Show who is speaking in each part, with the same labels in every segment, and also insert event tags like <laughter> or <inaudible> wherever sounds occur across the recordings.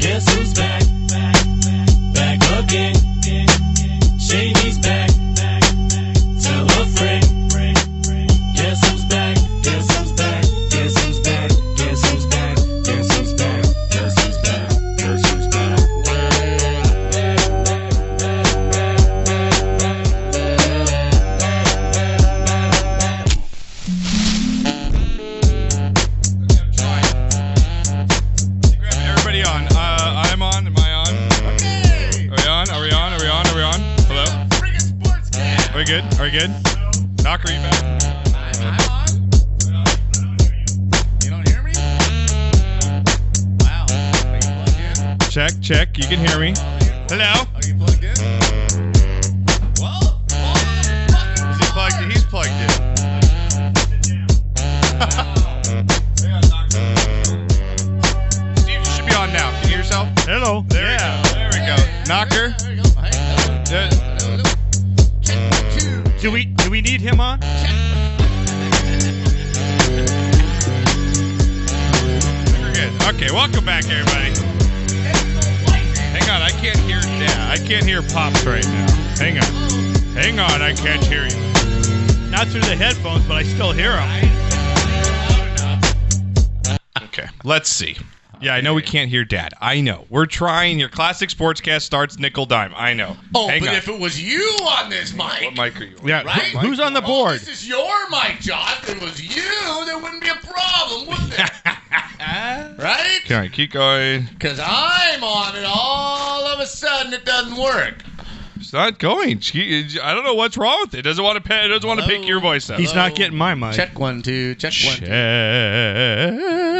Speaker 1: Guess who's back? Back again. Shady's back. Tell a friend. Guess who's back? Guess who's back? Guess who's back? Guess who's back? Guess who's back? Guess who's back? Guess who's back?
Speaker 2: Everybody on. Uh, I'm on. Am I on? Are we on? Are we on? Are we on? Are we on? Hello? Are we good? Are we good? Knock, are you back? Check, check. You can hear me. Hello? Is he plugged in? He's plugged in. Steve, you should be on now. Can you hear yourself? Hello. There we go. There we go. Knocker. Yeah.
Speaker 3: Do we do we need him on?
Speaker 2: We're good. Okay, welcome back, everybody. Hang on, I can't hear. Yeah, I can't hear pops right now. Hang on, hang on, I can't hear you.
Speaker 3: Not through the headphones, but I still hear him.
Speaker 2: Okay, let's see. Yeah, I know we can't hear Dad. I know. We're trying. Your classic sportscast starts nickel dime. I know.
Speaker 4: Oh,
Speaker 2: hang
Speaker 4: but
Speaker 2: on.
Speaker 4: if it was you on this mic,
Speaker 2: what mic are you on?
Speaker 3: Yeah,
Speaker 4: right?
Speaker 3: who- who's on the
Speaker 4: Oh,
Speaker 3: board?
Speaker 4: this is your mic, Josh. If it was you, there wouldn't be a problem, would
Speaker 3: <laughs>
Speaker 4: there? right?
Speaker 2: Can I keep going?
Speaker 4: Because I'm on it. All of a sudden, it doesn't work.
Speaker 2: It's not going. She, I don't know what's wrong with it. Doesn't want to. Pay, it doesn't want to
Speaker 4: Hello?
Speaker 2: pick your voice up.
Speaker 3: He's not getting my mic.
Speaker 4: Check one, two. Check one.
Speaker 2: Check.
Speaker 4: Two.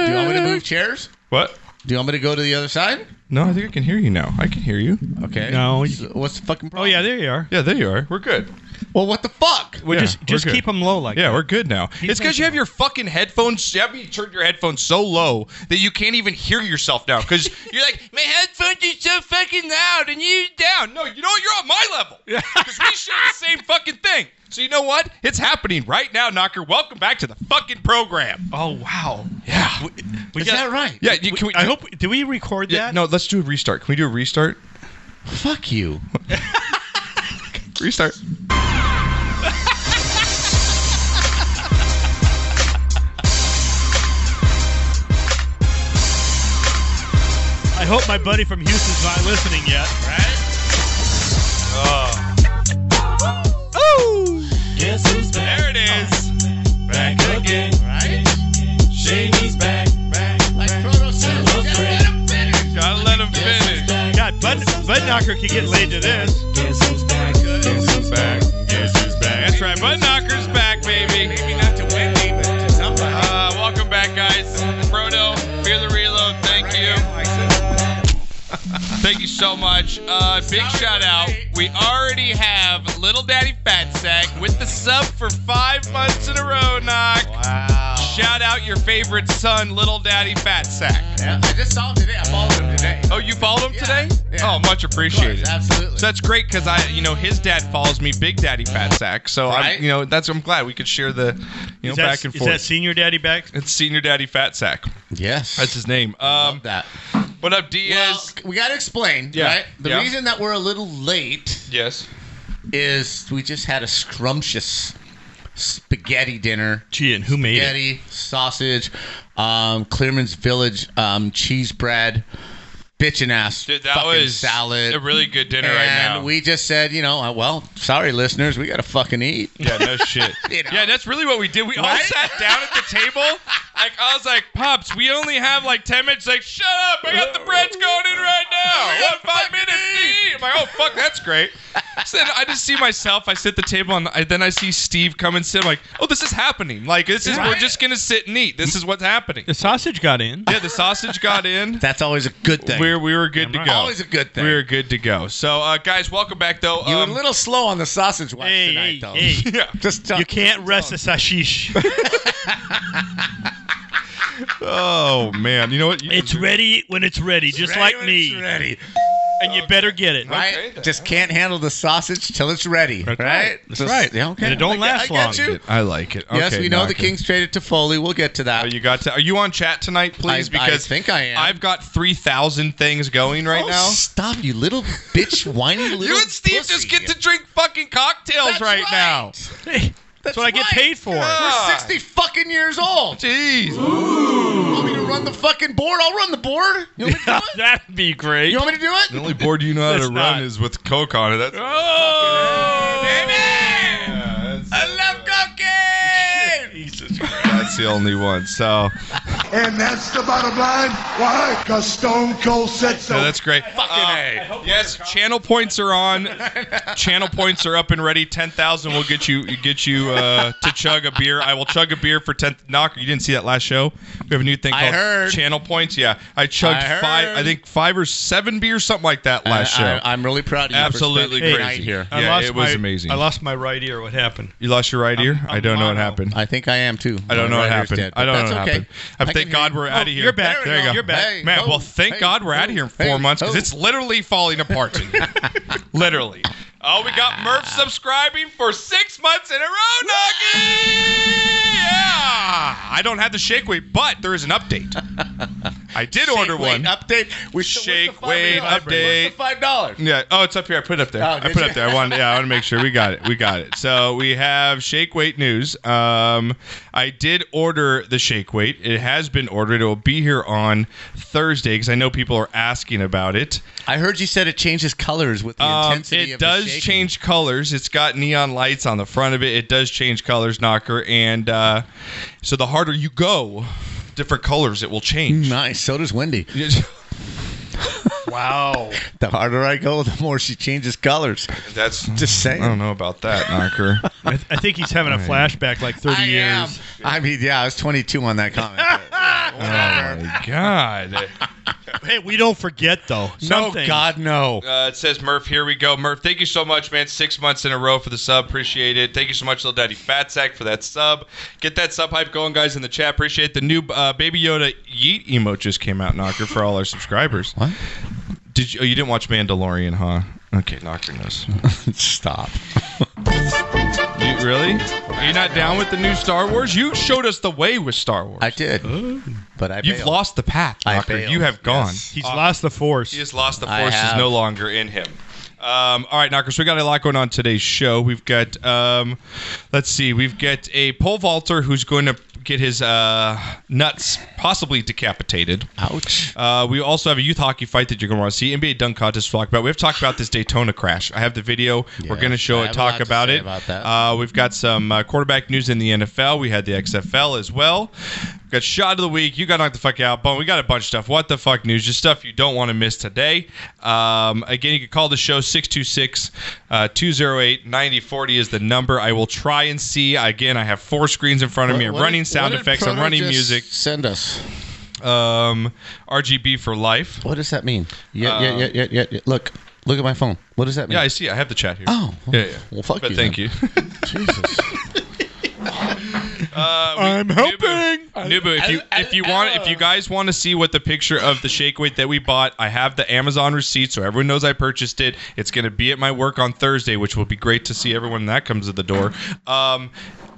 Speaker 4: Do you want me to move chairs?
Speaker 2: What?
Speaker 4: Do you want me to go to the other side?
Speaker 2: No, I think I can hear you now. I can hear you.
Speaker 4: Okay.
Speaker 3: No, you-
Speaker 4: So what's the fucking
Speaker 3: Oh
Speaker 4: problem?
Speaker 3: yeah, there you are.
Speaker 2: Yeah, there you are. We're good.
Speaker 4: Well, what the fuck?
Speaker 3: Well,
Speaker 2: Yeah,
Speaker 3: just
Speaker 2: we're
Speaker 3: just
Speaker 2: good.
Speaker 3: keep him low like
Speaker 2: Yeah,
Speaker 3: that.
Speaker 2: we're good now. it's because you have your fucking headphones. You have you turned your headphones so low that you can't even hear yourself now.
Speaker 3: <laughs>
Speaker 2: Because you're like, my headphones are so fucking loud, and you down. No, you know what? You're on my level. Because we share the same fucking thing. So you know what? It's happening right now, Knocker. Welcome back to the fucking program.
Speaker 3: Oh wow.
Speaker 2: Yeah.
Speaker 3: We
Speaker 4: Is
Speaker 3: got-
Speaker 4: that right?
Speaker 2: Yeah. You, can we,
Speaker 3: I hope. Do we record
Speaker 2: Yeah,
Speaker 3: that?
Speaker 2: no, let's do a restart. Can we do a restart?
Speaker 4: Fuck you.
Speaker 2: <laughs> Restart.
Speaker 3: I hope my buddy from Houston's not listening yet. Oh.
Speaker 1: Guess who's back?
Speaker 2: There it is.
Speaker 1: Back again.
Speaker 4: Right?
Speaker 1: Shady's back. Back.
Speaker 4: Like Frodo said,
Speaker 1: Hello,
Speaker 4: just
Speaker 1: friend.
Speaker 4: let him finish.
Speaker 2: Gotta let him finish.
Speaker 3: God, Bud Bud Knocker can get laid to this.
Speaker 1: Guess who's back? Guess who's back? Guess who's back?
Speaker 2: That's right. Bud Knocker's back, baby.
Speaker 4: Maybe not to Wendy, but to somebody.
Speaker 2: Uh, welcome back, guys. Frodo, Fear the Reload, thank you. <laughs> Thank you so much. Uh, big
Speaker 4: Sorry,
Speaker 2: shout out.
Speaker 4: buddy.
Speaker 2: We already have Little Daddy Fat Sack with the sub for five months in a row, Knock.
Speaker 4: Wow.
Speaker 2: Shout out your favorite son, Little Daddy Fat Sack.
Speaker 4: Yeah, I just saw him today. I followed him today.
Speaker 2: Oh, you followed him
Speaker 4: Yeah,
Speaker 2: today?
Speaker 4: yeah.
Speaker 2: Oh, much
Speaker 4: Of course,
Speaker 2: appreciated.
Speaker 4: absolutely.
Speaker 2: So that's great because I, you know, his dad follows me, Big Daddy Fat Sack. So
Speaker 4: Right.
Speaker 2: I'm, you know, that's I'm glad we could share the, you know,
Speaker 3: Is that,
Speaker 2: back and
Speaker 3: is
Speaker 2: forth.
Speaker 3: that senior daddy back?
Speaker 2: it's Senior Daddy Fat Sack.
Speaker 4: yes.
Speaker 2: That's his name. Um,
Speaker 4: Love that.
Speaker 2: what up, Diaz?
Speaker 4: Well, we got to explain,
Speaker 2: Yeah,
Speaker 4: right? The
Speaker 2: yeah.
Speaker 4: reason that we're a little late
Speaker 2: yes.
Speaker 4: is we just had a scrumptious spaghetti dinner.
Speaker 3: Gee, and who made it?
Speaker 4: Spaghetti, sausage, um, Clearman's Village um, cheese bread, bitchin' ass
Speaker 2: Dude, that
Speaker 4: fucking
Speaker 2: was
Speaker 4: salad.
Speaker 2: a really good dinner
Speaker 4: and
Speaker 2: right now.
Speaker 4: we just said, you know, uh, well, sorry, listeners, we got to fucking eat.
Speaker 2: yeah,
Speaker 4: <laughs>
Speaker 2: no shit.
Speaker 4: You know?
Speaker 2: Yeah, that's really what we did. We all
Speaker 4: Right?
Speaker 2: sat down at the table. Like I was like, Pops, we only have like ten minutes. Like, shut up! I got the breads going in right
Speaker 4: <laughs>
Speaker 2: now. One five minutes to eat. I'm like, oh fuck, that's great. So then I just see myself. I sit at the table, and I, then I see Steve come and sit. I'm like, oh, this is happening. Like this is we're just gonna sit and eat. This is what's happening.
Speaker 3: The sausage got in.
Speaker 2: Yeah, the sausage got in.
Speaker 4: That's always a good thing.
Speaker 2: We're, we were good to
Speaker 3: right.
Speaker 2: go.
Speaker 4: Always a good thing.
Speaker 2: We were good to go. So, uh, guys, welcome back, though.
Speaker 4: you were
Speaker 2: Um,
Speaker 4: a little slow on the sausage wax
Speaker 3: Hey,
Speaker 4: tonight, <laughs>
Speaker 3: hey,
Speaker 4: though.
Speaker 3: hey.
Speaker 2: yeah.
Speaker 4: Just tell-
Speaker 3: You can't rest the sashish.
Speaker 2: Oh man, you know what? You-
Speaker 3: It's ready when it's ready, just like me.
Speaker 4: ready.
Speaker 3: And you better get it.
Speaker 4: Right?
Speaker 2: Okay, then.
Speaker 4: Just can't handle the sausage till it's ready.
Speaker 3: That's
Speaker 4: Right?
Speaker 3: right.
Speaker 4: That's
Speaker 2: right.
Speaker 4: Yeah, okay.
Speaker 3: And it don't
Speaker 4: I get-
Speaker 3: last
Speaker 4: I get
Speaker 3: long.
Speaker 4: you.
Speaker 2: I like it.
Speaker 4: yes,
Speaker 2: Okay,
Speaker 4: we know the
Speaker 2: knock it.
Speaker 4: Kings traded to Foley. We'll get to that.
Speaker 2: Oh, you got to. Are you on chat tonight, please?
Speaker 4: I- I
Speaker 2: because
Speaker 4: think I am.
Speaker 2: I've got three thousand things going right
Speaker 4: Oh,
Speaker 2: now.
Speaker 4: Stop, you little bitch, whiny little.
Speaker 2: <laughs> You and Steve just get to drink fucking cocktails
Speaker 4: That's
Speaker 2: right,
Speaker 4: right.
Speaker 2: now.
Speaker 3: <laughs> That's what I get
Speaker 4: right.
Speaker 3: paid for.
Speaker 4: We're sixty fucking years old.
Speaker 2: Jeez.
Speaker 4: You want me to run the fucking board? I'll run the board. You want me to do it?
Speaker 3: <laughs> That'd be great.
Speaker 4: You want me to do it?
Speaker 2: The only board you know how to
Speaker 3: That's
Speaker 2: run
Speaker 3: not-
Speaker 2: is with Coke on it. That's.
Speaker 3: Oh,
Speaker 2: Yeah, that's-
Speaker 4: I love cocaine.
Speaker 2: That's the only one. So
Speaker 1: And that's the bottom line. Why? Because Stone Cold said so.
Speaker 2: no, that's great. Uh, yes, channel points are
Speaker 4: <laughs>
Speaker 2: on. channel points are up and ready. Ten thousand will get you get you uh, to chug a beer. I will chug a beer for ten. Knocker, you didn't see that last show. We have a new thing
Speaker 4: I
Speaker 2: called
Speaker 4: heard.
Speaker 2: channel points. Yeah, I chugged
Speaker 4: I
Speaker 2: five. I
Speaker 4: heard. Uh,
Speaker 2: think five or seven beers, something like that last show.
Speaker 4: I, am really proud of you. for
Speaker 2: Absolutely
Speaker 4: spending the
Speaker 2: crazy.
Speaker 4: night here.
Speaker 2: Yeah, it was amazing.
Speaker 3: I lost my right ear. What happened?
Speaker 2: you lost your right ear.
Speaker 3: I'm-
Speaker 2: I don't know what
Speaker 3: mono.
Speaker 2: happened.
Speaker 4: I think I am too.
Speaker 2: I don't know what happened. I don't know what happened. I
Speaker 4: can
Speaker 2: thank
Speaker 4: hear
Speaker 2: God
Speaker 4: you.
Speaker 2: we're out of here.
Speaker 3: Oh, you're back.
Speaker 2: There you go.
Speaker 3: You're back.
Speaker 4: Hey,
Speaker 2: Man,
Speaker 4: ho,
Speaker 2: well, thank
Speaker 4: hey,
Speaker 2: God we're
Speaker 4: ho,
Speaker 2: out of here in four
Speaker 4: hey,
Speaker 2: months because
Speaker 4: ho.
Speaker 2: it's literally falling
Speaker 4: <laughs>
Speaker 2: apart. to me. literally. Oh, we got Murph subscribing for six months in a row, Nuggie! Yeah! I don't have the shake weight, but there is
Speaker 4: <laughs>
Speaker 2: an update. I did order
Speaker 4: Shake weight
Speaker 2: one.
Speaker 4: update. We still-
Speaker 2: Shake
Speaker 4: what's the five
Speaker 2: weight
Speaker 4: dollars?
Speaker 2: update.
Speaker 4: What's the five dollars?
Speaker 2: Yeah. Oh, it's up here. I put it up there.
Speaker 4: Oh,
Speaker 2: I
Speaker 4: did
Speaker 2: put it
Speaker 4: you?
Speaker 2: up there. I want. Yeah, I want to make sure we got it. We got it. So we have shake weight news. Um, I did order the shake weight. It has been ordered. It will be here on Thursday because I know people are asking about it.
Speaker 4: I heard you said it changes colors with the
Speaker 2: Um,
Speaker 4: intensity
Speaker 2: it
Speaker 4: of the
Speaker 2: does
Speaker 4: shaking.
Speaker 2: change colors. It's got neon lights on the front of it. It does change colors, knocker, and uh, so the harder you go, different colors it will change.
Speaker 4: Nice. So does
Speaker 2: <laughs>
Speaker 4: Wendy.
Speaker 3: Wow.
Speaker 4: The harder I go, the more she changes colors.
Speaker 2: That's.
Speaker 4: Just saying.
Speaker 2: I don't know about that,
Speaker 4: <laughs>
Speaker 2: knocker.
Speaker 3: I, th- I think he's having a flashback like 30
Speaker 4: I
Speaker 3: years.
Speaker 4: am. I mean, yeah, I was 22 on that comment. <laughs> but-
Speaker 2: oh my god.
Speaker 3: Hey, we don't forget though.
Speaker 4: no,
Speaker 3: Something.
Speaker 4: God, no.
Speaker 2: Uh, it says Murph, here we go. Murph, thank you so much, man. Six months in a row for the sub. Appreciate it. Thank you so much, little daddy Fatsack, for that sub. Get that sub hype going, guys, in the chat. Appreciate it. the new uh, Baby Yoda Yeet emote just came out, Knocker, for all our subscribers.
Speaker 4: What?
Speaker 2: Did you? Oh, you didn't watch Mandalorian, huh? Okay, Knocker knows.
Speaker 4: <laughs> Stop.
Speaker 2: You, really? You're not down with the new Star Wars? You showed us the way with Star Wars.
Speaker 4: I did, but I.
Speaker 2: You've
Speaker 4: bailed.
Speaker 2: lost the path,
Speaker 4: I
Speaker 2: Knocker.
Speaker 4: failed,
Speaker 2: You have gone. Uh,
Speaker 4: yes.
Speaker 3: He's lost the force.
Speaker 2: He has lost the
Speaker 4: I
Speaker 2: force is
Speaker 4: have.
Speaker 2: no longer in him. Um, all right, knockers. We got a lot going on today's show. We've got, um, let's see, we've got a pole vaulter who's going to get his uh, nuts possibly decapitated.
Speaker 4: Ouch.
Speaker 2: Uh, we also have a youth hockey fight that you're going to want to see. NBA dunk contest talk about. We have talked about this Daytona crash. I have the video. We're
Speaker 4: Yes,
Speaker 2: going to show
Speaker 4: I
Speaker 2: it.
Speaker 4: have a lot
Speaker 2: Talk
Speaker 4: to
Speaker 2: about
Speaker 4: say
Speaker 2: it.
Speaker 4: about that.
Speaker 2: Uh, we've got some uh, quarterback news in the NFL. We had the XFL as well. We've got shot of the week. You got knocked the fuck out. But we got a bunch of stuff. What the fuck news? Just stuff you don't want to miss today. Um, again, you can call the show 626 uh, 208 9040 is the number. I will try and see. Again, I have four screens in front of me. I'm
Speaker 4: What- what
Speaker 2: running
Speaker 4: did-
Speaker 2: sound
Speaker 4: what did
Speaker 2: effects. I'm
Speaker 4: Proto
Speaker 2: running
Speaker 4: just
Speaker 2: music.
Speaker 4: Send us.
Speaker 2: Um, RGB for life. Um,
Speaker 4: What does that mean? Yeah, yeah, yeah, yeah, yeah, yeah. Look, look at my phone. What does that mean?
Speaker 2: Uh, Yeah, I see. I have the chat here.
Speaker 4: Oh, well,
Speaker 2: yeah, yeah.
Speaker 4: well, fuck
Speaker 2: but
Speaker 4: you
Speaker 2: thank
Speaker 4: then.
Speaker 2: you.
Speaker 4: <laughs> Jesus.
Speaker 2: I'm helping. Uh, Nubu, if you if you want, if you guys want to see what the picture of the shake weight that we bought, I have the Amazon receipt, so everyone knows I purchased it. It's gonna be at my work on Thursday, which will be great to see everyone when that comes to the door. Um.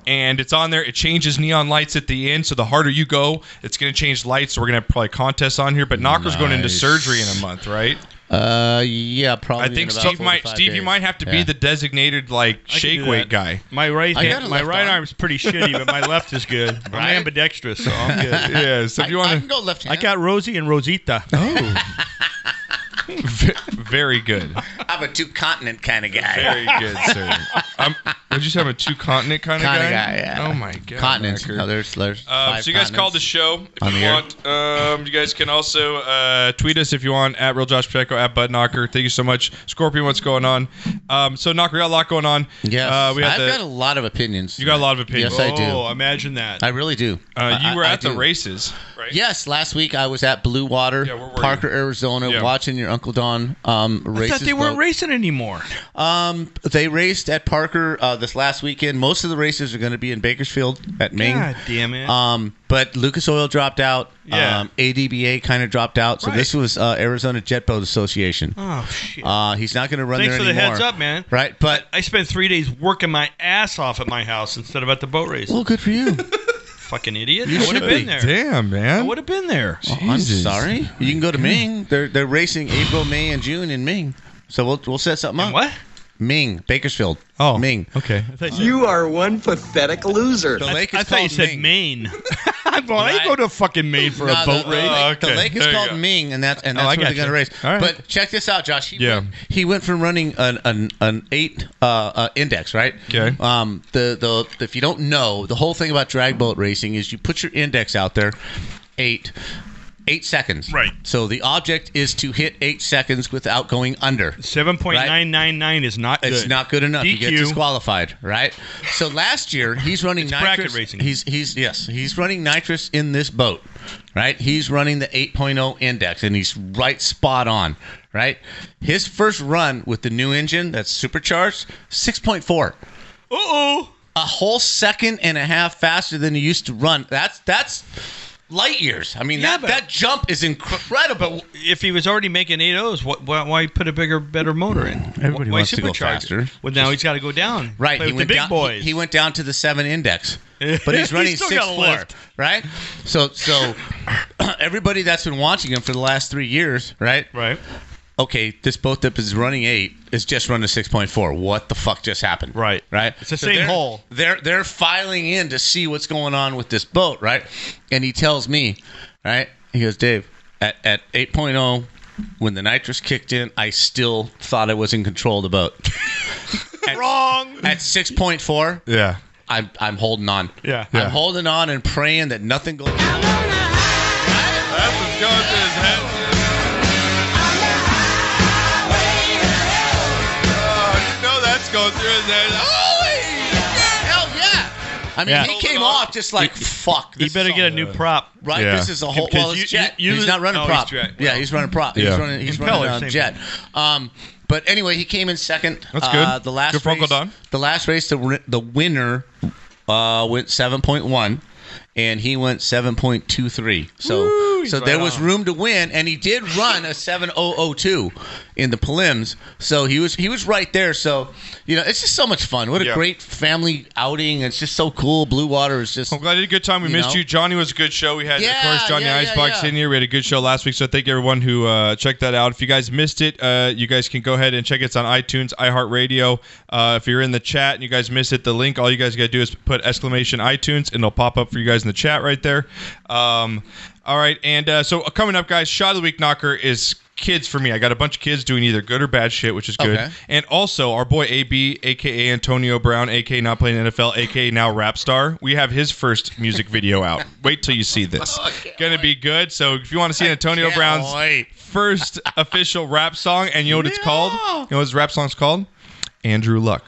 Speaker 2: And it's on there. It changes neon lights at the end, so the harder you go, it's going to change lights. So we're going to probably contests on here. But Knocker's going into
Speaker 4: Nice.
Speaker 2: surgery in a month, right?
Speaker 4: Uh, yeah, probably.
Speaker 2: I
Speaker 4: in
Speaker 2: think
Speaker 4: about
Speaker 2: Steve might.
Speaker 4: 45
Speaker 2: Steve, you
Speaker 4: days.
Speaker 2: might have to be
Speaker 4: Yeah.
Speaker 2: the designated like
Speaker 3: I can
Speaker 2: shake
Speaker 3: do
Speaker 2: weight
Speaker 3: that.
Speaker 2: guy.
Speaker 3: My right
Speaker 4: I got
Speaker 3: hand,
Speaker 4: a
Speaker 3: my
Speaker 4: left
Speaker 3: right
Speaker 4: arm.
Speaker 3: arm's pretty
Speaker 4: <laughs>
Speaker 3: shitty, but my left is good. <laughs>
Speaker 4: Right?
Speaker 3: I'm ambidextrous, so <laughs> I'm good.
Speaker 2: Yeah. So if you
Speaker 4: I, I
Speaker 2: want to,
Speaker 4: can go left
Speaker 3: I
Speaker 4: hand.
Speaker 3: got Rosie and Rosita. <laughs>
Speaker 2: V- very good.
Speaker 4: I'm a two continent kind of guy.
Speaker 2: Very good, sir. I'm, would you say I'm a two continent kind of
Speaker 4: Kinda
Speaker 2: guy?
Speaker 4: guy, yeah.
Speaker 2: Oh my god.
Speaker 4: continents.
Speaker 2: Marker.
Speaker 4: No, there's, there's
Speaker 2: Um,
Speaker 4: five
Speaker 2: so you guys called the
Speaker 4: continents.
Speaker 2: show if
Speaker 4: On
Speaker 2: you
Speaker 4: the air.
Speaker 2: want. Um, you guys can also uh, tweet us if you want at Real Josh Pacheco at Bud Knocker. Thank you so much, Scorpion. What's going on? Um, so Knocker, we got a lot going on.
Speaker 4: <laughs> Yes,
Speaker 2: Uh, we had
Speaker 4: I've
Speaker 2: the,
Speaker 4: got a lot of opinions.
Speaker 2: you got a lot of opinions.
Speaker 4: Yes, I do.
Speaker 3: Oh, imagine that.
Speaker 4: I really do.
Speaker 2: Uh,
Speaker 4: I-
Speaker 2: you were
Speaker 4: I- I
Speaker 2: at the
Speaker 4: do.
Speaker 2: races, right?
Speaker 4: Yes, last week I was at Blue Water,
Speaker 2: Yeah, where were
Speaker 4: Parker, Arizona,
Speaker 2: Yeah.
Speaker 4: watching your Uncle Don um, race.
Speaker 3: I thought they weren't racing anymore.
Speaker 4: Um, they raced at Parker. Uh, this last weekend. Most of the races are going to be in Bakersfield at Maine.
Speaker 2: God damn it.
Speaker 4: Um, but Lucas Oil dropped out.
Speaker 2: Yeah.
Speaker 4: Um, ADBA kind of dropped out. So this was uh, Arizona Jet Boat Association.
Speaker 5: Oh shit!
Speaker 4: Uh, he's not going to run
Speaker 5: Thanks
Speaker 4: there
Speaker 5: for the
Speaker 4: anymore.
Speaker 5: heads up, man.
Speaker 4: Right, but
Speaker 5: I spent three days working my ass off at my house instead of at the boat race.
Speaker 4: well, good for you.
Speaker 5: Fucking idiot!
Speaker 4: You
Speaker 5: I would have
Speaker 4: should be.
Speaker 5: been there.
Speaker 6: Damn,
Speaker 5: I
Speaker 6: man.
Speaker 5: would have been there.
Speaker 4: Oh, I'm
Speaker 6: Jesus.
Speaker 4: sorry. You can go to Ming. They're they're racing April, May, and June in Ming. So we'll we'll set something up.
Speaker 5: What?
Speaker 4: Ming, Bakersfield.
Speaker 6: Oh,
Speaker 4: Ming.
Speaker 6: Okay. I thought you,
Speaker 7: You are one pathetic loser.
Speaker 4: The lake is
Speaker 5: I thought you
Speaker 4: called
Speaker 5: said
Speaker 4: Ming.
Speaker 5: Maine.
Speaker 6: I, well, I go to fucking Maine for
Speaker 4: No,
Speaker 6: a boat
Speaker 4: the,
Speaker 6: race.
Speaker 4: The,
Speaker 2: Oh,
Speaker 4: the
Speaker 2: okay.
Speaker 4: lake is
Speaker 2: There you
Speaker 4: called
Speaker 2: go.
Speaker 4: Ming, and that's and
Speaker 6: Oh, I
Speaker 4: that's where they're
Speaker 6: gotcha.
Speaker 4: going to race.
Speaker 6: All right.
Speaker 4: But check this out, Josh. He
Speaker 6: Yeah.
Speaker 4: went, he went from running an an, an eight uh, uh, index, right?
Speaker 6: Okay.
Speaker 4: Um, the, the the- if you don't know, the whole thing about drag boat racing is you put your index out there, eight. Eight seconds.
Speaker 5: Right.
Speaker 4: So the object is to hit eight seconds without going under.
Speaker 5: Seven point nine nine nine is not good.
Speaker 4: It's not good enough. You get
Speaker 5: DQ.
Speaker 4: disqualified, right? So last year he's running nitrous.
Speaker 5: bracket racing.
Speaker 4: He's he's yes, he's running nitrous in this boat, right? He's running the 8.0 index, and he's right spot on, right? His first run with the new engine that's supercharged, 6.4.
Speaker 5: Uh oh.
Speaker 4: A whole second and a half faster than he used to run. That's that's light years. I mean,
Speaker 5: Yeah,
Speaker 4: that,
Speaker 5: but-
Speaker 4: that jump is incredible.
Speaker 5: If he was already making eight O's, why, why, why put a bigger, better motor in?
Speaker 4: Everybody
Speaker 5: why
Speaker 4: wants to go
Speaker 5: supercharge it?
Speaker 4: faster.
Speaker 5: Well, now he's got to go down.
Speaker 4: Right,
Speaker 5: Play with the
Speaker 4: went
Speaker 5: big
Speaker 4: down,
Speaker 5: boys.
Speaker 4: He, he went down to the seven
Speaker 5: <laughs>
Speaker 4: index, but
Speaker 5: He's
Speaker 4: he's running
Speaker 5: still
Speaker 4: six
Speaker 5: got a
Speaker 4: four.
Speaker 5: lift.
Speaker 4: Right, so so <clears throat> everybody that's been watching him for the last three years, right?
Speaker 5: right.
Speaker 4: Okay, this boat that is running eight is just running six point four. What the fuck just happened?
Speaker 5: Right.
Speaker 4: right.
Speaker 5: It's the same
Speaker 4: they're-
Speaker 5: hole.
Speaker 4: They're they're filing in to see what's going on with this boat, right? And he tells me, right? He goes, Dave, at at eight oh, when the nitrous kicked in, I still thought I was in control of the boat. <laughs>
Speaker 5: <laughs> Wrong.
Speaker 4: At six point four,
Speaker 6: yeah.
Speaker 4: I'm I'm holding on.
Speaker 5: Yeah.
Speaker 6: Yeah.
Speaker 4: I'm holding on and praying that nothing goes.
Speaker 2: That's what's going through his head. Oh, you know that's going through his head. Oh, Holy
Speaker 4: Hell yeah! I mean,
Speaker 5: Yeah.
Speaker 4: he came off just like fuck.
Speaker 5: You
Speaker 4: this
Speaker 5: better
Speaker 4: is
Speaker 5: get a
Speaker 4: all-
Speaker 5: new prop.
Speaker 4: Right,
Speaker 6: Yeah.
Speaker 4: this is a whole.
Speaker 5: Because
Speaker 4: Well, it's
Speaker 5: you-
Speaker 4: jet.
Speaker 5: you- you-
Speaker 4: he's not running
Speaker 5: oh, he's
Speaker 4: prop.
Speaker 5: jet.
Speaker 4: Yeah, he's running prop.
Speaker 6: Yeah.
Speaker 4: He's running. He's
Speaker 5: Impeller,
Speaker 4: running um,
Speaker 5: same
Speaker 4: jet. Um, but anyway, he came in second.
Speaker 6: That's
Speaker 4: Uh,
Speaker 6: good.
Speaker 4: the last
Speaker 6: Good for Uncle
Speaker 4: race.
Speaker 6: Don.
Speaker 4: The last race, the ri- the winner uh, went seven point one. And he went seven point two three, so so there was room to win, and he did run a seven oh oh two in the prelims. So he was he was right there. So you know it's just so much fun. What a
Speaker 2: Yeah.
Speaker 4: great family outing! It's just so cool. Blue Water is just
Speaker 2: I'm glad you had a good time. We
Speaker 4: You
Speaker 2: missed
Speaker 4: know?
Speaker 2: you. Johnny was a good show. We had,
Speaker 4: Yeah,
Speaker 2: of course, Johnny
Speaker 4: yeah, yeah,
Speaker 2: Icebox
Speaker 4: yeah.
Speaker 2: in here. We had a good show last week, so thank everyone who uh, checked that out. If you guys missed it, uh, you guys can go ahead and check it. It's on iTunes, iHeartRadio. Uh, if you're in the chat and you guys missed it, the link, all you guys got to do is put exclamation iTunes, and it'll pop up for you guys in the chat right there. Um, all right, and uh, so coming up, guys, Shot of the Week Knocker is kids for me. I got a bunch of kids doing either good or bad shit, which is good.
Speaker 4: Okay.
Speaker 2: And also, our boy AB, aka Antonio Brown, aka not playing NFL, aka now rap star. We have his first music video out. Wait till you see this. Gonna be good. So if you want to see Antonio
Speaker 4: can't
Speaker 2: Brown's
Speaker 4: wait. <laughs>
Speaker 2: first official rap song, and you know what it's called? You know what his rap song's called? Andrew Luck.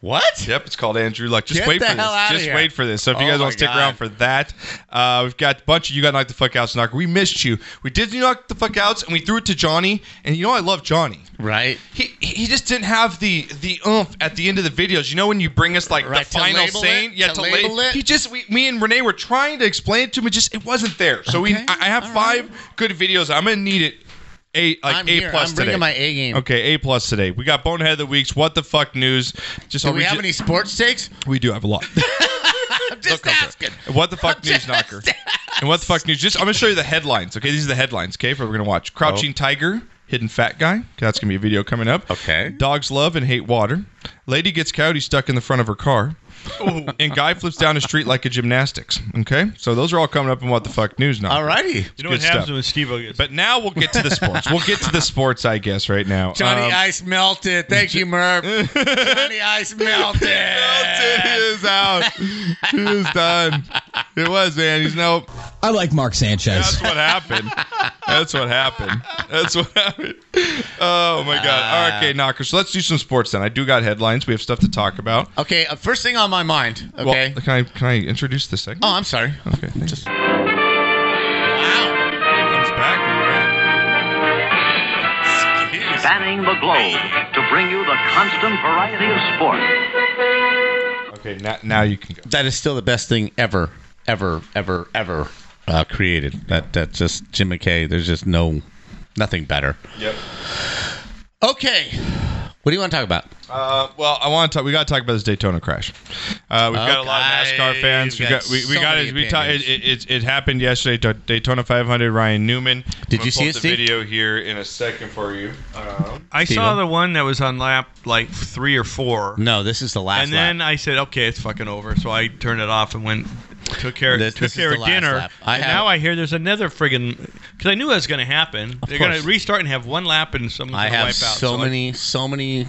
Speaker 4: what?
Speaker 2: Yep, it's called Andrew Luck. Just
Speaker 4: Get
Speaker 2: wait
Speaker 4: the
Speaker 2: for this.
Speaker 4: hell outta
Speaker 2: Just
Speaker 4: here.
Speaker 2: wait for this. So if you
Speaker 4: Oh
Speaker 2: guys
Speaker 4: my
Speaker 2: want to stick
Speaker 4: God.
Speaker 2: around for that, uh, we've got a bunch of you got knocked the fuck out, Knocker. We missed you. We did knock the fuck outs, and we threw it to Johnny. And you know I love Johnny
Speaker 4: Right.
Speaker 2: he he just didn't have the the oomph at the end of the videos. You know when you bring us like
Speaker 4: Right,
Speaker 2: the
Speaker 4: to
Speaker 2: final
Speaker 4: label
Speaker 2: saying,
Speaker 4: it,
Speaker 2: yeah,
Speaker 4: to
Speaker 2: to,
Speaker 4: label
Speaker 2: label
Speaker 4: it.
Speaker 2: He just we, me and Renee were trying to explain it to him. It just it wasn't there. So we
Speaker 4: Okay,
Speaker 2: I, I have
Speaker 4: all
Speaker 2: five good videos. I'm gonna need it. A like
Speaker 4: I'm
Speaker 2: a
Speaker 4: here.
Speaker 2: plus
Speaker 4: I'm
Speaker 2: today.
Speaker 4: bringing my A game.
Speaker 2: okay, <laughs> a plus today. We got bonehead of the weeks. What the fuck news? Just
Speaker 4: Do
Speaker 2: I'll
Speaker 4: we
Speaker 2: read
Speaker 4: have
Speaker 2: you-
Speaker 4: any sports takes? <laughs>
Speaker 2: We do have a lot.
Speaker 4: I'm just
Speaker 2: Look over.
Speaker 4: asking.
Speaker 2: What the fuck news knocker? And what the fuck news? Just I'm gonna show you the headlines. Okay, these are the headlines. Okay, for what we're gonna watch: Crouching Tiger, Hidden Fat Guy. 'kay, That's gonna be a video coming up.
Speaker 4: Okay.
Speaker 2: Dogs love and hate water. Lady gets coyote stuck in the front of her car. and guy flips down a street like a gymnastics. Okay, so those are all coming up in what the fuck news knocker.
Speaker 4: Alrighty.
Speaker 5: You know what
Speaker 2: Good stuff.
Speaker 5: happens when Steve gets.
Speaker 2: But now we'll get to the
Speaker 4: <laughs>
Speaker 2: sports. we'll get to the sports, I guess, right now.
Speaker 4: Johnny
Speaker 2: Um,
Speaker 4: Ice melted. Thank you,
Speaker 2: <laughs>
Speaker 4: Merv. Johnny Ice melted.
Speaker 2: Melton is out. he is done. It was, man. He's no.
Speaker 3: I like Mark Sanchez.
Speaker 2: That's what happened. That's what happened. That's what happened. Oh my
Speaker 4: Ah.
Speaker 2: god. Okay, knockers. So let's do some sports then. I do got headlines. We have stuff to talk about.
Speaker 4: Okay, uh, first thing on my mind. Okay.
Speaker 2: Well, can I can I introduce the segment?
Speaker 4: oh, I'm sorry.
Speaker 2: okay. thank you.
Speaker 4: Wow.
Speaker 2: Comes back.
Speaker 8: Spanning the globe to bring you the constant variety of sport.
Speaker 2: Okay, now now you can go.
Speaker 4: That is still the best thing ever, ever, ever, ever uh, created. That that's just Jim McKay. There's just no, nothing better.
Speaker 2: Yep.
Speaker 4: Okay, what do you want to talk about?
Speaker 2: Uh, well, I want to talk. We got to talk about this Daytona crash. Uh, we've got a lot of
Speaker 4: Okay.
Speaker 2: NASCAR fans. We
Speaker 4: We've
Speaker 2: got
Speaker 4: got
Speaker 2: we, we
Speaker 4: so
Speaker 2: got
Speaker 4: many
Speaker 2: it. We ta- it,
Speaker 4: opinions.
Speaker 2: it, it. it happened yesterday. to Daytona 500. Ryan Newman.
Speaker 4: Did
Speaker 2: I'm
Speaker 4: you
Speaker 2: gonna
Speaker 4: see
Speaker 2: pull
Speaker 4: it,
Speaker 2: up the
Speaker 4: Steve?
Speaker 2: video here in a second for you. Um,
Speaker 3: I saw
Speaker 4: Steven?
Speaker 3: the one that was on lap like three or four.
Speaker 4: No, this is the last.
Speaker 3: And then I said, "Okay, it's fucking over." So I turned it off and went took care
Speaker 4: This-
Speaker 3: took
Speaker 4: this is
Speaker 3: care
Speaker 4: the
Speaker 3: of
Speaker 4: last
Speaker 3: dinner.
Speaker 4: lap. I
Speaker 3: and
Speaker 4: have-
Speaker 3: now I hear there's another friggin' because I knew that was going to happen. They're going
Speaker 4: course.
Speaker 3: to restart and have one lap and someone's
Speaker 4: I
Speaker 3: going to wipe
Speaker 4: have
Speaker 3: out.
Speaker 4: so
Speaker 3: I-
Speaker 4: many, so many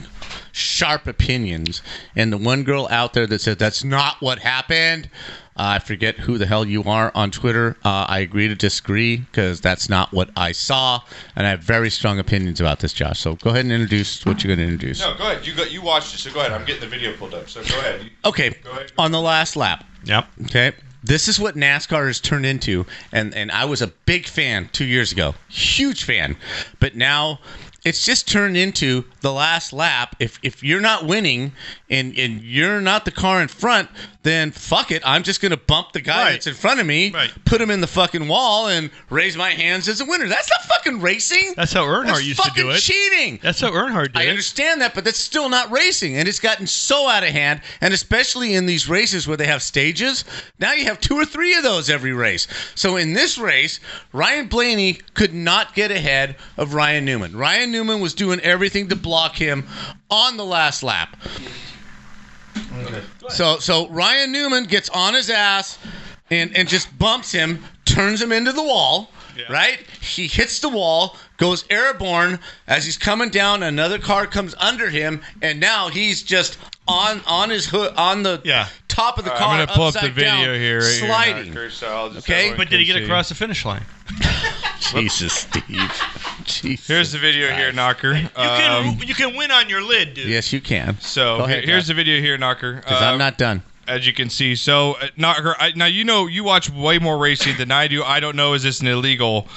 Speaker 4: sharp opinions, and the one girl out there that said that's not what happened. Uh, I forget who the hell you are on Twitter. Uh, I agree to disagree because that's not what I saw, and I have very strong opinions about this, Josh. So go ahead and introduce what you're going to introduce.
Speaker 2: no, go ahead. You got you watched it. So go ahead. I'm getting the video pulled up. So go ahead.
Speaker 4: Okay,
Speaker 2: ahead.
Speaker 4: on the last lap.
Speaker 3: Yep.
Speaker 4: Okay. This is what NASCAR has turned into, and and I was a big fan two years ago, huge fan, but now it's just turned into the last lap. If if you're not winning and and you're not the car in front, then fuck it. I'm just gonna bump the guy
Speaker 3: Right.
Speaker 4: that's in front of me,
Speaker 3: Right.
Speaker 4: put him in the fucking wall, and raise my hands as a winner. That's not fucking racing.
Speaker 3: That's how Earnhardt
Speaker 4: That's
Speaker 3: used to do
Speaker 4: fucking
Speaker 3: it.
Speaker 4: Cheating.
Speaker 3: That's how Earnhardt did
Speaker 4: I
Speaker 3: it.
Speaker 4: understand that, but that's still not racing, and it's gotten so out of hand. And especially in these races where they have stages, now you have two or three of those every race. So in this race, Ryan Blaney could not get ahead of Ryan Newman. Ryan Newman was doing everything to block him on the last lap. So so Ryan Newman gets on his ass and and just bumps him, turns him into the wall. Right? He hits the wall, goes airborne. As he's coming down, another car comes under him, and now he's just on on his hood on the
Speaker 3: Yeah.
Speaker 4: top of the
Speaker 2: All right,
Speaker 4: car.
Speaker 2: I'm gonna pull up
Speaker 4: upside
Speaker 2: the video
Speaker 4: down,
Speaker 2: here. right here,
Speaker 4: sliding.
Speaker 2: Knocker, so I'll just-
Speaker 4: Okay,
Speaker 2: everyone
Speaker 3: But did he
Speaker 2: can
Speaker 3: get
Speaker 2: see.
Speaker 3: across the finish line?
Speaker 4: Jesus, Steve. <laughs> Jesus.
Speaker 2: Here's the video here, Knocker. Um,
Speaker 3: you can win on your lid, dude.
Speaker 4: Yes, you can.
Speaker 2: so
Speaker 4: Go ahead,
Speaker 2: here's
Speaker 4: Josh.
Speaker 2: the video here, Knocker.
Speaker 4: Because
Speaker 2: Um,
Speaker 4: I'm not done.
Speaker 2: as you can see. So uh, not her. I, now you know you watch way more racing than I do. I don't know. Is this an illegal?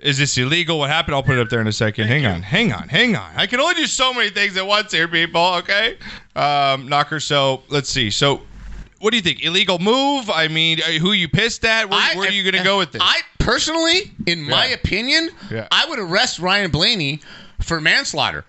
Speaker 2: Is this illegal? What happened? I'll put it up there in a second. hang on, hang on, hang on. I can only do so many things at once here, people. Okay, um, knocker. So let's see. So. What do you think? Illegal move? I mean, uh, who you pissed at? Where,
Speaker 4: I-
Speaker 2: where are you going to go with this?
Speaker 4: I personally, in my
Speaker 2: Yeah.
Speaker 4: opinion,
Speaker 2: Yeah.
Speaker 4: I would arrest Ryan Blaney for
Speaker 2: <laughs>
Speaker 4: manslaughter.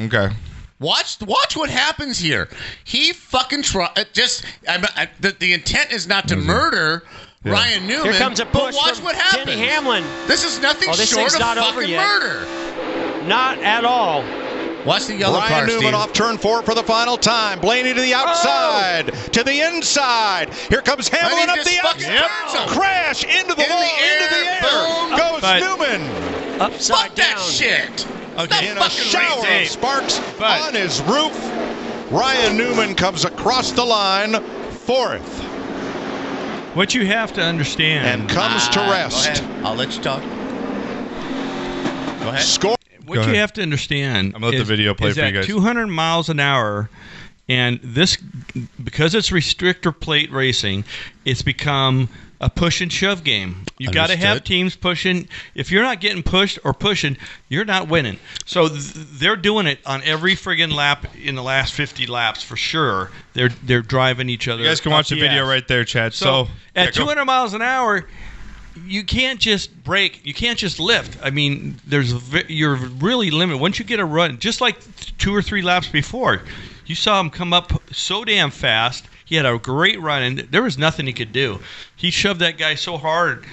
Speaker 2: okay.
Speaker 4: watch, watch what happens here. He fucking try. uh, Just I, I, the, the intent is not to murder Ryan Newman.
Speaker 9: Here comes a
Speaker 4: but
Speaker 9: push
Speaker 4: watch
Speaker 9: from
Speaker 4: what happens.
Speaker 9: Denny Hamlin.
Speaker 4: This is nothing
Speaker 9: Oh, this
Speaker 4: short
Speaker 9: thing's
Speaker 4: of
Speaker 9: not over
Speaker 4: fucking
Speaker 9: yet.
Speaker 4: murder.
Speaker 9: Not at all.
Speaker 4: Watch the yellow
Speaker 1: Ryan
Speaker 4: car,
Speaker 1: Newman
Speaker 4: Steve.
Speaker 1: off turn four for the final time. Blaney
Speaker 2: Oh!
Speaker 1: to the outside, to the inside. Here comes
Speaker 4: I
Speaker 1: Hamlin
Speaker 4: mean,
Speaker 1: up
Speaker 4: this
Speaker 1: the
Speaker 4: fucking
Speaker 1: outside.
Speaker 4: turns him.
Speaker 1: Crash into the
Speaker 4: In the
Speaker 1: wall,
Speaker 4: air,
Speaker 1: into the air.
Speaker 4: boom.
Speaker 1: Goes
Speaker 3: But-
Speaker 1: Newman
Speaker 9: Upside
Speaker 4: Fuck
Speaker 9: down.
Speaker 4: that shit. Okay.
Speaker 1: in a shower of sparks
Speaker 3: But-
Speaker 1: on his roof. Ryan Newman comes across the line, fourth,
Speaker 3: What you have to understand.
Speaker 1: and comes to rest.
Speaker 4: Ah, I'll let you talk.
Speaker 1: Score.
Speaker 3: what
Speaker 2: Go
Speaker 3: you
Speaker 2: ahead.
Speaker 3: have to understand.
Speaker 2: I'm gonna let the
Speaker 3: is-
Speaker 2: video play
Speaker 3: is
Speaker 2: for you
Speaker 3: that
Speaker 2: guys.
Speaker 3: 200 miles an hour, and this because it's restrictor plate racing, it's become a push and shove game. You got to have
Speaker 4: Understood.
Speaker 3: teams pushing. If you're not getting pushed or pushing, you're not winning. So th- they're doing it on every friggin' lap in the last 50 laps for sure. They're they're driving each other.
Speaker 2: You guys can watch the video
Speaker 3: right there.
Speaker 2: right there, Chad. So,
Speaker 3: So,
Speaker 2: yeah,
Speaker 3: at
Speaker 2: go-
Speaker 3: 200 miles an hour, you can't just brake. You can't just lift. I mean, there's ve- you're really limited. Once you get a run, just like two or three laps before, you saw him come up so damn fast. He had a great run, and there was nothing he could do. He shoved that guy so hard,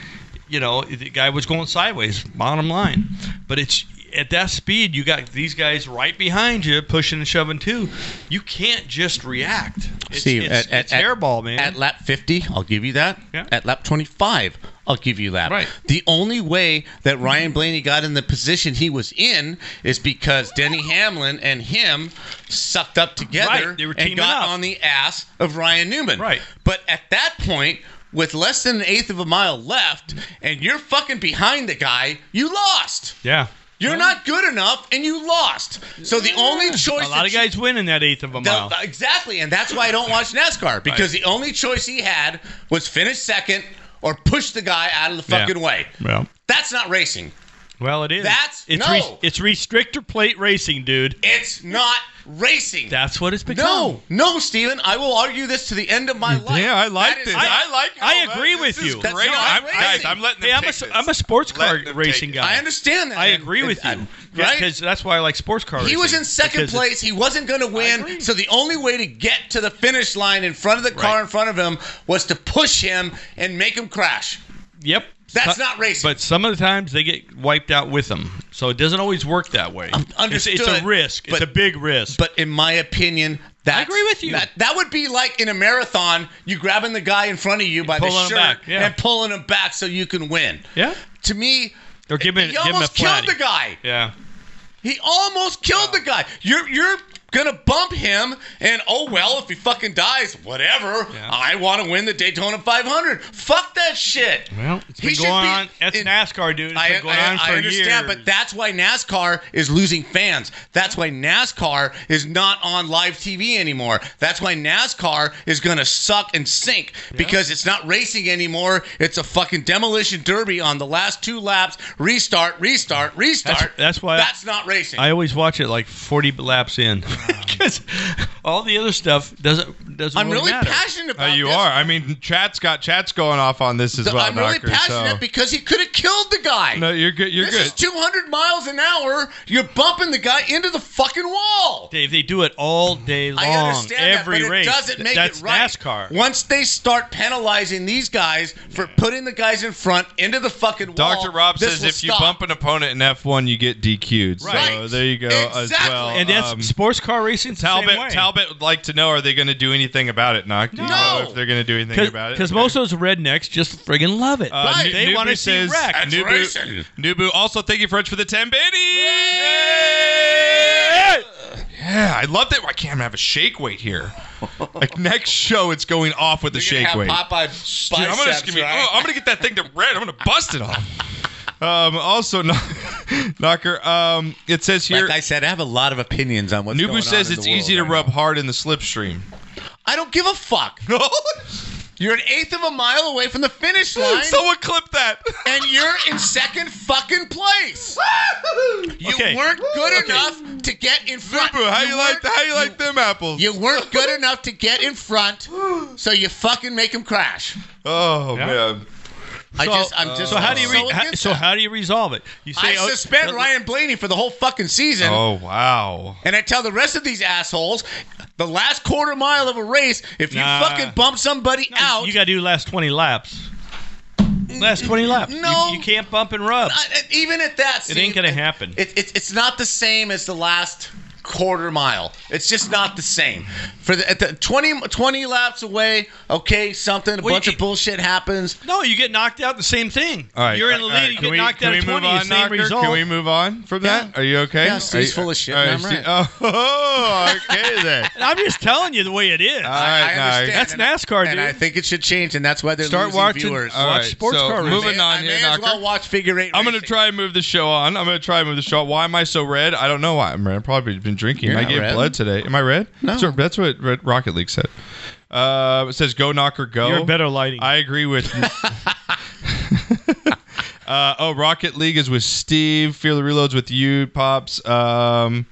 Speaker 3: you know, the guy was going sideways. Bottom line, but it's. At that speed, you got these guys right behind you pushing and shoving too. You can't just react. It's,
Speaker 4: Steve,
Speaker 3: it's,
Speaker 4: at, at,
Speaker 3: it's hairball, man.
Speaker 4: At lap 50, I'll give you that.
Speaker 3: Yeah.
Speaker 4: At lap 25, I'll give you that.
Speaker 3: Right.
Speaker 4: The only way that Ryan Blaney got in the position he was in is because Denny Hamlin and him sucked up together
Speaker 3: Right, they were
Speaker 4: and
Speaker 3: teaming
Speaker 4: got
Speaker 3: up.
Speaker 4: on the ass of Ryan Newman.
Speaker 3: Right.
Speaker 4: But at that point, with less than an eighth of a mile left, and you're fucking behind the guy, you lost.
Speaker 3: yeah.
Speaker 4: You're not good enough, and you lost. So the only choice
Speaker 3: A lot
Speaker 4: that
Speaker 3: of
Speaker 4: you
Speaker 3: guys win in that eighth of a
Speaker 4: The-
Speaker 3: mile.
Speaker 4: uh, exactly, and that's why I don't watch NASCAR because the only choice he had was finish second or push the guy out of the
Speaker 3: Yeah.
Speaker 4: fucking way.
Speaker 3: Well,
Speaker 4: That's not racing.
Speaker 3: Well, it is.
Speaker 4: That's-
Speaker 5: it's
Speaker 4: no.
Speaker 5: it's restrictor plate racing, dude.
Speaker 4: It's not racing.
Speaker 5: That's what it's
Speaker 4: No, no, Steven. I will argue this to the end of my life.
Speaker 3: Yeah, I like
Speaker 4: That is
Speaker 3: this.
Speaker 4: not-
Speaker 3: I like I how agree that- with this is you. great. I'm- guys, I'm letting them Hey, I'm a- take this. I'm a sports car racing guy.
Speaker 4: I understand that.
Speaker 3: I agree with you.
Speaker 4: right?
Speaker 3: Because that's why I like sports car
Speaker 4: He
Speaker 3: racing.
Speaker 4: was in second
Speaker 3: because it's-
Speaker 4: place. He wasn't going to win. So the only way to get to the finish line in front of the car in front of him was to push him and make him crash.
Speaker 3: Yep.
Speaker 4: That's
Speaker 3: So-
Speaker 4: not racing.
Speaker 3: But some of the times they get wiped out with them. So it doesn't always work that way. It's,
Speaker 4: Understood.
Speaker 3: it's a risk. It's a big risk.
Speaker 4: But in my opinion, that's, I agree with you. That, that would be like in a marathon, you grabbing the guy in front of you by the
Speaker 3: pulling him
Speaker 4: shirt
Speaker 3: back, yeah.
Speaker 4: and pulling him back so you can win.
Speaker 3: Yeah.
Speaker 4: To me,
Speaker 3: Or give him,
Speaker 4: he
Speaker 3: give him a
Speaker 4: almost killed
Speaker 3: flatty.
Speaker 4: the guy.
Speaker 3: Yeah.
Speaker 4: He almost killed the guy. You're you're gonna bump him, and oh well, if he fucking dies, whatever. I want to win the Daytona 500. Fuck that shit.
Speaker 3: Well, it's
Speaker 4: He
Speaker 3: been
Speaker 4: should
Speaker 3: going
Speaker 4: be
Speaker 3: on. That's NASCAR, dude. It's
Speaker 4: I,
Speaker 3: been going
Speaker 4: I-
Speaker 3: on for
Speaker 4: I understand,
Speaker 3: years.
Speaker 4: but that's why NASCAR is losing fans. That's why NASCAR is not on live TV anymore. That's why NASCAR is going to suck and sink because it's not racing anymore. It's a fucking demolition derby on the last two laps. Restart, restart, restart.
Speaker 3: That's- that's why I-
Speaker 4: That's not racing.
Speaker 3: I always watch it like 40 laps in. <laughs> Because all the other stuff doesn't doesn't
Speaker 4: I'm really
Speaker 3: matter.
Speaker 4: passionate about
Speaker 2: Oh, you
Speaker 4: this.
Speaker 2: are. I mean, chat's got chat's going off on this as
Speaker 4: So
Speaker 2: well.
Speaker 4: I'm really
Speaker 2: Knocker,
Speaker 4: passionate
Speaker 2: so.
Speaker 4: because he could have killed the guy.
Speaker 2: No, you're good. You're
Speaker 4: this
Speaker 2: good.
Speaker 4: is 200 miles an hour. You're bumping the guy into the fucking wall.
Speaker 3: Dave, they do it all day long.
Speaker 4: I understand
Speaker 3: every
Speaker 4: that, but
Speaker 3: race.
Speaker 4: it doesn't make
Speaker 3: That's
Speaker 4: it right.
Speaker 3: NASCAR.
Speaker 4: Once they start penalizing these guys for putting the guys in front into the fucking wall,
Speaker 2: Dr. Rob
Speaker 4: this
Speaker 2: says
Speaker 4: will
Speaker 2: if you
Speaker 4: stop.
Speaker 2: bump an opponent in F1, you get DQ'd. So
Speaker 4: Right.
Speaker 2: there you go as
Speaker 4: Exactly.
Speaker 2: well.
Speaker 3: And that's
Speaker 2: Um,
Speaker 3: sports car racing. it's the same
Speaker 2: Talbot,
Speaker 3: way.
Speaker 2: Talbot would like to know: Are they going to do anything about it, Knock? Do you know if they're going to do anything about it?
Speaker 3: Because most of those rednecks just friggin' love it.
Speaker 2: Uh, Nu-
Speaker 3: They
Speaker 2: Nubu
Speaker 3: want to see
Speaker 2: says-
Speaker 3: wreck.
Speaker 2: Nubu- Nubu, also thank you, French, for the ten bitty. Yeah, I love that. I can't have a shake weight here.
Speaker 3: <laughs>
Speaker 2: Like next show, it's going off with the shake weight.
Speaker 4: Popeye
Speaker 2: Dude, I'm gonna,
Speaker 4: biceps,
Speaker 2: just give me-
Speaker 4: right?
Speaker 2: oh, I'm gonna get that thing to red. I'm gonna bust it off. Um, also, Kno- <laughs> Knocker, um, it says here.
Speaker 4: Like I said, I have a lot of opinions on what's
Speaker 2: Nubu
Speaker 4: going on
Speaker 2: says
Speaker 4: in the
Speaker 2: it's
Speaker 4: world
Speaker 2: easy to
Speaker 4: right
Speaker 2: rub hard in the slipstream.
Speaker 4: I don't give a fuck.
Speaker 2: <laughs> No.
Speaker 4: You're an eighth of a mile away from the finish line.
Speaker 2: Someone clip that.
Speaker 4: <laughs> And you're in second fucking
Speaker 2: <laughs>
Speaker 4: place. you
Speaker 2: Okay.
Speaker 4: weren't good
Speaker 2: Okay.
Speaker 4: enough to get in front.
Speaker 2: Zubu, how you like-
Speaker 4: weren't-
Speaker 2: how you like them apples?
Speaker 4: You
Speaker 2: <laughs>
Speaker 4: weren't good enough to get in front, so you fucking make them crash.
Speaker 2: Oh man.
Speaker 4: I just, I'm just.
Speaker 3: so how do you
Speaker 4: so
Speaker 3: re- how-
Speaker 4: against
Speaker 3: so
Speaker 4: that.
Speaker 3: how do you resolve it? You say
Speaker 4: I
Speaker 3: oh,
Speaker 4: suspend
Speaker 3: uh,
Speaker 4: Ryan Blaney for the whole fucking season.
Speaker 2: Oh wow.
Speaker 4: And I tell the rest of these assholes, the last quarter mile of a race, if you
Speaker 3: Nah.
Speaker 4: fucking bump somebody out,
Speaker 3: You got to do last 20 laps. Last 20 laps. You-
Speaker 4: No.
Speaker 3: you, can't bump and rub.
Speaker 4: I- I- even at that,
Speaker 3: it
Speaker 4: see,
Speaker 3: ain't gonna happen.
Speaker 4: it, it, it's not the same as the last quarter mile. It's just not the same. For the, at the 20, 20 laps away, okay, something, a
Speaker 3: Well,
Speaker 4: bunch
Speaker 3: you-
Speaker 4: of bullshit happens.
Speaker 3: no, you get knocked out. The same thing.
Speaker 2: All right,
Speaker 3: You're in the
Speaker 2: all
Speaker 3: lead.
Speaker 2: right,
Speaker 3: you
Speaker 2: can
Speaker 3: get
Speaker 2: we-
Speaker 3: knocked
Speaker 2: can
Speaker 3: out
Speaker 2: we
Speaker 3: at
Speaker 2: move
Speaker 3: 20.
Speaker 2: on,
Speaker 3: same
Speaker 2: Knocker?
Speaker 3: result.
Speaker 2: Can we move on from that? Are you okay?
Speaker 4: Yeah,
Speaker 2: Are
Speaker 4: Steve's
Speaker 2: you-
Speaker 4: full of shit.
Speaker 2: all
Speaker 4: and
Speaker 2: right,
Speaker 4: I'm
Speaker 2: Steve-
Speaker 4: right.
Speaker 2: <laughs> Oh, <laughs> okay then.
Speaker 3: <laughs> And I'm just telling you the way it
Speaker 2: All
Speaker 3: is.
Speaker 2: right,
Speaker 4: I understand.
Speaker 2: Knocker.
Speaker 3: That's NASCAR,
Speaker 4: and
Speaker 3: dude.
Speaker 4: I think it should change, and that's why they're
Speaker 3: Start
Speaker 4: losing
Speaker 3: watching-
Speaker 4: viewers.
Speaker 3: All watch right, sports
Speaker 2: so
Speaker 3: car racing.
Speaker 2: Moving
Speaker 4: I
Speaker 2: on here,
Speaker 4: may as
Speaker 2: Knocker.
Speaker 4: well watch figure eight.
Speaker 2: I'm gonna
Speaker 4: racing.
Speaker 2: try and move the show on. I'm gonna try and move the show. Why am I so red? I don't know why I'm red. I've probably been drinking.
Speaker 4: You're
Speaker 2: I
Speaker 4: not
Speaker 2: gave
Speaker 4: red.
Speaker 2: blood today. Am I red? No. that's what Red Rocket League said. Uh, it says go knocker go.
Speaker 5: You're better lighting.
Speaker 2: I agree with. uh, oh, Rocket League is with Steve. Fear the Reloads with you, pops. Um,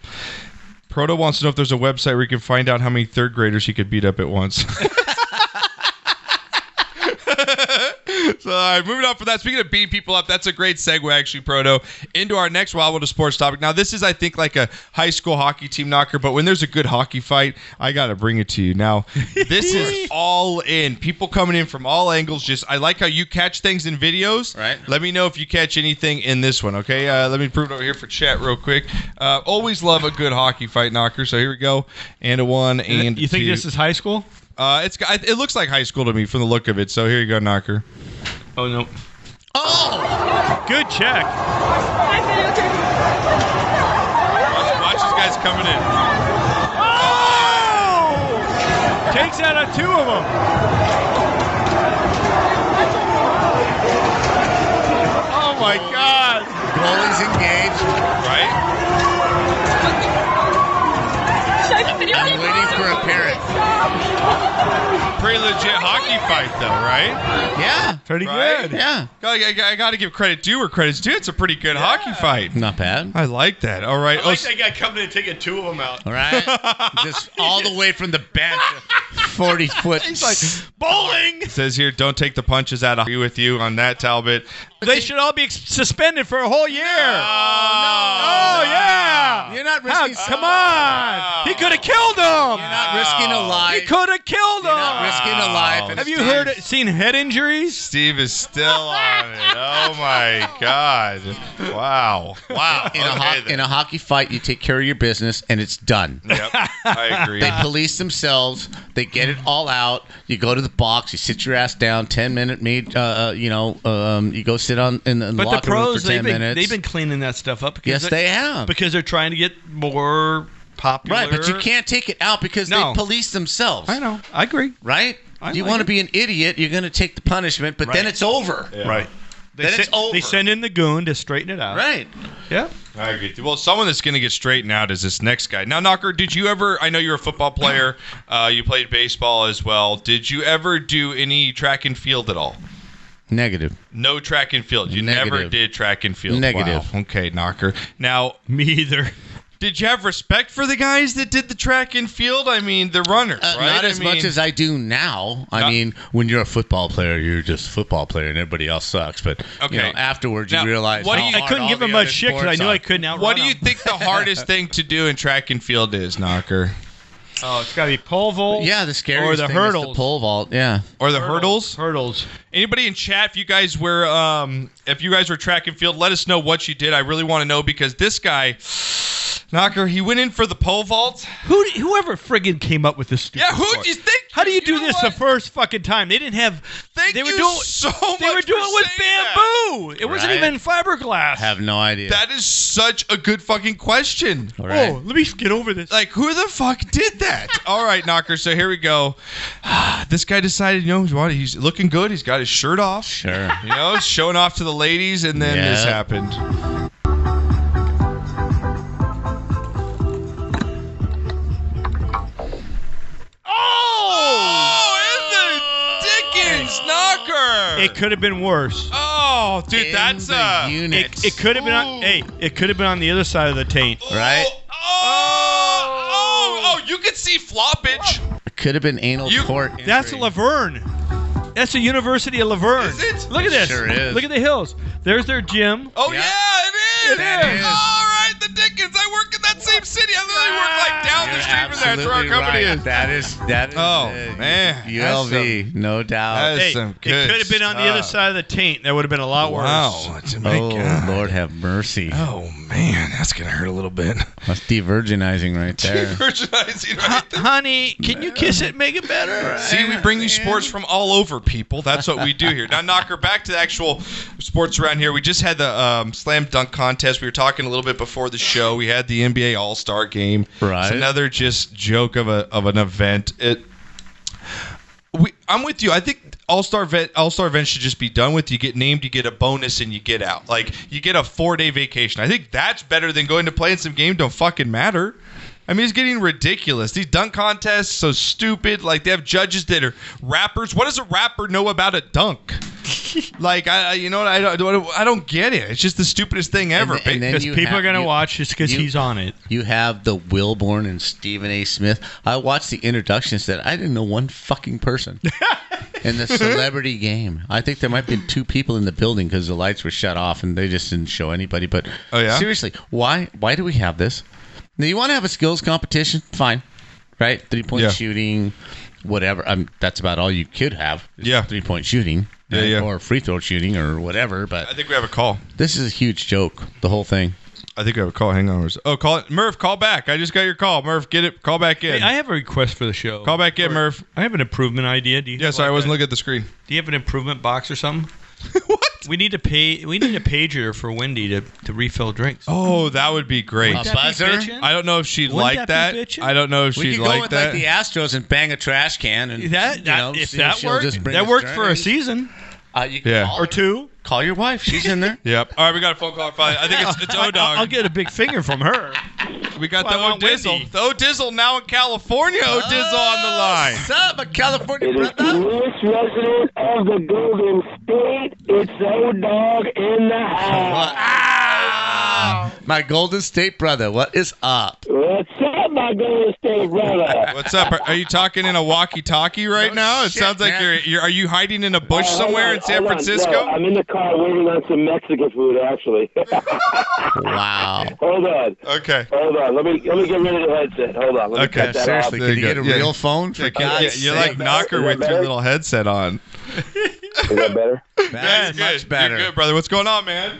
Speaker 2: Proto wants to know if there's a website where you can find out how many third graders he could beat up at once. <laughs>
Speaker 4: <laughs>
Speaker 2: so, all right, moving on from that. Speaking of beating people up, that's a great segue, actually, Proto, into our next Wild World of Sports topic. Now, this is, I think, like a high school hockey team knocker, but when there's a good hockey fight, I got to bring it to you. Now, this is all in. People coming in from all angles. Just, I like how you catch things in videos. Right. Let me know if you catch anything in this one, okay? Uh, let me prove it over here for chat real quick. Uh, always love a good hockey fight knocker. So, here we go. And a one, and
Speaker 3: you think
Speaker 2: two.
Speaker 3: this is high school?
Speaker 2: Uh, it's I- it looks like high school to me from the look of it. So here you go, Knocker.
Speaker 3: Oh no.
Speaker 5: Good check.
Speaker 2: Watch these guys coming in.
Speaker 1: Oh.
Speaker 5: Takes out of two of them.
Speaker 2: Oh my God!
Speaker 4: Goalies engaged.
Speaker 2: Right?
Speaker 4: I'm waiting for a parrot.
Speaker 2: Pretty legit hockey fight, though, right?
Speaker 4: Yeah.
Speaker 2: Pretty
Speaker 4: good. Yeah.
Speaker 2: I, I- I got to give credit due where credit's due. It's a pretty good hockey fight.
Speaker 4: Not bad.
Speaker 2: I like that. All right. Oh,
Speaker 10: I like that guy coming in and taking two of them out.
Speaker 4: All <laughs> right. Just all the way from the bench.
Speaker 2: <laughs>
Speaker 4: 40 foot.
Speaker 2: He's like,
Speaker 4: <laughs>
Speaker 2: bowling. It says here, don't take the punches out. I agree with you on that, Talbot.
Speaker 9: They should all be ex- suspended for a whole year. oh yeah.
Speaker 4: You're not
Speaker 9: risking.
Speaker 2: <laughs>
Speaker 9: come on. He could have killed him. You're
Speaker 4: not risking a life.
Speaker 9: He could have killed him.
Speaker 4: risking a life.
Speaker 9: Have you heard it? Seen head injuries?
Speaker 2: Steve is still on it. Oh
Speaker 9: <laughs>
Speaker 2: my God! Wow! Wow!
Speaker 10: <laughs>
Speaker 4: In, a, ho- in a hockey fight, you take care of your business and it's done.
Speaker 1: <laughs>
Speaker 2: Yep, I agree.
Speaker 4: They police themselves. They get it all out. You go to the box. You sit your ass down. Ten minute meet. Uh, uh, you know, um, you go sit on in the
Speaker 3: But the
Speaker 4: locker room
Speaker 3: pros,
Speaker 4: for ten
Speaker 3: they've been,
Speaker 4: minutes.
Speaker 3: they've been cleaning that stuff up. Because
Speaker 4: Yes, they have.
Speaker 3: Because they're trying to get more popular.
Speaker 4: Right, but you can't take it out because
Speaker 3: No.
Speaker 4: they police themselves. I
Speaker 3: know. I agree.
Speaker 4: Right?
Speaker 3: I
Speaker 4: you
Speaker 3: like
Speaker 4: want to
Speaker 3: it.
Speaker 4: be an idiot, you're going to take the punishment, but then
Speaker 3: Right.
Speaker 4: it's over.
Speaker 3: Right.
Speaker 4: then
Speaker 3: se-
Speaker 4: it's over.
Speaker 3: They send in the goon to straighten it out.
Speaker 4: Right.
Speaker 3: Yeah.
Speaker 2: I agree. Well, someone that's going to get straightened out is this next guy. Now, Knocker, did you ever? I know you're a
Speaker 4: <clears throat>
Speaker 2: football player. Uh, you played baseball as well. Did you ever do any track and field at all?
Speaker 4: Negative.
Speaker 2: No track and field. You never
Speaker 4: Negative.
Speaker 2: did track and field.
Speaker 4: Negative.
Speaker 2: Wow. Okay, Knocker.
Speaker 4: <laughs>
Speaker 2: Now,
Speaker 3: me either.
Speaker 2: Did you have respect for the guys that did the track and field? I mean, the runners,
Speaker 4: Uh,
Speaker 2: right?
Speaker 4: Not as much
Speaker 2: mean-
Speaker 4: as I do now. I
Speaker 2: Not-
Speaker 4: mean, when you're a football player, you're just a football player, and everybody else sucks. But
Speaker 2: Okay.
Speaker 4: you know, afterwards,
Speaker 2: Now,
Speaker 4: you realize
Speaker 2: what do
Speaker 4: how
Speaker 2: you- I
Speaker 4: hard
Speaker 2: couldn't
Speaker 4: all
Speaker 2: give
Speaker 4: the
Speaker 2: him much
Speaker 4: other
Speaker 2: shit 'cause I
Speaker 4: sports
Speaker 2: knew
Speaker 4: are.
Speaker 2: I couldn't outrun What do you him. think
Speaker 4: <laughs>
Speaker 2: the
Speaker 3: <laughs>
Speaker 2: hardest thing to do in track and field is, Knocker?
Speaker 9: Oh, it's got to be pole vault.
Speaker 4: Yeah, the scariest
Speaker 9: or the
Speaker 4: thing
Speaker 9: hurdles.
Speaker 4: is the pole vault. Yeah.
Speaker 2: Or the hurdles?
Speaker 9: Hurdles.
Speaker 2: Anybody in chat, if you guys were, um, if you guys were track and field, let us know what you did. I really want to know because this guy, Knocker, he went in for the pole vault.
Speaker 9: Who whoever friggin came up with this stupid
Speaker 2: Yeah, who
Speaker 9: sport?
Speaker 2: do you think?
Speaker 9: How do you, do this the first fucking time? They didn't have.
Speaker 2: Thank
Speaker 9: they were
Speaker 2: you
Speaker 9: doing,
Speaker 2: so
Speaker 9: They were
Speaker 2: much
Speaker 9: doing
Speaker 2: for
Speaker 9: it with
Speaker 2: saying that.
Speaker 9: bamboo. It wasn't
Speaker 4: Right.
Speaker 9: even fiberglass.
Speaker 4: Have no idea.
Speaker 2: That is such a good fucking question.
Speaker 4: All right.
Speaker 9: Oh, let me get over this.
Speaker 2: Like, who the fuck
Speaker 9: <laughs>
Speaker 2: did that? All right, Knocker. So here we go. <sighs> this guy decided, you know, what, he's looking good. He's got his shirt off.
Speaker 4: Sure.
Speaker 2: You know, showing off to the ladies, and then this
Speaker 4: Yeah.
Speaker 2: happened. Oh, in the Dickens Knocker.
Speaker 4: <laughs>
Speaker 9: It could have been worse.
Speaker 2: Oh, dude, that's uh, a
Speaker 9: It, it could have been on. Hey, it could have been on the other side of the taint.
Speaker 4: Right.
Speaker 2: Oh, oh, you could see floppage.
Speaker 4: It could have been anal port.
Speaker 9: That's Laverne. That's the University of Laverne.
Speaker 2: Is it?
Speaker 9: Look at this.
Speaker 4: Sure is.
Speaker 9: Look at the hills. There's their gym.
Speaker 2: Oh yeah, it is.
Speaker 9: It is.
Speaker 2: All right, the Dickens. I work in that same city. I literally work like down the street from there. That's where our company
Speaker 4: right.
Speaker 2: is.
Speaker 4: That is that is.
Speaker 2: Oh,
Speaker 4: uh,
Speaker 2: man.
Speaker 4: ULV, no doubt.
Speaker 9: Hey, it could have been on the other side of the taint. That would have been a lot
Speaker 2: Wow.
Speaker 9: worse.
Speaker 4: Oh Lord, have mercy.
Speaker 2: Oh man, that's gonna hurt a little bit.
Speaker 4: That's de-virginizing right
Speaker 2: <laughs>
Speaker 4: there.
Speaker 2: Merchandising.
Speaker 9: Honey, can you kiss it? Make it better.
Speaker 2: See, we bring you sports from all over, people. That's what we do here. Now, Knocker, back to the actual sports around here. We just had the um, slam dunk contest. We were talking a little bit before the show. We had the NBA All Star game.
Speaker 4: Right.
Speaker 2: It's another just joke of a of an event. It. We, I'm with you. I think All Star event All Star event should just be done with. You get named, you get a bonus, and you get out. Like you get a four day vacation. I think that's better than going to playing some game. Don't fucking matter. I mean, it's getting ridiculous. These dunk contests so stupid. Like they have judges that are rappers. What does a rapper know about a dunk?
Speaker 4: <laughs>
Speaker 2: like I, I- you know, what? I don't, I don't get it. It's just the stupidest thing ever.
Speaker 4: and then
Speaker 2: Because
Speaker 4: you
Speaker 2: people
Speaker 4: have-
Speaker 2: are gonna
Speaker 4: you-
Speaker 2: watch
Speaker 9: just because
Speaker 4: you-
Speaker 9: he's on it.
Speaker 4: You have the Wilborn and Stephen A. Smith. I watched the introductions that I didn't know one fucking
Speaker 2: <laughs>
Speaker 4: person in the celebrity game. I think there might have been two people in the building because the lights were shut off and they just didn't show anybody. But
Speaker 2: Oh, yeah?
Speaker 4: seriously, why why do we have this? Now you want to have a skills competition, fine, right? Three point
Speaker 2: Yeah.
Speaker 4: shooting, whatever. Um, that's about all you could have. Yeah, three point shooting.
Speaker 2: Yeah, yeah.
Speaker 4: or free throw shooting or whatever. But
Speaker 2: I think we have a call.
Speaker 4: this is a huge joke. The whole thing.
Speaker 2: I think we have a call. Hang on. Oh, call it. Murph, call back. I just got your call. Murph, get it. Call back in.
Speaker 3: Hey, I have a request for the show.
Speaker 2: Call back in, Murph.
Speaker 3: I have an improvement idea. Do you
Speaker 2: Yeah,
Speaker 3: have
Speaker 2: sorry, I
Speaker 3: like
Speaker 2: wasn't
Speaker 3: a-
Speaker 2: looking at the screen.
Speaker 3: Do you have an improvement box or
Speaker 2: <laughs>
Speaker 3: something? what? We need a pay. We need a pager for Wendy to, to refill drinks.
Speaker 2: Oh, that would be great.
Speaker 3: Wouldn't that be Buzzer? bitchin'?
Speaker 2: I don't know if she'd
Speaker 3: Wouldn't
Speaker 2: like that.
Speaker 3: that be bitchin'?
Speaker 2: I don't know if
Speaker 4: We
Speaker 2: she'd
Speaker 4: could go
Speaker 2: like
Speaker 4: with
Speaker 2: that.
Speaker 4: like the Astros and bang a trash can and
Speaker 3: That-
Speaker 4: you
Speaker 3: that-
Speaker 4: know,
Speaker 3: if
Speaker 4: see
Speaker 3: that
Speaker 4: she'll
Speaker 3: worked-
Speaker 4: just bring
Speaker 3: that
Speaker 4: us
Speaker 3: worked for a
Speaker 4: drinks.
Speaker 3: season.
Speaker 4: Uh, you can
Speaker 2: Yeah.
Speaker 4: call
Speaker 2: Or
Speaker 4: her.
Speaker 9: two.
Speaker 4: Call your
Speaker 2: <laughs>
Speaker 4: wife. She's in there.
Speaker 3: <laughs>
Speaker 2: yep. All right, we got a phone call. Finally. I think it's, it's O
Speaker 9: I'll,
Speaker 2: Dog. <laughs>
Speaker 9: I'll get a big finger from her.
Speaker 2: We got
Speaker 3: Why
Speaker 2: the
Speaker 3: not
Speaker 2: O'Dizzle.
Speaker 3: Wendy?
Speaker 2: The O'Dizzle now in California. O'Dizzle on the line.
Speaker 4: Sup, a California
Speaker 11: It is the newest resident of the Golden State. It's O Dog in the house.
Speaker 4: My Golden State brother, what is up?
Speaker 11: What's up, my Golden State brother?
Speaker 2: What's up? Are, are you talking in a walkie-talkie right now? It sounds like you're, you're. Are you hiding in a bush
Speaker 11: Oh, hold
Speaker 2: somewhere
Speaker 11: on,
Speaker 2: in San
Speaker 11: hold on. No,
Speaker 2: Francisco?
Speaker 11: I'm in the car waiting on some Mexican food, actually. <laughs>
Speaker 4: wow.
Speaker 11: Hold on.
Speaker 2: Okay.
Speaker 11: Hold on. Let me let me get rid of the headset. Hold on. Let me cut that
Speaker 4: seriously,
Speaker 11: off.
Speaker 4: can you get a real phone for
Speaker 2: Yeah,
Speaker 4: God's
Speaker 2: you're like
Speaker 4: sake?
Speaker 2: knocker with your little headset on.
Speaker 11: Is that better?
Speaker 2: <laughs> <laughs> That's much better. You're good, brother. What's going on, man?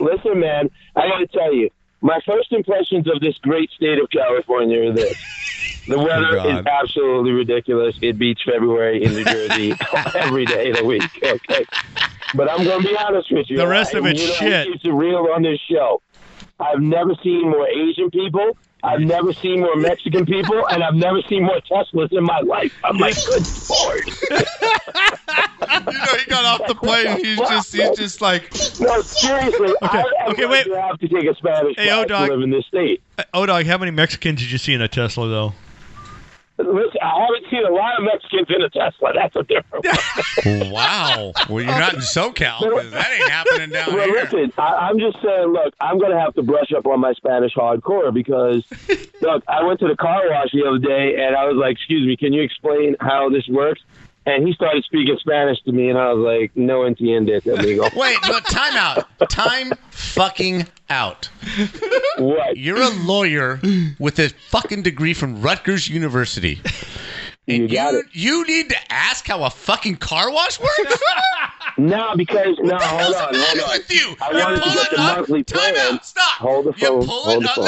Speaker 11: Listen, man, I got to tell you, my first impressions of this great state of California are this. The weather
Speaker 8: God.
Speaker 11: is absolutely ridiculous. It beats February in New Jersey every day of the week. Okay. But I'm going to be honest with you.
Speaker 9: The rest
Speaker 11: I-
Speaker 9: of it's
Speaker 11: you know,
Speaker 9: shit.
Speaker 11: It's real on this show. I've never seen more Asian people. I've never seen more Mexican people, and I've never seen more Teslas in my life. I'm like, good lord!
Speaker 2: You know, he got off the
Speaker 11: <laughs>
Speaker 2: plane. He's just, he's just like.
Speaker 11: No, seriously.
Speaker 2: Okay.
Speaker 11: I, okay, wait. I have to take a Spanish
Speaker 5: Hey,
Speaker 11: class
Speaker 5: O-Dog.
Speaker 11: to live in this state.
Speaker 5: Oh, dog, how many Mexicans did you see in a Tesla, though?
Speaker 11: Listen, I haven't seen a lot of Mexicans in a Tesla. That's a different one.
Speaker 4: <laughs> wow. Well, you're not in SoCal. 'cause That ain't happening down
Speaker 11: well,
Speaker 4: here.
Speaker 11: listen, I, I'm just saying, look, I'm going to have to brush up on my Spanish hardcore because, look, I went to the car wash the other day and I was like, excuse me, can you explain how this works? And he started speaking Spanish to me and I was like, no entiendes, amigo. <laughs>
Speaker 4: Wait, no, time out. Time fucking out.
Speaker 11: What?
Speaker 4: You're a lawyer with a fucking degree from Rutgers University. And you, you, need to ask how a fucking car wash
Speaker 3: <laughs>
Speaker 4: works?
Speaker 11: no, because, no,
Speaker 4: What the hell's
Speaker 11: hold on,
Speaker 4: the
Speaker 11: hold
Speaker 4: matter
Speaker 11: on.
Speaker 4: with you?
Speaker 11: I
Speaker 4: You're
Speaker 11: wanted to get
Speaker 4: pulling
Speaker 11: the
Speaker 4: up.
Speaker 11: monthly plan. stop. Hold the phone. hold the phone.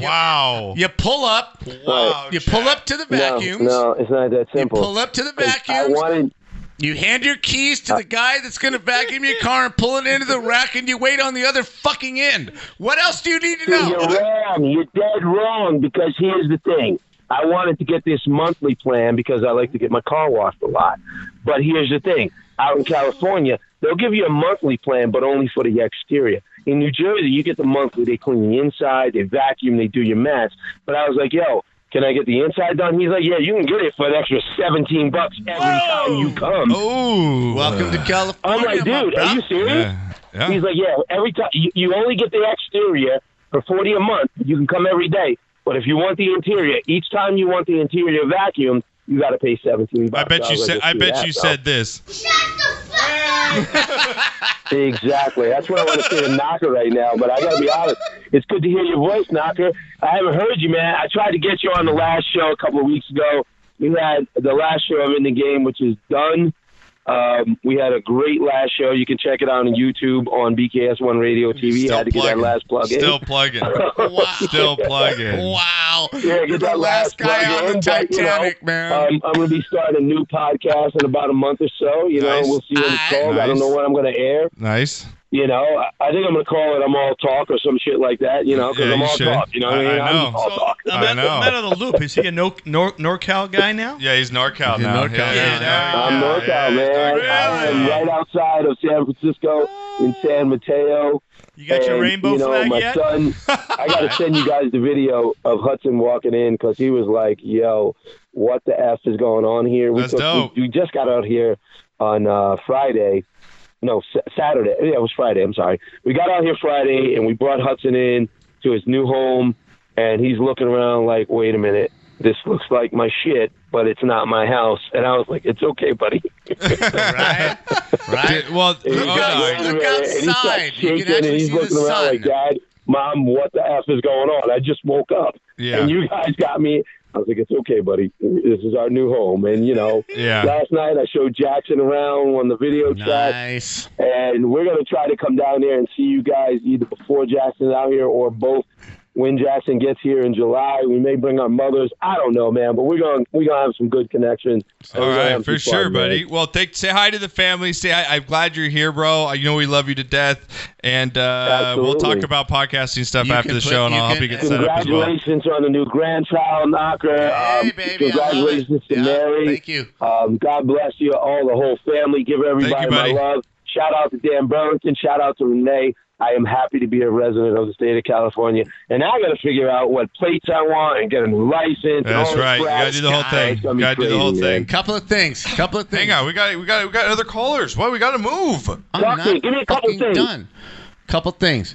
Speaker 2: Wow.
Speaker 4: You pull up.
Speaker 11: Wow,
Speaker 4: You pull up to the vacuums.
Speaker 11: No, no, it's not that simple.
Speaker 4: Pull up to the
Speaker 11: I
Speaker 4: vacuums.
Speaker 11: wanted.
Speaker 4: You hand your keys to the guy that's going to vacuum your car and pull it into the rack, and you wait on the other fucking end. What else do you need to
Speaker 11: See, You're
Speaker 4: know?
Speaker 11: wrong. You're dead wrong because here's the thing. I wanted to get this monthly plan because I like to get my car washed a lot. But here's the thing. Out in California, they'll give you a monthly plan, but only for the exterior. In New Jersey, you get the monthly. They clean the inside, they vacuum, they do your mats. But I was like, yo, can I get the inside done? He's like, yeah, you can get it for an extra 17 bucks every time you come.
Speaker 2: Oh,
Speaker 4: welcome to California.
Speaker 11: I'm like,
Speaker 4: my
Speaker 11: dude,
Speaker 4: bro."
Speaker 11: are you serious?
Speaker 2: Yeah.
Speaker 11: He's like, yeah. Every time you, you only get the exterior for forty a month. You can come every day, but if you want the interior, each time you want the interior vacuum, you got to pay seventeen
Speaker 2: I
Speaker 11: bucks.
Speaker 2: bet you
Speaker 11: was
Speaker 2: said.
Speaker 11: like,
Speaker 2: I
Speaker 11: "Screw
Speaker 2: bet
Speaker 11: that,
Speaker 2: you
Speaker 11: bro."
Speaker 2: said this.
Speaker 11: exactly. That's what I want to say to Knocker right now. But I got to be honest, it's good to hear your voice, Knocker. I haven't heard you, man. I tried to get you on the last show a couple of weeks ago. We had the last show of in the game, which is done. Um, we had a great last show. You can check it out on YouTube on BKS One Radio TV. I had to get that last plug in. <laughs>
Speaker 2: Still plugging. Still plugging.
Speaker 4: Wow.
Speaker 11: Yeah, get that last guy on the Titanic,
Speaker 4: man.
Speaker 11: Um, I'm going to be starting a new podcast in about a month or so. You know, we'll see what it's called. I don't
Speaker 2: Nice.
Speaker 11: know what I'm going to air.
Speaker 2: Nice.
Speaker 11: You know, I- I think I'm going to call it "I'm All Talk" or some shit like that. You know, because
Speaker 2: Yeah,
Speaker 11: I'm
Speaker 2: you
Speaker 11: all
Speaker 2: should.
Speaker 11: talk. You know, what I,
Speaker 2: I-
Speaker 11: mean?
Speaker 2: I
Speaker 11: I'm
Speaker 2: know.
Speaker 11: all
Speaker 2: So,
Speaker 11: talk.
Speaker 2: I
Speaker 5: I'm out
Speaker 2: know.
Speaker 5: of the loop. Is he a no, nor, NorCal guy now? Um,
Speaker 2: Yeah, he's NorCal now.
Speaker 5: NorCal.
Speaker 2: Yeah, yeah,
Speaker 11: I'm NorCal, man. I'm right outside of San Francisco in San Mateo. You
Speaker 5: got your rainbow
Speaker 11: you know,
Speaker 5: flag
Speaker 11: my
Speaker 5: yet?
Speaker 11: son, I got to send you guys the video of Hudson walking in because he was like, yo, what the F is going on here? We,
Speaker 2: That's
Speaker 11: took- we-
Speaker 2: dope.
Speaker 11: We, just got out here on uh, Friday. No, S- Saturday. Yeah, it was Friday. I'm sorry. We got out here Friday and we brought Hudson in to his new home and he's looking around like, wait a minute. This looks like my shit, but it's not my house. And I was like, it's okay,
Speaker 2: <laughs>
Speaker 11: buddy.
Speaker 4: Right.
Speaker 2: well,
Speaker 11: And he's got
Speaker 4: out-
Speaker 11: one
Speaker 4: look
Speaker 11: red, and he's got
Speaker 4: outside. You can
Speaker 11: shaking, and
Speaker 4: actually
Speaker 11: he's
Speaker 4: see the
Speaker 11: looking around like,
Speaker 4: sun.
Speaker 11: Dad, Mom, what the f is going on? I just woke up,
Speaker 2: Yeah.
Speaker 11: and you guys got me. I was like, it's okay, buddy. This is our new home, and you know,
Speaker 2: <laughs> Yeah.
Speaker 11: last night I showed Jackson around on the video
Speaker 4: nice.
Speaker 11: track, and we're gonna try to come down there and see you guys either before Jackson's out here or both. When Jackson gets here in July, we may bring our mothers. I don't know, man, but we're gonna we're gonna have some good connections. and
Speaker 2: All
Speaker 11: we're gonna
Speaker 2: right,
Speaker 11: have
Speaker 2: for
Speaker 11: some fun,
Speaker 2: sure,
Speaker 11: man.
Speaker 2: buddy. Well, thank, say hi to the family. Say hi, I'm glad you're here, bro. You know we love you to death, and uh, we'll talk
Speaker 11: Absolutely.
Speaker 2: about podcasting stuff
Speaker 11: You
Speaker 2: after
Speaker 11: can
Speaker 2: the
Speaker 11: put-
Speaker 2: show, and
Speaker 11: you
Speaker 2: I'll help
Speaker 11: can-
Speaker 2: you get set up as well.
Speaker 11: Congratulations on the new grandchild, Knocker. um, congratulations to Mary. Thank
Speaker 4: you.
Speaker 11: Um, God bless you all, the whole family. Give everybody
Speaker 2: buddy.
Speaker 11: my love. Shout out to Dan Burlington. Shout out to Renee. I am happy to be a resident of the state of California, and now I got to figure out what plates I want and get a license. and all
Speaker 2: That's
Speaker 11: this
Speaker 2: right. You
Speaker 11: crap.
Speaker 2: gotta do the whole thing.
Speaker 11: It's gonna be
Speaker 2: You gotta do the whole
Speaker 11: crazy, man.
Speaker 2: thing.
Speaker 4: Couple of things. Couple of things.
Speaker 2: Hang on. We got we got we got other callers. What? We got to move.
Speaker 4: I'm not fucking Done. Couple things.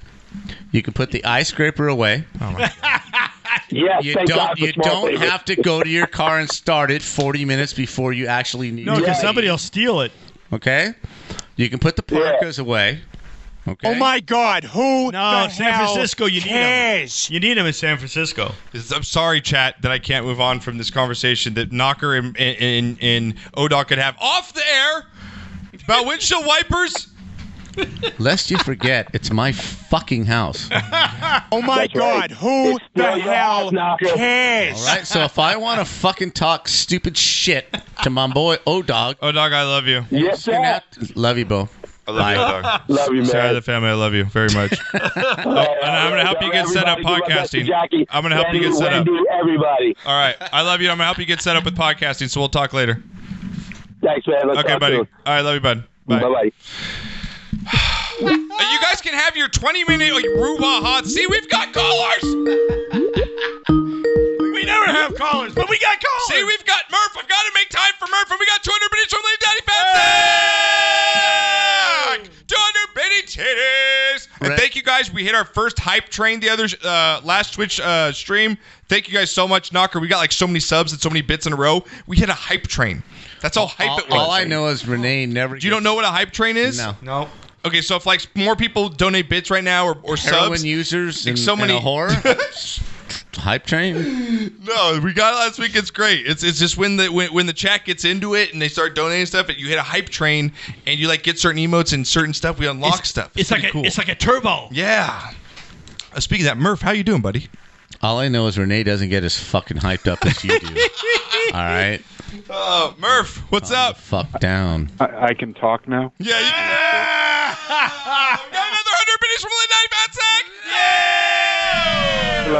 Speaker 4: You can put the eye scraper away. Oh,
Speaker 11: <laughs> Yes,
Speaker 4: you
Speaker 11: thank
Speaker 4: don't.
Speaker 11: God for
Speaker 4: you
Speaker 11: small
Speaker 4: don't
Speaker 11: favors.
Speaker 4: have to go to your car and start it 40 minutes before you actually need.
Speaker 5: No,
Speaker 4: to
Speaker 5: 'cause
Speaker 4: leave.
Speaker 5: somebody will steal it.
Speaker 4: Okay. You can put the parkas away. Okay.
Speaker 5: Oh my
Speaker 9: God, who?
Speaker 5: No,
Speaker 9: the
Speaker 5: San
Speaker 9: hell
Speaker 5: Francisco. You need
Speaker 9: cares?
Speaker 5: them. You need them in San Francisco.
Speaker 2: I'm sorry, chat, that I can't move on from this conversation that Knocker and and, and Odoc could have off the air about windshield wipers.
Speaker 4: Lest you forget, it's my fucking
Speaker 5: <laughs>
Speaker 4: house.
Speaker 9: Oh my God, who the hell cares?
Speaker 4: All right. So if I want to fucking talk stupid shit to my boy O Dog,
Speaker 2: O Oh, Dog, I love you.
Speaker 4: Yes, sir. Love you, Bo.
Speaker 2: I love you, O-Dog.
Speaker 11: Love you, man.
Speaker 2: Sarah, the family, I love you very much.
Speaker 11: and
Speaker 2: I'm gonna help you get set up podcasting.
Speaker 11: Jackie.
Speaker 2: I'm gonna help you get
Speaker 11: Randy,
Speaker 2: set up.
Speaker 11: Wendy, Everybody.
Speaker 2: All right. I love you. I'm going to help you get set up with podcasting, so we'll talk later.
Speaker 11: Thanks, man. Let's
Speaker 2: okay,
Speaker 11: talk
Speaker 2: buddy.
Speaker 11: soon.
Speaker 2: All right. Love you, bud. Bye.
Speaker 11: Bye-bye.
Speaker 2: you guys can have your 20 minute like, Ruba hot. See, we've got callers. we never have callers, but we got callers. See, we've got Murph. I've got to make time for Murph, and we got 200 minutes from Lady Daddy Fancy. 200 bitty titties. And thank you guys. We hit our first hype train the other uh, last Twitch uh, stream. Thank you guys so much, Knocker. We got like so many subs and so many bits in a row. We hit a hype train. That's how hype
Speaker 4: all,
Speaker 2: it was.
Speaker 4: all I know is Renee never.
Speaker 2: You don't know what a hype train is?
Speaker 4: No.
Speaker 2: No. Okay, so if like more people donate bits right now or, or
Speaker 4: Heroin
Speaker 2: subs,
Speaker 4: users
Speaker 2: like,
Speaker 4: and,
Speaker 2: so many
Speaker 4: and a
Speaker 2: <laughs>
Speaker 4: whore. Hype train.
Speaker 2: No, we got it last week. It's great. It's it's just when the when, when the chat gets into it and they start donating stuff, and you hit a hype train and you like get certain emotes and certain stuff. We unlock stuff.
Speaker 3: it's like
Speaker 2: pretty
Speaker 3: a- it's like a turbo.
Speaker 2: Yeah. Uh, speaking of that, Murph, how you doing, buddy?
Speaker 4: All I know is Renee doesn't get as fucking hyped up as you
Speaker 2: <laughs>
Speaker 4: do. all right,
Speaker 2: Uh, Murph, what's up?
Speaker 4: fuck down.
Speaker 12: I, I can talk now.
Speaker 2: Yeah. You- yeah! We got another hundred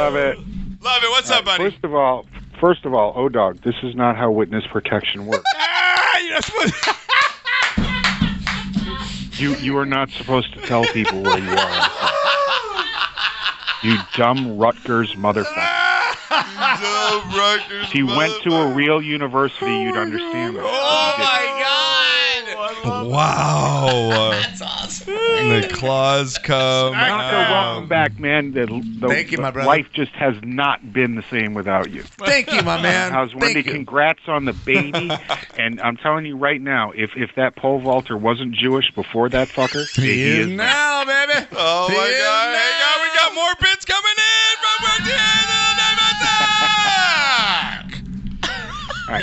Speaker 2: minutes from late night, Matt Sack. Yeah.
Speaker 12: Love it.
Speaker 2: Love it. What's up, buddy?
Speaker 12: First of all, first of all, O dog, this is not how witness protection
Speaker 2: <laughs>
Speaker 12: works.
Speaker 4: <laughs>
Speaker 1: <laughs>
Speaker 12: you you are not supposed to tell people where you are. You dumb Rutgers motherfucker. If you went to a real university, you'd understand.
Speaker 2: Oh
Speaker 12: my
Speaker 2: god! <laughs> Wow. That's awesome. And the claws come.
Speaker 12: Malcolm,
Speaker 2: out.
Speaker 12: welcome back, man. The, the,
Speaker 2: Thank you, my
Speaker 12: the
Speaker 2: brother.
Speaker 12: life just has not been the same without you.
Speaker 4: Thank you, my <laughs> man.
Speaker 12: How's Wendy?
Speaker 4: Thank you.
Speaker 12: Congrats on the baby. and I'm telling you right now, if if that pole vaulter wasn't Jewish before that fucker, he is now.
Speaker 2: now, baby. Oh my God! Hey, God, we got more bits coming in from Wendy and the Night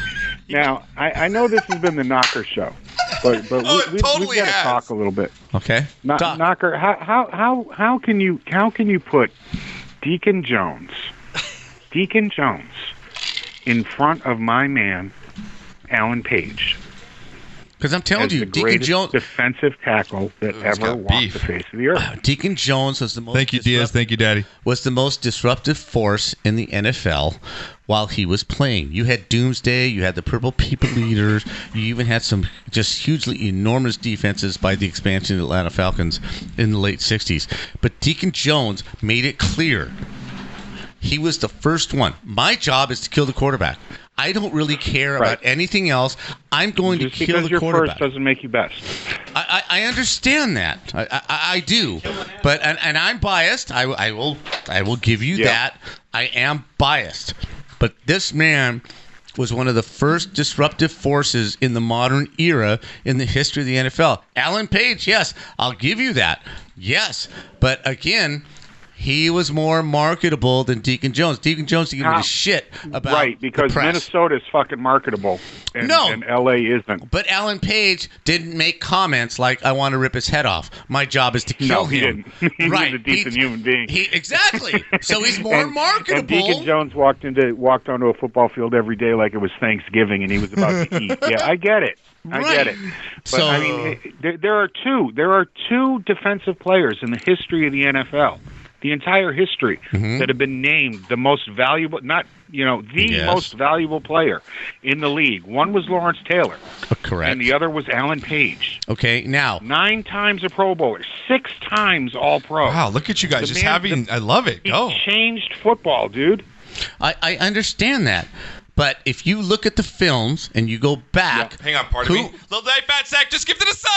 Speaker 1: <laughs>
Speaker 2: Matt Sack.
Speaker 12: Now, I, I know this has been the Knocker show, but but
Speaker 2: Oh, it
Speaker 12: we, we,
Speaker 2: totally
Speaker 12: we've got
Speaker 2: has.
Speaker 12: to talk a little bit.
Speaker 4: Okay.
Speaker 12: Kno-
Speaker 4: Talk.
Speaker 12: Knocker, how, how how how can you how can you put Deacon
Speaker 4: <laughs>
Speaker 12: Jones, Deacon Jones, in front of my man, Alan Page?
Speaker 4: Because I'm telling
Speaker 12: as
Speaker 4: you,
Speaker 12: the
Speaker 4: Deacon
Speaker 12: greatest
Speaker 4: Jones-
Speaker 12: defensive tackle that ever
Speaker 4: got
Speaker 12: walked the face of the earth.
Speaker 4: <clears throat> Deacon Jones was the most.
Speaker 2: Thank you, Diaz. Thank you, Daddy.
Speaker 4: Was the most disruptive force in the NFL while he was playing. You had Doomsday. You had the Purple People <laughs> Leaders. You even had some just hugely enormous defenses by the expansion of the Atlanta Falcons in the late '60s. But Deacon Jones made it clear he was the first one. My job is to kill the quarterback. I don't really care about anything else. I'm going
Speaker 12: Just
Speaker 4: to kill
Speaker 12: because
Speaker 4: the
Speaker 12: you're
Speaker 4: quarterback.
Speaker 12: first doesn't make you best.
Speaker 4: I, I, I understand that. I, I, I do, but and, and I'm biased. I, I will I will give you that. I am biased, but this man was one of the first disruptive forces in the modern era in the history of the NFL. Alan Page, yes, I'll give you that. Yes, but again. He was more marketable than Deacon Jones. Deacon Jones didn't give
Speaker 12: How-
Speaker 4: a shit about
Speaker 12: Ah, right, because
Speaker 4: the press.
Speaker 12: Minnesota's fucking marketable, and,
Speaker 4: No.
Speaker 12: and LA isn't.
Speaker 4: But Alan Page didn't make comments like "I want to rip his head off." My job is to
Speaker 12: No,
Speaker 4: kill
Speaker 12: he
Speaker 4: him.
Speaker 12: didn't. <laughs> he
Speaker 4: right?
Speaker 12: was a decent human being.
Speaker 4: He, exactly.
Speaker 12: <laughs>
Speaker 4: So he's more
Speaker 12: and,
Speaker 4: marketable.
Speaker 12: And Deacon Jones walked into walked onto a football field every day like it was Thanksgiving, and he was about
Speaker 4: <laughs>
Speaker 12: to eat. Yeah, I get it. I
Speaker 4: Right.
Speaker 12: get it. But
Speaker 4: So-
Speaker 12: I mean, there, there are two there are two defensive players in the history of the NFL the entire history
Speaker 4: Mm-hmm.
Speaker 12: that have been named the most valuable, not you know, the
Speaker 4: Yes.
Speaker 12: most valuable player in the league. One was Lawrence Taylor,
Speaker 4: Correct.
Speaker 12: and the other was Alan Page.
Speaker 4: Okay, now
Speaker 12: Nine times a Pro Bowler, six times All Pro.
Speaker 4: Wow, look at you guys, just having- I love it.
Speaker 12: He
Speaker 4: Go.
Speaker 12: changed football, dude.
Speaker 4: I, I understand that, but if you look at the films and you go back,
Speaker 2: Hang on, pardon
Speaker 4: who,
Speaker 2: me. Little Daddy Fat Sack, just give to the sun.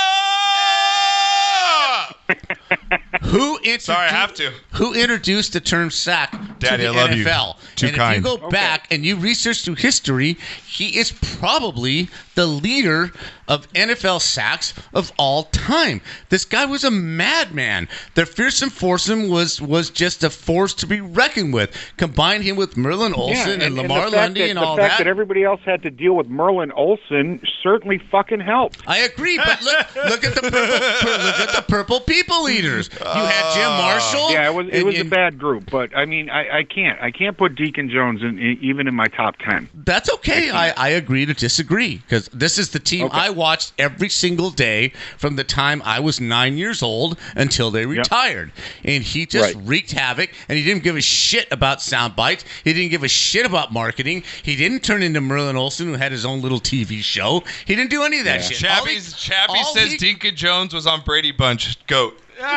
Speaker 4: Who introduced?
Speaker 2: Sorry, I have to.
Speaker 4: Who introduced the term sack
Speaker 2: Daddy, I
Speaker 4: to the
Speaker 2: love you.
Speaker 4: NFL?
Speaker 2: Too
Speaker 4: and
Speaker 2: kind.
Speaker 4: If you go back and you research through history, he is probably the leader of NFL sacks of all time. This guy was a madman. The fearsome foursome was was just a force to be reckoned with. Combine him with Merlin Olsen
Speaker 12: Yeah,
Speaker 4: and, Lamar
Speaker 12: the fact
Speaker 4: Lundy
Speaker 12: that,
Speaker 4: and
Speaker 12: the
Speaker 4: all
Speaker 12: fact
Speaker 4: that.
Speaker 12: that everybody else had to deal with Merlin Olsen certainly fucking helped.
Speaker 4: I agree, but look, look at the purple, look
Speaker 12: <laughs>
Speaker 4: at the purple people eaters. You had Jim Marshall.
Speaker 12: Yeah, it was it
Speaker 4: and-
Speaker 12: was
Speaker 4: and-
Speaker 12: a bad group, but I mean, I, I can't I can't put Deacon Jones in, in even in my top ten.
Speaker 4: That's okay. I, I agree to disagree because this is the team
Speaker 12: Okay.
Speaker 4: I watched every single day from the time I was nine years old until they retired. And he just wreaked havoc and he didn't give a shit about sound bites. He didn't give a shit about marketing. He didn't turn into Merlin Olsen, who had his own little TV show. He didn't do any of that shit. All
Speaker 2: Chappie,
Speaker 4: he-
Speaker 2: Chappie
Speaker 4: all
Speaker 2: says
Speaker 4: he-
Speaker 2: Dinka Jones was on Brady Bunch.
Speaker 4: <laughs>
Speaker 2: Goat.
Speaker 4: <laughs> there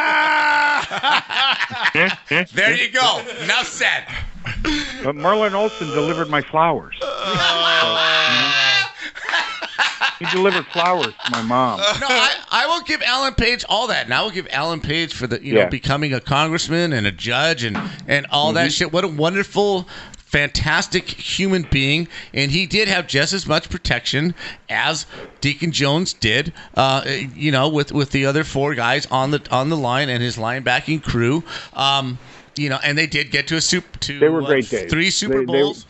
Speaker 4: you go. Enough said.
Speaker 12: But Merlin Olsen delivered my flowers.
Speaker 4: Uh,
Speaker 12: He delivered flowers to my mom.
Speaker 4: no, I, I will give Alan Page all that, and I will give Alan Page for the you know
Speaker 12: Yeah. Mm-hmm.
Speaker 4: becoming a congressman and a judge and and all that shit. What a wonderful. Fantastic human being, and he did have just as much protection as Deacon Jones did. Uh, you know, with with the other four guys on the on the line and his linebacking crew. Um, you know, and they did get to a soup to
Speaker 12: They were
Speaker 4: uh,
Speaker 12: great days.
Speaker 4: <laughs> Three Super
Speaker 12: They- they-
Speaker 4: Bowls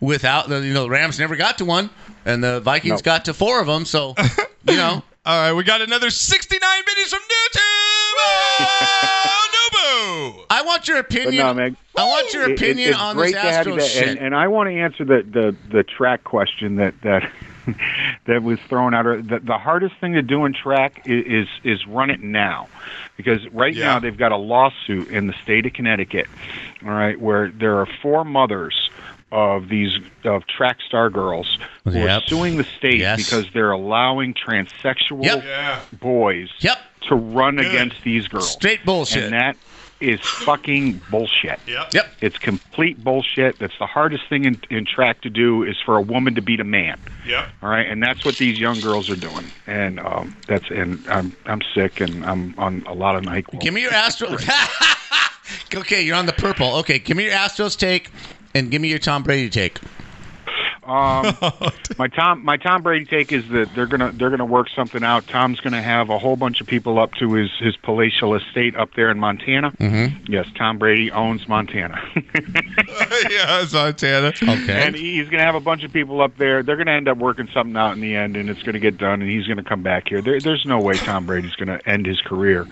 Speaker 4: without the you know the Rams never got to one, and the Vikings
Speaker 2: No.
Speaker 4: got to four of
Speaker 12: <laughs>
Speaker 4: them. So you know,
Speaker 2: All right, we got another 69 minutes from YouTube.
Speaker 4: I want your opinion.
Speaker 12: no, man.
Speaker 4: I want your
Speaker 12: It- it-
Speaker 4: opinion
Speaker 12: it's
Speaker 4: on
Speaker 12: great
Speaker 4: this
Speaker 12: to have you
Speaker 4: Astros
Speaker 12: back.
Speaker 4: shit.
Speaker 12: And, and I want to answer the, the, the track question that that <laughs> that was thrown out. The, the hardest thing to do in track i- is is run it now, because right now they've got a lawsuit in the state of Connecticut, all right, where there are four mothers of these of track star girls who are
Speaker 4: Yep.
Speaker 12: suing the state because they're allowing transsexual boys to run against these girls.
Speaker 4: Straight bullshit.
Speaker 12: And that is fucking bullshit.
Speaker 4: Yep. Yep.
Speaker 12: It's complete bullshit. That's the hardest thing in, in track to do is for a woman to beat a man.
Speaker 10: Yep.
Speaker 12: All right, and that's what these young girls are doing, and um, that's and I'm I'm sick and I'm on a lot of Nyquil.
Speaker 4: Give me your Astros. <laughs> okay, you're on the purple. Okay, give me your Astros take, and give me your Tom Brady take.
Speaker 12: Um, my Tom, my Tom Brady take is that they're gonna they're gonna work something out. Tom's gonna have a whole bunch of people up to his his palatial estate up there in Montana.
Speaker 4: Mm-hmm.
Speaker 12: Yes, Tom Brady owns Montana.
Speaker 2: <laughs> yeah, it's Montana.
Speaker 4: Okay.
Speaker 12: And he's going to have a bunch of people up there. They're going to end up working something out in the end, and it's going to get done, and he's going to come back here. There, there's no way Tom Brady's going to end his career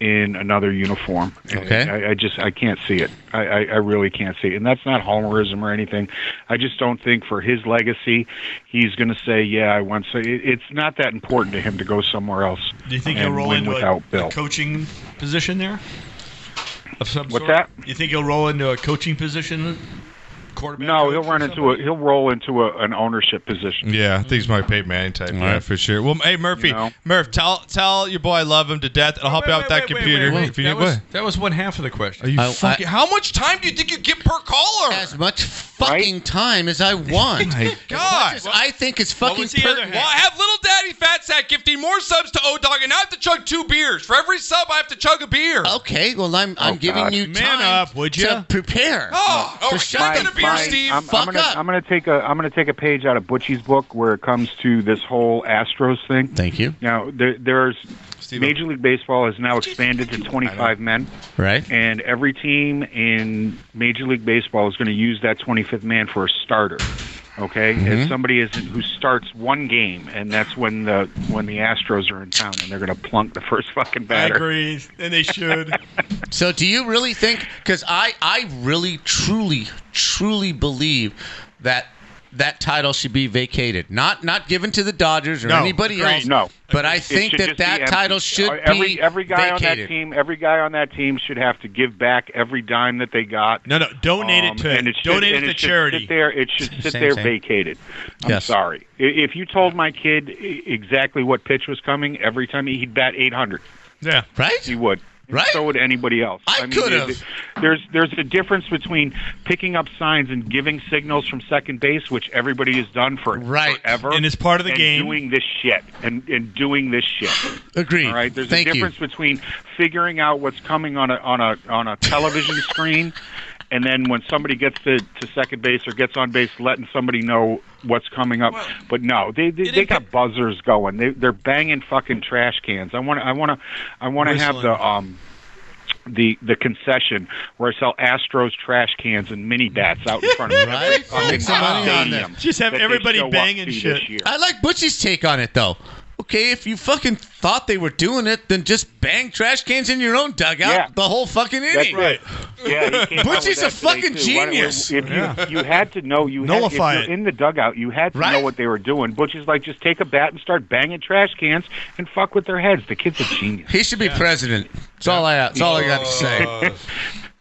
Speaker 12: in another uniform.
Speaker 4: Okay.
Speaker 12: I, I just I can't see it. I, I, I really can't see it. And that's not homerism or anything. I just don't think for his legacy, he's going to say, yeah, I want to. It, it's not that important to him to go somewhere else.
Speaker 3: Do you think
Speaker 12: and
Speaker 3: he'll roll
Speaker 12: win
Speaker 3: into a,
Speaker 12: without
Speaker 3: a
Speaker 12: Bill?
Speaker 3: coaching position there? Of some
Speaker 12: What's
Speaker 3: sort? You think he'll roll into a coaching position?
Speaker 12: No, he'll run into a he'll roll into a, an ownership position.
Speaker 2: Yeah, I think he's my Peyton Manning type. Yeah, for sure. Well, hey Murphy,
Speaker 12: You know?
Speaker 2: Murph, tell tell your boy I love him to death. and I'll help you out with that computer. if you need-
Speaker 3: that, was,
Speaker 2: what?
Speaker 3: that was one half of the question.
Speaker 2: Are you <laughs>
Speaker 3: <laughs>
Speaker 2: fucking? how much time do you think you get per caller?
Speaker 4: As much fucking time as
Speaker 12: <laughs>
Speaker 4: I want.
Speaker 12: Oh
Speaker 2: My
Speaker 4: God, I think it's fucking pertinent.
Speaker 2: Well, I have little daddy fat sack gifting more subs to O Dog, and I have to chug two beers. For every sub, I have to chug a beer.
Speaker 4: Okay, well I'm
Speaker 12: Oh,
Speaker 4: I'm giving you time to prepare.
Speaker 2: Oh, oh,
Speaker 4: So
Speaker 2: my
Speaker 4: shut
Speaker 2: God.
Speaker 4: the
Speaker 2: Get a beer,
Speaker 4: fuck
Speaker 2: Steve.
Speaker 12: I'm,
Speaker 4: fuck
Speaker 12: I'm gonna,
Speaker 4: up.
Speaker 12: I'm gonna take a I'm gonna take a page out of Butchie's book where it comes to this whole Astros thing.
Speaker 4: Thank you.
Speaker 12: Now there, there's Major League Baseball has now expanded to 25 men,
Speaker 4: Right.
Speaker 12: and every team in Major League Baseball is going to use that 25th man for a starter. Okay,
Speaker 4: Mhm.
Speaker 12: if somebody is who starts one game, and that's when the when the Astros are in town, and they're going to plunk the first fucking batter.
Speaker 3: agree, and they should.
Speaker 4: So do you really think? Because I I really truly truly believe that that title should be vacated, not not given to the Dodgers or
Speaker 12: No,
Speaker 4: anybody
Speaker 12: agreed.
Speaker 4: else.
Speaker 12: No.
Speaker 4: but I
Speaker 12: It
Speaker 4: think
Speaker 12: should
Speaker 4: that
Speaker 12: just be
Speaker 4: that
Speaker 12: empty. Uh,
Speaker 4: title should
Speaker 12: every,
Speaker 4: be
Speaker 12: every guy
Speaker 4: vacated.
Speaker 12: on that team. Every guy on that team should have to give back every dime that they got. Um,
Speaker 9: No, no, donate it to-
Speaker 12: and it should,
Speaker 9: donate it
Speaker 12: and
Speaker 9: to
Speaker 12: should
Speaker 9: charity.
Speaker 12: Sit there, it should sit
Speaker 9: Same,
Speaker 12: there
Speaker 9: same.
Speaker 12: vacated. I'm
Speaker 9: Yes.
Speaker 12: sorry. I- If you told my kid i- exactly what pitch was coming every time, he'd bat 800.
Speaker 3: Yeah,
Speaker 4: right.
Speaker 12: He would. And
Speaker 4: Right?
Speaker 12: So would anybody else. I, mean,
Speaker 4: could've.
Speaker 12: it- There's there's a difference between picking up signs and giving signals from second base, which everybody has done for
Speaker 4: right.
Speaker 12: forever,
Speaker 3: And it's part of the
Speaker 12: and
Speaker 3: game.
Speaker 12: Doing this shit and and doing this shit.
Speaker 4: <sighs> Agreed.
Speaker 12: All right. There's
Speaker 4: Thank
Speaker 12: a
Speaker 4: you.
Speaker 12: difference between figuring out what's coming on a on a on a television <laughs> screen, and then when somebody gets to, to second base or gets on base, letting somebody know what's coming up. but no, they they, they got buzzers going. They they're banging fucking trash cans. I want to I want to I want to have
Speaker 9: Whistling.
Speaker 12: the um. The, the concession where I sell Astros trash cans and mini bats out in front of
Speaker 4: Right?
Speaker 12: every fucking
Speaker 4: Make some money on that.
Speaker 12: stadium
Speaker 4: Just have
Speaker 12: that they
Speaker 4: everybody
Speaker 12: show up
Speaker 4: banging
Speaker 12: to this
Speaker 4: shit.
Speaker 12: year.
Speaker 4: I like Butchie's take on it though. Okay, if you fucking thought they were doing it, then just bang trash cans in your own dugout
Speaker 12: Yeah.
Speaker 4: the whole fucking
Speaker 12: That's
Speaker 4: inning.
Speaker 12: right. Yeah, he came out with
Speaker 4: Butchie's
Speaker 12: that
Speaker 4: a fucking
Speaker 12: today, too. Why don't we-
Speaker 4: genius.
Speaker 12: If you, you had to know, you had, if
Speaker 9: Nullify
Speaker 12: you're
Speaker 9: it.
Speaker 12: in the dugout, you had to know what they were doing. Butchie's like, just take a bat and start banging trash cans and fuck with their heads. The kid's a genius.
Speaker 4: He should be president. That's all I. That's all I got
Speaker 12: <laughs>
Speaker 4: to say.
Speaker 13: <laughs>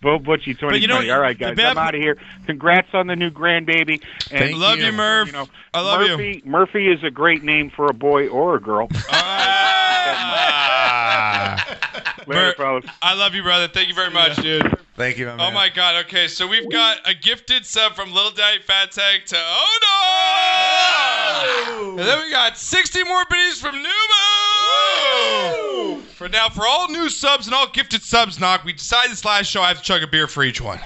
Speaker 12: Bo Butchie, twenty
Speaker 4: Uh, But you know,
Speaker 12: twenty. All right,
Speaker 4: the
Speaker 12: guys, I'm
Speaker 4: bad-
Speaker 12: out of here. Congrats on the new grandbaby. And
Speaker 4: Thank Love you. you, Murph.
Speaker 12: know,
Speaker 4: I love you.
Speaker 12: Murphy, Murphy is a great name for a boy or a girl.
Speaker 2: Ah!
Speaker 4: Ah.
Speaker 12: <laughs> Later, fellas.
Speaker 2: I love you, brother. Thank you very much, dude.
Speaker 4: Thank you,
Speaker 2: Oh my God. Okay, so we've got a gifted sub from Little Daddy Fat Tag to Odo, and then we got 60 more biddies from Nubo. For now, for all new subs and all gifted subs, knock. We decided this last show I have to chug a beer for each one.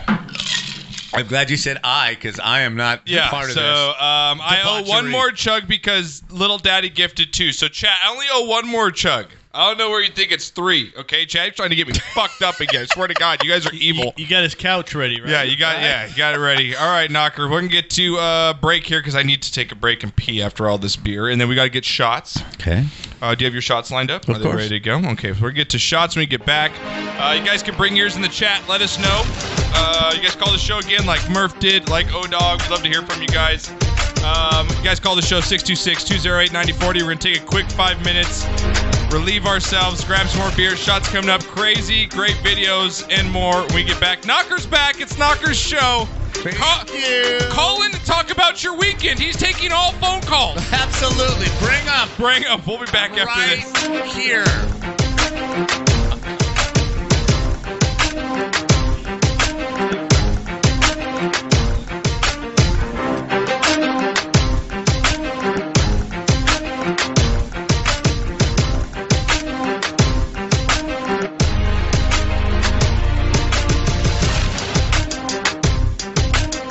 Speaker 4: I'm glad you said I because I am not
Speaker 2: Yeah.
Speaker 4: part of
Speaker 2: so
Speaker 4: this.
Speaker 2: um, I owe one
Speaker 4: Debauchery.
Speaker 2: more chug because Little Daddy gifted two. So chat, I only owe one more chug. I don't know where you think it's three. Okay, Chad's trying to get me <laughs> fucked up again. swear to God, you guys are evil.
Speaker 4: <laughs>
Speaker 5: You got his couch ready, right?
Speaker 2: Yeah, you got yeah, you got it ready. All right, Knocker, we're gonna get to uh, break here because I need to take a break and pee after all this beer, and then we gotta get shots.
Speaker 4: Okay.
Speaker 2: Uh, do you have your shots lined up?
Speaker 4: Of
Speaker 2: Are they
Speaker 4: course.
Speaker 2: ready to go? Okay, so we're gonna get to shots when we get back. Uh, you guys can bring yours in the chat. Let us know. Uh, you guys call the show again, like Murph did, like O Dog. We'd love to hear from you guys. Um, you guys call the show 626-208-9040. We're gonna take a quick five minutes, relieve ourselves, grab some more beer. Shots coming up. Crazy, great videos and more. When we get back, Knocker's back. It's Knocker's show. Call, call in to talk about your weekend. He's taking all phone calls.
Speaker 4: <laughs> Absolutely. Bring up.
Speaker 2: Bring up. We'll be back after this.
Speaker 4: Right here.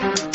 Speaker 8: Thank you.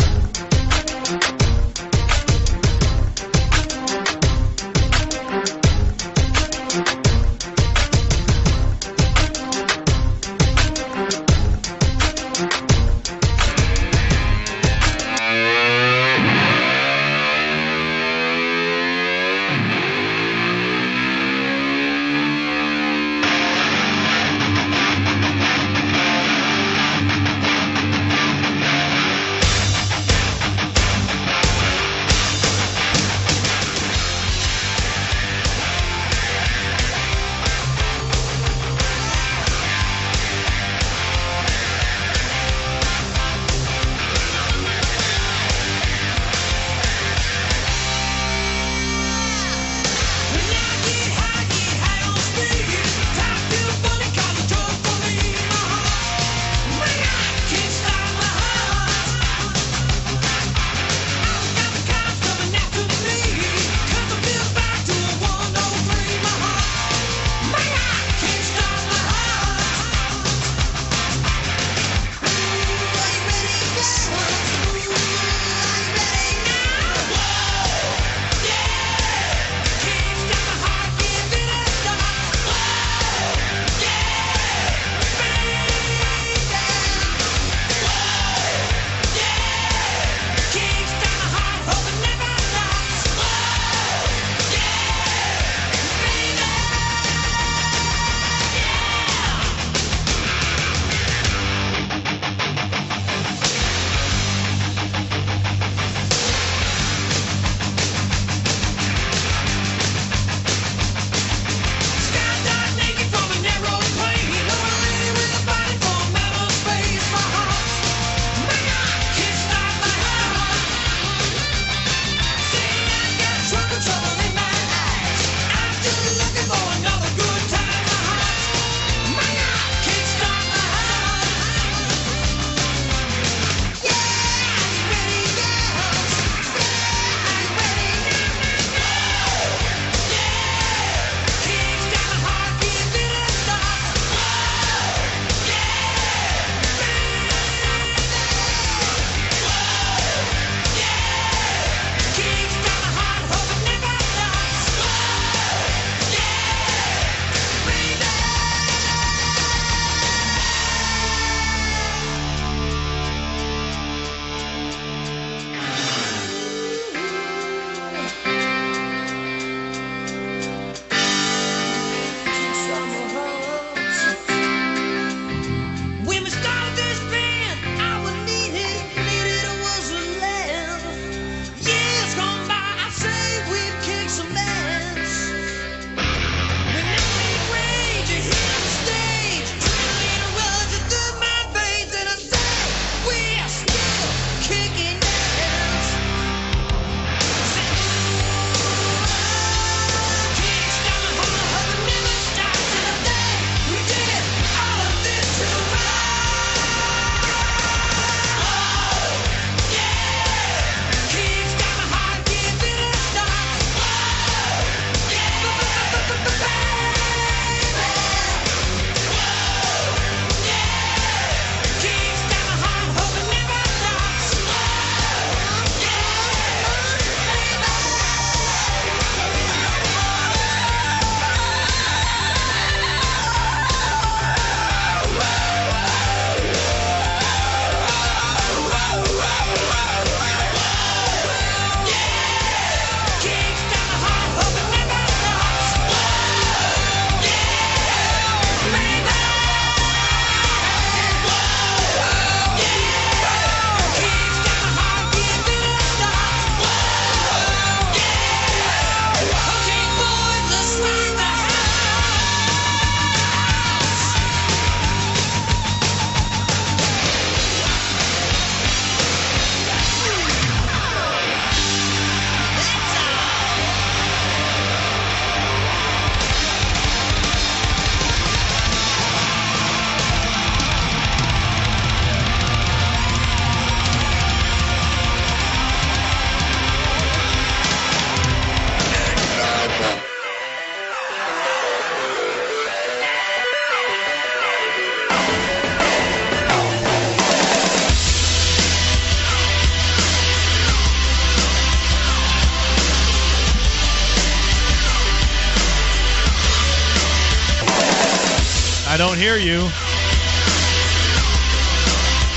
Speaker 5: I don't hear you.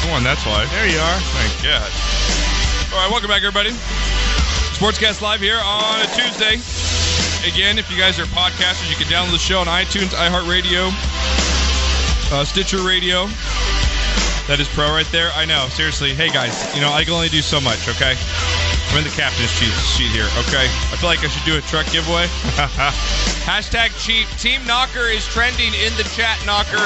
Speaker 2: Come on, that's why. There
Speaker 5: you are.
Speaker 2: Thank God. All right, welcome back, everybody. Sportscast Live here on a Tuesday. Again, if you guys are podcasters, you can download the show on iTunes, iHeartRadio, uh, Stitcher Radio. That is pro right there. I know. Seriously. Hey, guys, you know, I can only do so much, okay? I'm in the captain's cheat sheet here, okay? I feel like I should do a truck giveaway. <laughs> Hashtag cheat. Team Knocker is trending in the chat, Knocker.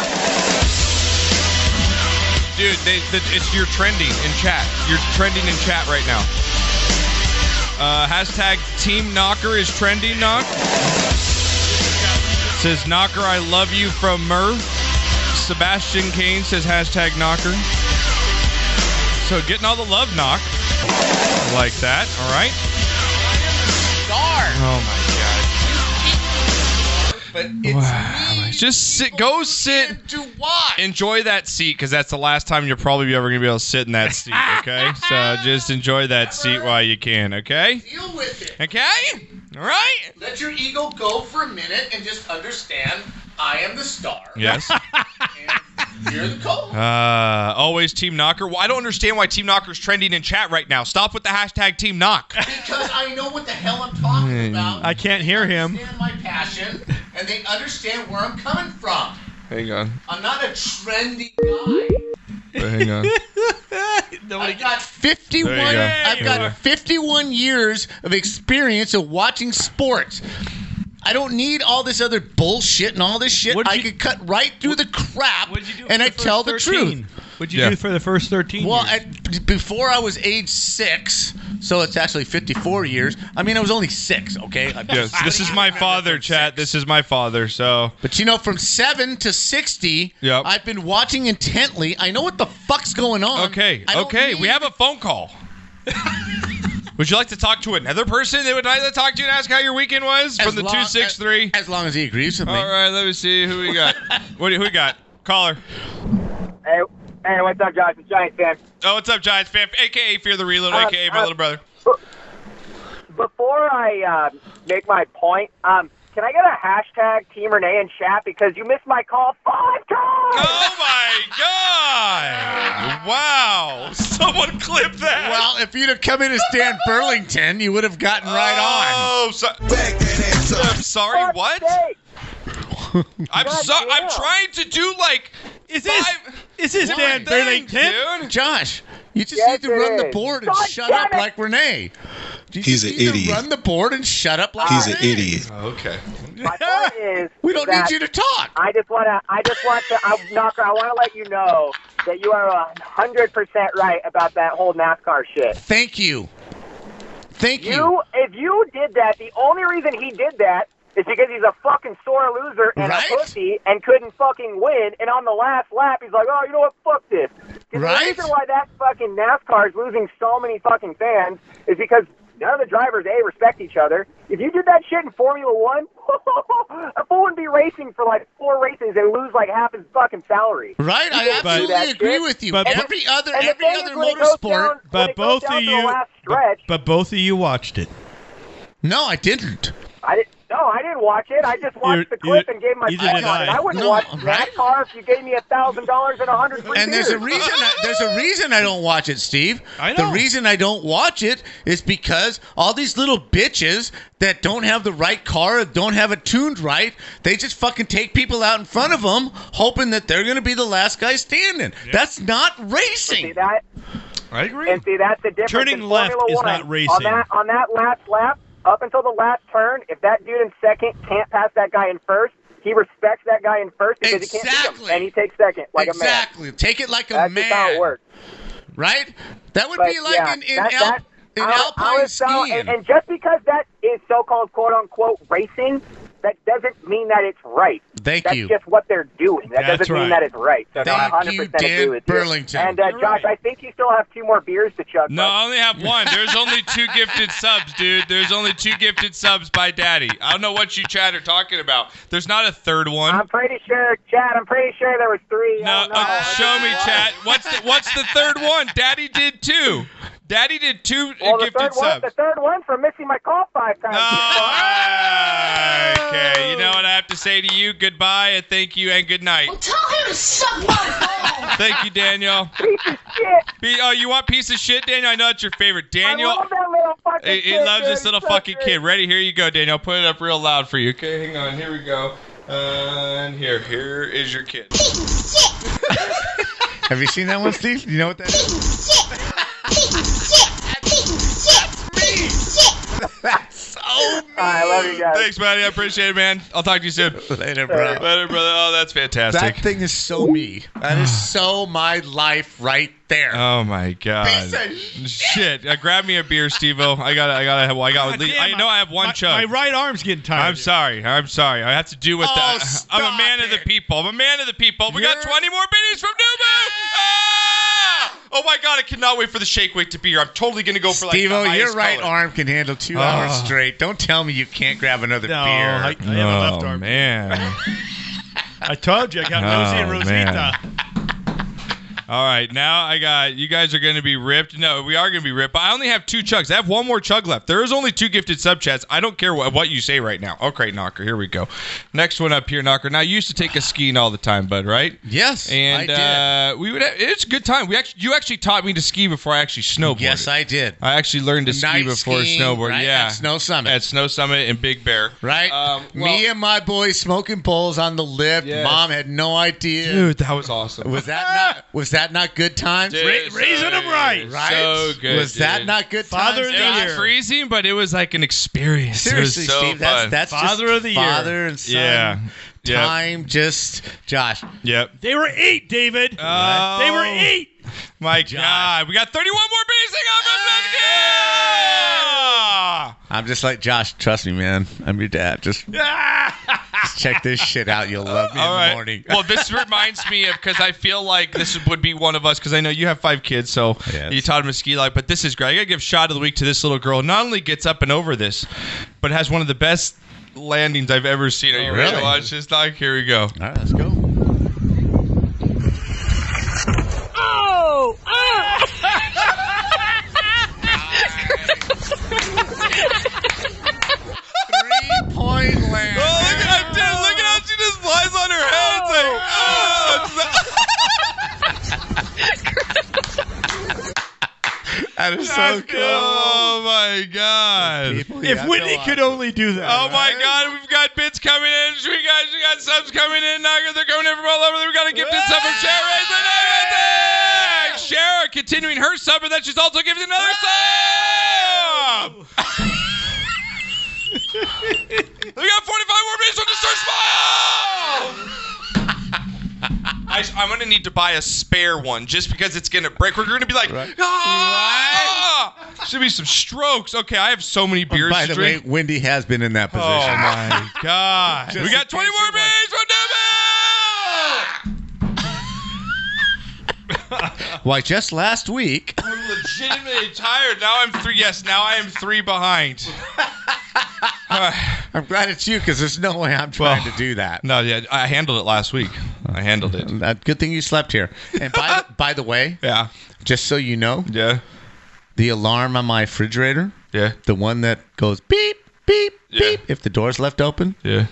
Speaker 2: Dude, they, the, it's you're trending in chat. You're trending in chat right now. Uh, hashtag Team Knocker is trending, Knock. Says Knocker, I love you from Merv. Sebastian Kane says hashtag Knocker. So getting all the love, Knock. Like that, all right?
Speaker 13: Star.
Speaker 2: Oh my
Speaker 13: But
Speaker 2: Wow. Just sit, go sit, enjoy that seat because that's the last time you're probably ever gonna be able to sit in that seat. Okay, so just enjoy that seat while you can. Okay,
Speaker 13: deal with it.
Speaker 2: okay, all right.
Speaker 13: Let your ego go for a minute and just understand I am the star. <laughs>
Speaker 2: Yes.
Speaker 13: You're the coach.
Speaker 2: Uh, always Team Knocker. Well, I don't understand why Team Knocker's trending in chat right now. Stop with the hashtag Team Knock.
Speaker 13: Because I know what the hell I'm talking
Speaker 5: I can't hear him.
Speaker 13: about, my passion, and they understand where I'm coming from.
Speaker 2: Hang on.
Speaker 13: I'm not a trendy guy.
Speaker 2: Hang
Speaker 5: <laughs>
Speaker 2: on.
Speaker 4: <laughs>
Speaker 13: I've got
Speaker 4: 51
Speaker 13: There you go.
Speaker 4: I've got
Speaker 13: Yeah.
Speaker 4: 51 years of experience of watching sports. I don't need all this other bullshit and all this shit. I could cut right through the crap and I tell the truth.
Speaker 3: What'd you
Speaker 4: Yeah.
Speaker 3: do for the first 13
Speaker 4: Well, at, before I was age 6, so it's actually 54 years. I mean, I was only 6, okay? I-
Speaker 13: <laughs>
Speaker 2: Yes, this is my father, chat. This is my father. So,
Speaker 4: but you know, from 7 to 60,
Speaker 2: Yep.
Speaker 4: I've been watching intently. I know what the fuck's going on.
Speaker 2: Okay,
Speaker 4: I don't
Speaker 2: okay,
Speaker 4: need-
Speaker 2: we have a
Speaker 4: <laughs>
Speaker 2: phone call. Would you like to talk to another person that would like to talk to you and ask how your weekend was
Speaker 4: As
Speaker 2: from the
Speaker 4: long-
Speaker 2: two six three?
Speaker 4: As long as he agrees with me.
Speaker 2: All right, let me see who we got. <laughs> what do you- who we got? Caller.
Speaker 14: Hey, hey, what's up, guys? I'm Giants fan.
Speaker 2: Oh, what's up, Giants fan? AKA Fear the Reload,
Speaker 14: Uh,
Speaker 2: AKA my
Speaker 14: uh,
Speaker 2: little brother.
Speaker 14: Before I uh, make my point, um, can I get a hashtag Team Renee in chat because you missed my call five times?
Speaker 2: Oh my God! Wow! <laughs> Someone clipped that.
Speaker 4: Well, if you'd have come in as Dan Burlington, you would have gotten right
Speaker 2: on. Oh, so- I'm sorry. What? <laughs> I'm sorry. I'm trying to do like. Is this?
Speaker 5: Is
Speaker 4: this Dan Burlington?
Speaker 2: dude?
Speaker 4: Josh, you just
Speaker 2: Yes,
Speaker 4: need to
Speaker 2: it
Speaker 4: run the
Speaker 2: is.
Speaker 4: board and
Speaker 2: God
Speaker 4: shut
Speaker 2: damn
Speaker 4: up
Speaker 2: it.
Speaker 4: like Renee. You
Speaker 15: He's
Speaker 4: just
Speaker 15: an
Speaker 4: need to
Speaker 15: idiot.
Speaker 4: Run the board and shut up like
Speaker 15: He's an
Speaker 4: Renee.
Speaker 15: idiot.
Speaker 2: Oh, Okay.
Speaker 14: My point is
Speaker 4: <laughs> We don't
Speaker 14: that
Speaker 4: need you to talk.
Speaker 14: I just want to. I just want to. I, Knocker, I want to let you know that you are hundred percent right about that whole NASCAR shit.
Speaker 4: Thank you. Thank you.
Speaker 14: You, if you did that, the only reason he did that is because he's a fucking sore loser and
Speaker 4: Right?
Speaker 14: a pussy and couldn't fucking win. And on the last lap, he's like, "Oh, you know what? Fuck this." 'Cause
Speaker 4: Right?
Speaker 14: The reason why that fucking NASCAR is losing so many fucking fans is because none of the drivers a respect each other. If you did that shit in Formula One, <laughs> a fool would be racing for like four races and lose like half his fucking salary.
Speaker 4: Right,
Speaker 14: You
Speaker 4: I
Speaker 14: can't do
Speaker 4: absolutely
Speaker 14: that
Speaker 4: agree
Speaker 14: shit.
Speaker 4: with you.
Speaker 14: And
Speaker 4: But-
Speaker 14: the-
Speaker 4: Every other-
Speaker 14: and the
Speaker 4: every
Speaker 14: thing
Speaker 4: other
Speaker 14: is when it goes
Speaker 4: motorsport-
Speaker 14: down- when
Speaker 5: But
Speaker 14: it goes
Speaker 5: both of
Speaker 14: down to the
Speaker 5: you-
Speaker 14: last stretch,
Speaker 5: But both of you watched it.
Speaker 4: No, I didn't.
Speaker 14: I didn't. No, I didn't watch it. I just watched
Speaker 5: You're-
Speaker 14: the clip
Speaker 5: you-
Speaker 14: and gave my
Speaker 5: neither
Speaker 14: opinion
Speaker 5: did
Speaker 14: on it.
Speaker 5: I.
Speaker 14: I wouldn't
Speaker 5: No,
Speaker 14: watch
Speaker 4: right?
Speaker 14: NASCAR if you gave me a thousand dollars and a hundred free
Speaker 4: And there's a
Speaker 14: beers.
Speaker 4: reason. I, there's a reason I don't watch it, Steve. I know. The reason I don't watch it is because all these little bitches that don't have the right car, don't have it tuned right, they just fucking take people out in front of them, hoping that they're going to be the last guy standing. That's not racing.
Speaker 14: that?
Speaker 3: I agree.
Speaker 14: And see, that's the difference.
Speaker 4: Turning
Speaker 14: in
Speaker 4: left
Speaker 14: Formula
Speaker 4: is
Speaker 14: One.
Speaker 4: not
Speaker 14: On
Speaker 4: racing.
Speaker 14: that, on that last lap, up until the last turn, if that dude in second can't pass that guy in first, he respects that guy in first because he can't beat him, and he takes second like a man.
Speaker 4: exactly. Take it like a
Speaker 14: That's
Speaker 4: man.
Speaker 14: just how it works.
Speaker 4: Right? That would
Speaker 14: But,
Speaker 4: be like
Speaker 14: yeah,
Speaker 4: in, in,
Speaker 14: that-
Speaker 4: Al-
Speaker 14: that-
Speaker 4: in
Speaker 14: I- I
Speaker 4: alpine
Speaker 14: was so-
Speaker 4: skiing.
Speaker 14: And, and just because that is so-called quote-unquote racing, that doesn't mean that it's right.
Speaker 4: Thank
Speaker 14: That's
Speaker 4: you.
Speaker 14: just what they're doing. That
Speaker 4: That's
Speaker 14: doesn't mean
Speaker 4: right.
Speaker 14: that it's right. So no, I
Speaker 4: Thank
Speaker 14: 100%
Speaker 4: you,
Speaker 14: agree
Speaker 4: Dan
Speaker 14: with
Speaker 4: Burlington.
Speaker 14: you. And uh,
Speaker 2: You're
Speaker 14: Josh, I think you still have two more beers to chug.
Speaker 2: No, I only have one. There's only two gifted subs, dude. There's only two gifted subs by Daddy. I don't know what you chat are talking about. There's not a third one.
Speaker 14: I'm pretty sure, Chad. I'm pretty sure
Speaker 2: uh,
Speaker 14: there was three.
Speaker 2: No, uh, show me, chat. What's the, what's the third one? Daddy did two. Daddy did two uh,
Speaker 14: Well, the
Speaker 2: gifted
Speaker 14: third, one,
Speaker 2: subs.
Speaker 14: the third one for missing my call five times.
Speaker 2: Okay, you know what I have to say to you? Goodbye and thank you and good night.
Speaker 8: Tell him to suck my
Speaker 2: Thank you, Daniel.
Speaker 14: <laughs> Piece of shit.
Speaker 2: Be, oh, you want piece of shit, Daniel? I know it's your favorite. Daniel.
Speaker 14: I love that little fucking
Speaker 2: He, he
Speaker 14: kid,
Speaker 2: loves
Speaker 14: dude.
Speaker 2: this little
Speaker 14: He's so
Speaker 2: fucking
Speaker 14: great.
Speaker 2: kid. Ready? Here you go, Daniel. Put it up real loud for you. Okay, hang on. Here we go. And here, here is your kid.
Speaker 4: Have you seen that one, Steve? You know what that is?
Speaker 14: <laughs>
Speaker 2: Oh,
Speaker 14: I love you guys.
Speaker 2: Thanks, buddy. I appreciate it, man. I'll talk to you soon.
Speaker 4: Later, bro.
Speaker 2: Later, brother. Oh, that's fantastic.
Speaker 4: That thing is so me. That is so my life right there.
Speaker 2: Oh my god.
Speaker 4: Piece of
Speaker 2: shit. Uh, grab me a beer, Stevo. I got to I got to I got to leave. I know I have one chug.
Speaker 5: My right arm's getting tired.
Speaker 2: I'm sorry. I'm sorry. I have to do with
Speaker 4: Oh,
Speaker 2: that. <laughs> I'm a man of the people. I'm a man of the people. We got 20 more minis from Nubu. Ah! Oh my god, I cannot wait for the shake weight to be here. I'm totally gonna go for like the
Speaker 4: Stevo, your
Speaker 2: highest
Speaker 4: right
Speaker 2: color.
Speaker 4: arm can handle two
Speaker 2: Oh.
Speaker 4: hours straight. Don't tell me you can't grab another
Speaker 2: No,
Speaker 4: beer.
Speaker 2: I- I have a left Oh, arm. man.
Speaker 5: I told you I got Rosie and
Speaker 2: Oh,
Speaker 5: Rosita.
Speaker 2: man. All right, now I got you guys are going to be ripped. No, we are going to be ripped. But I only have two chugs. I have one more chug left. There is only two gifted sub chats. I don't care what, what you say right now. Okay, Knocker, here we go. Next one up here, Knocker. Now you used to take us skiing all the time, bud, right?
Speaker 4: Yes,
Speaker 2: and
Speaker 4: I
Speaker 2: Uh, we would. Have, it's a good time. We actually, you actually taught me to ski before I actually snowboarded. Yes,
Speaker 4: I did.
Speaker 2: I actually learned to ski
Speaker 4: Night
Speaker 2: before
Speaker 4: skiing,
Speaker 2: snowboard.
Speaker 4: right,
Speaker 2: Yeah,
Speaker 4: at Snow Summit.
Speaker 2: At Snow Summit in Big Bear. Um,
Speaker 4: Right? Me and my boys smoking bowls on the lift.
Speaker 2: Yes.
Speaker 4: Mom had no idea.
Speaker 2: Dude, that was awesome.
Speaker 4: Was that not was that not good times?
Speaker 2: Dude,
Speaker 5: raising them right.
Speaker 4: Right?
Speaker 2: So good.
Speaker 4: Was that
Speaker 2: dude.
Speaker 4: not good
Speaker 5: Father
Speaker 4: times?
Speaker 5: of the
Speaker 4: Josh?
Speaker 2: It was freezing, but it was like an experience. It was
Speaker 4: Seriously,
Speaker 2: so
Speaker 4: Steve, that's
Speaker 2: fun.
Speaker 4: that's just father and son.
Speaker 2: Yeah. Yep.
Speaker 4: Time just Josh.
Speaker 2: Yep.
Speaker 5: They were eight, David.
Speaker 2: Oh.
Speaker 5: They were eight.
Speaker 2: My God, we got 31 more basic on
Speaker 4: I'm just like Josh. Trust me, man. I'm your dad.
Speaker 2: <laughs>
Speaker 4: Just, just check this shit out. You'll love me in the morning. <laughs>
Speaker 2: well, this reminds me of because I feel like this would be one of us because I know you have five kids, so you taught them to ski like. But this is great. I gotta give shot of the week to this little girl. Not only gets up and over this, but has one of the best landings I've ever seen. Are you ready to
Speaker 4: Oh, really?
Speaker 2: watch this? Dog? Here we go. All
Speaker 4: right, let's go.
Speaker 8: Oh!
Speaker 4: Three point land.
Speaker 8: Oh,
Speaker 2: look at how, dude, look at how she just lies on her head. It's like, <laughs> oh! it's
Speaker 4: That is
Speaker 8: so
Speaker 2: cool. Oh my god.
Speaker 5: if Whitney could only do that.
Speaker 2: Oh my God! We've got bits coming in. We got we got subs coming in. Knocker, they're coming in from all over. We got a gifted sub from Shara. Raise the name of it. Shara continuing her sub, and then she's also giving another sub. we got 45 more minutes on the search file. I, I'm gonna need to buy a spare one just because it's gonna break. We're gonna be like, ah! Should be some strokes. Okay, I have so many beers.
Speaker 4: By
Speaker 2: to
Speaker 4: the way,
Speaker 2: drink.
Speaker 4: Wendy has been in that position.
Speaker 2: Oh my god!
Speaker 4: Just
Speaker 2: we got 20 more minutes from Devin.
Speaker 4: Why, just last week,
Speaker 2: I'm legitimately tired. Now I'm three. Yes, now I am three behind.
Speaker 4: I'm glad it's you because there's no way I'm trying to do that.
Speaker 2: No, yeah, I handled it last week. I handled it.
Speaker 4: good thing you slept here. And
Speaker 2: <laughs>
Speaker 4: by the, by the way,
Speaker 2: yeah,
Speaker 4: just so you know,
Speaker 2: yeah,
Speaker 4: the alarm on my refrigerator,
Speaker 2: yeah,
Speaker 4: the one that goes beep beep beep if the door's left open,
Speaker 2: yeah.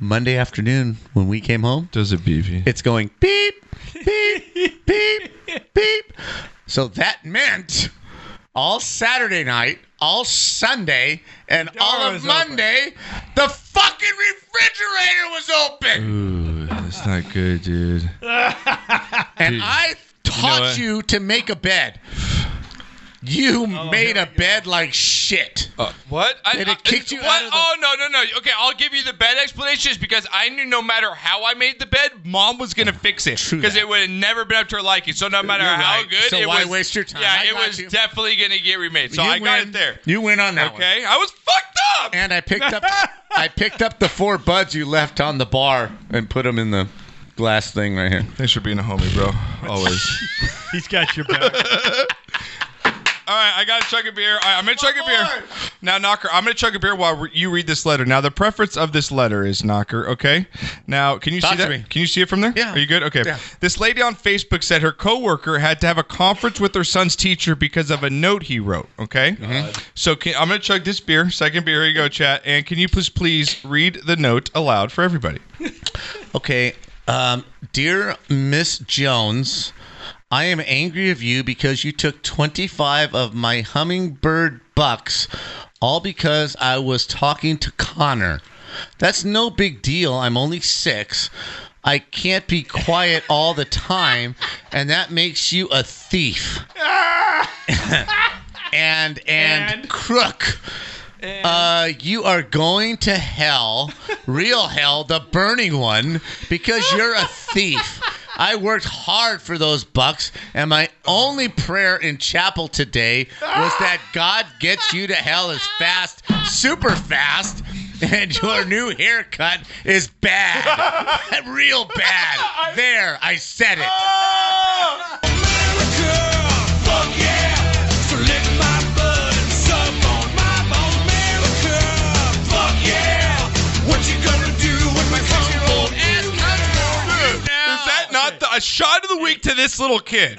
Speaker 4: Monday afternoon when we came home,
Speaker 2: does it beep?
Speaker 4: It's going beep beep beep beep. So that meant all Saturday night, all Sunday, and all of
Speaker 8: was
Speaker 4: Monday, the fucking refrigerator was open.
Speaker 2: <laughs> Ooh, that's not good, dude. <laughs>
Speaker 4: And
Speaker 2: Dude.
Speaker 4: I taught
Speaker 2: what? Oh,
Speaker 4: you, to make a bed. You made a bed like shit.
Speaker 2: Uh, What? I,
Speaker 4: And it
Speaker 2: I-
Speaker 4: kicked you
Speaker 2: what?
Speaker 4: out of the-
Speaker 2: Oh no no no! Okay, I'll give you the bed explanation is because I knew no matter how I made the bed, mom was gonna fix it because it would have never been up to her liking. So no matter
Speaker 4: You're
Speaker 2: how
Speaker 4: right.
Speaker 2: good,
Speaker 4: So
Speaker 2: it
Speaker 4: why
Speaker 2: was,
Speaker 4: waste your time?
Speaker 2: Yeah,
Speaker 4: I
Speaker 2: it
Speaker 4: got
Speaker 2: was
Speaker 4: you.
Speaker 2: definitely gonna get remade. So
Speaker 4: You
Speaker 2: I got
Speaker 4: win.
Speaker 2: it there.
Speaker 4: You win on that one.
Speaker 2: okay, I was fucked up.
Speaker 4: And I picked
Speaker 2: <laughs>
Speaker 4: up I picked up the four buds you left on the bar and put them in the glass thing right here.
Speaker 2: Thanks for being a homie, bro. Always.
Speaker 5: He's got your back.
Speaker 2: All right, I got to chug a beer. I, I'm going to chug a beer. Now, Knocker, I'm going to chug a beer while re- you read this letter. Now, the preference of this letter is Knocker, okay? Now, can you
Speaker 4: Talk
Speaker 2: see
Speaker 4: to
Speaker 2: that?
Speaker 4: me.
Speaker 2: Can you see it from there? Yeah. Are you good? Okay.
Speaker 4: Yeah.
Speaker 2: This lady on Facebook said her coworker had to have a conference with her son's teacher because of a note he wrote, okay?
Speaker 4: Mm-hmm.
Speaker 2: Uh, So can, I'm going to chug this beer, second beer. Here you go, chat. And can you please, please read the note aloud
Speaker 4: <laughs>
Speaker 2: for everybody?
Speaker 4: Okay. Um, dear Miss Jones, I am angry of you because you took 25 of my hummingbird bucks all because I was talking to Connor. That's no big deal. I'm only six. I can't be quiet all the time, and that makes you a thief. and, and crook. Uh, you are going to hell, real hell, the burning one, because you're a thief. I worked hard for those bucks, and my only prayer in chapel today was that God gets you to hell as fast, super fast, and your new haircut is bad, <laughs> real bad. There, I said it.
Speaker 2: Is that not the, a shot of the week to this little kid?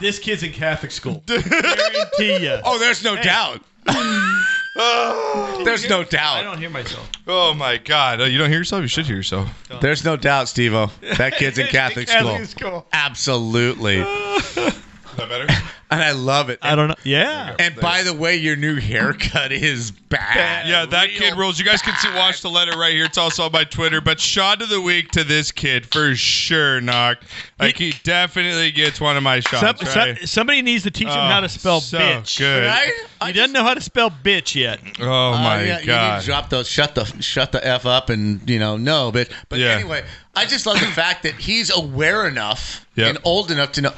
Speaker 5: This kid's in Catholic school. Guarantee ya.
Speaker 2: <laughs> Oh, there's no doubt.
Speaker 4: Oh.
Speaker 2: There's no doubt.
Speaker 3: I don't hear myself.
Speaker 2: Oh my God! Oh, you don't hear yourself? You should hear yourself.
Speaker 4: There's no doubt, Steve That kid's
Speaker 2: <laughs>
Speaker 4: in Catholic school.
Speaker 2: Catholic school.
Speaker 4: Absolutely. <laughs>
Speaker 2: Is that better?
Speaker 4: And I love it. I
Speaker 5: don't know. Yeah.
Speaker 4: And by the way, your new haircut is bad.
Speaker 2: Yeah, that kid rules. You guys can see, watch the letter right here. It's also on my Twitter. But shot of the week to this kid for sure, knock. Like he definitely gets one of my
Speaker 5: Some,
Speaker 2: shots.
Speaker 5: some,
Speaker 2: right?
Speaker 5: somebody needs to teach him how
Speaker 2: Oh,
Speaker 5: to spell
Speaker 2: so
Speaker 5: bitch.
Speaker 2: good. Right?
Speaker 5: He doesn't know how to spell bitch yet.
Speaker 2: Oh
Speaker 4: Uh, yeah, you need to drop those. Shut the shut the f up and you know no, bitch. But
Speaker 5: Yeah.
Speaker 4: anyway, I just
Speaker 5: <laughs>
Speaker 4: love the fact that he's aware enough
Speaker 2: Yep.
Speaker 4: and old enough to know.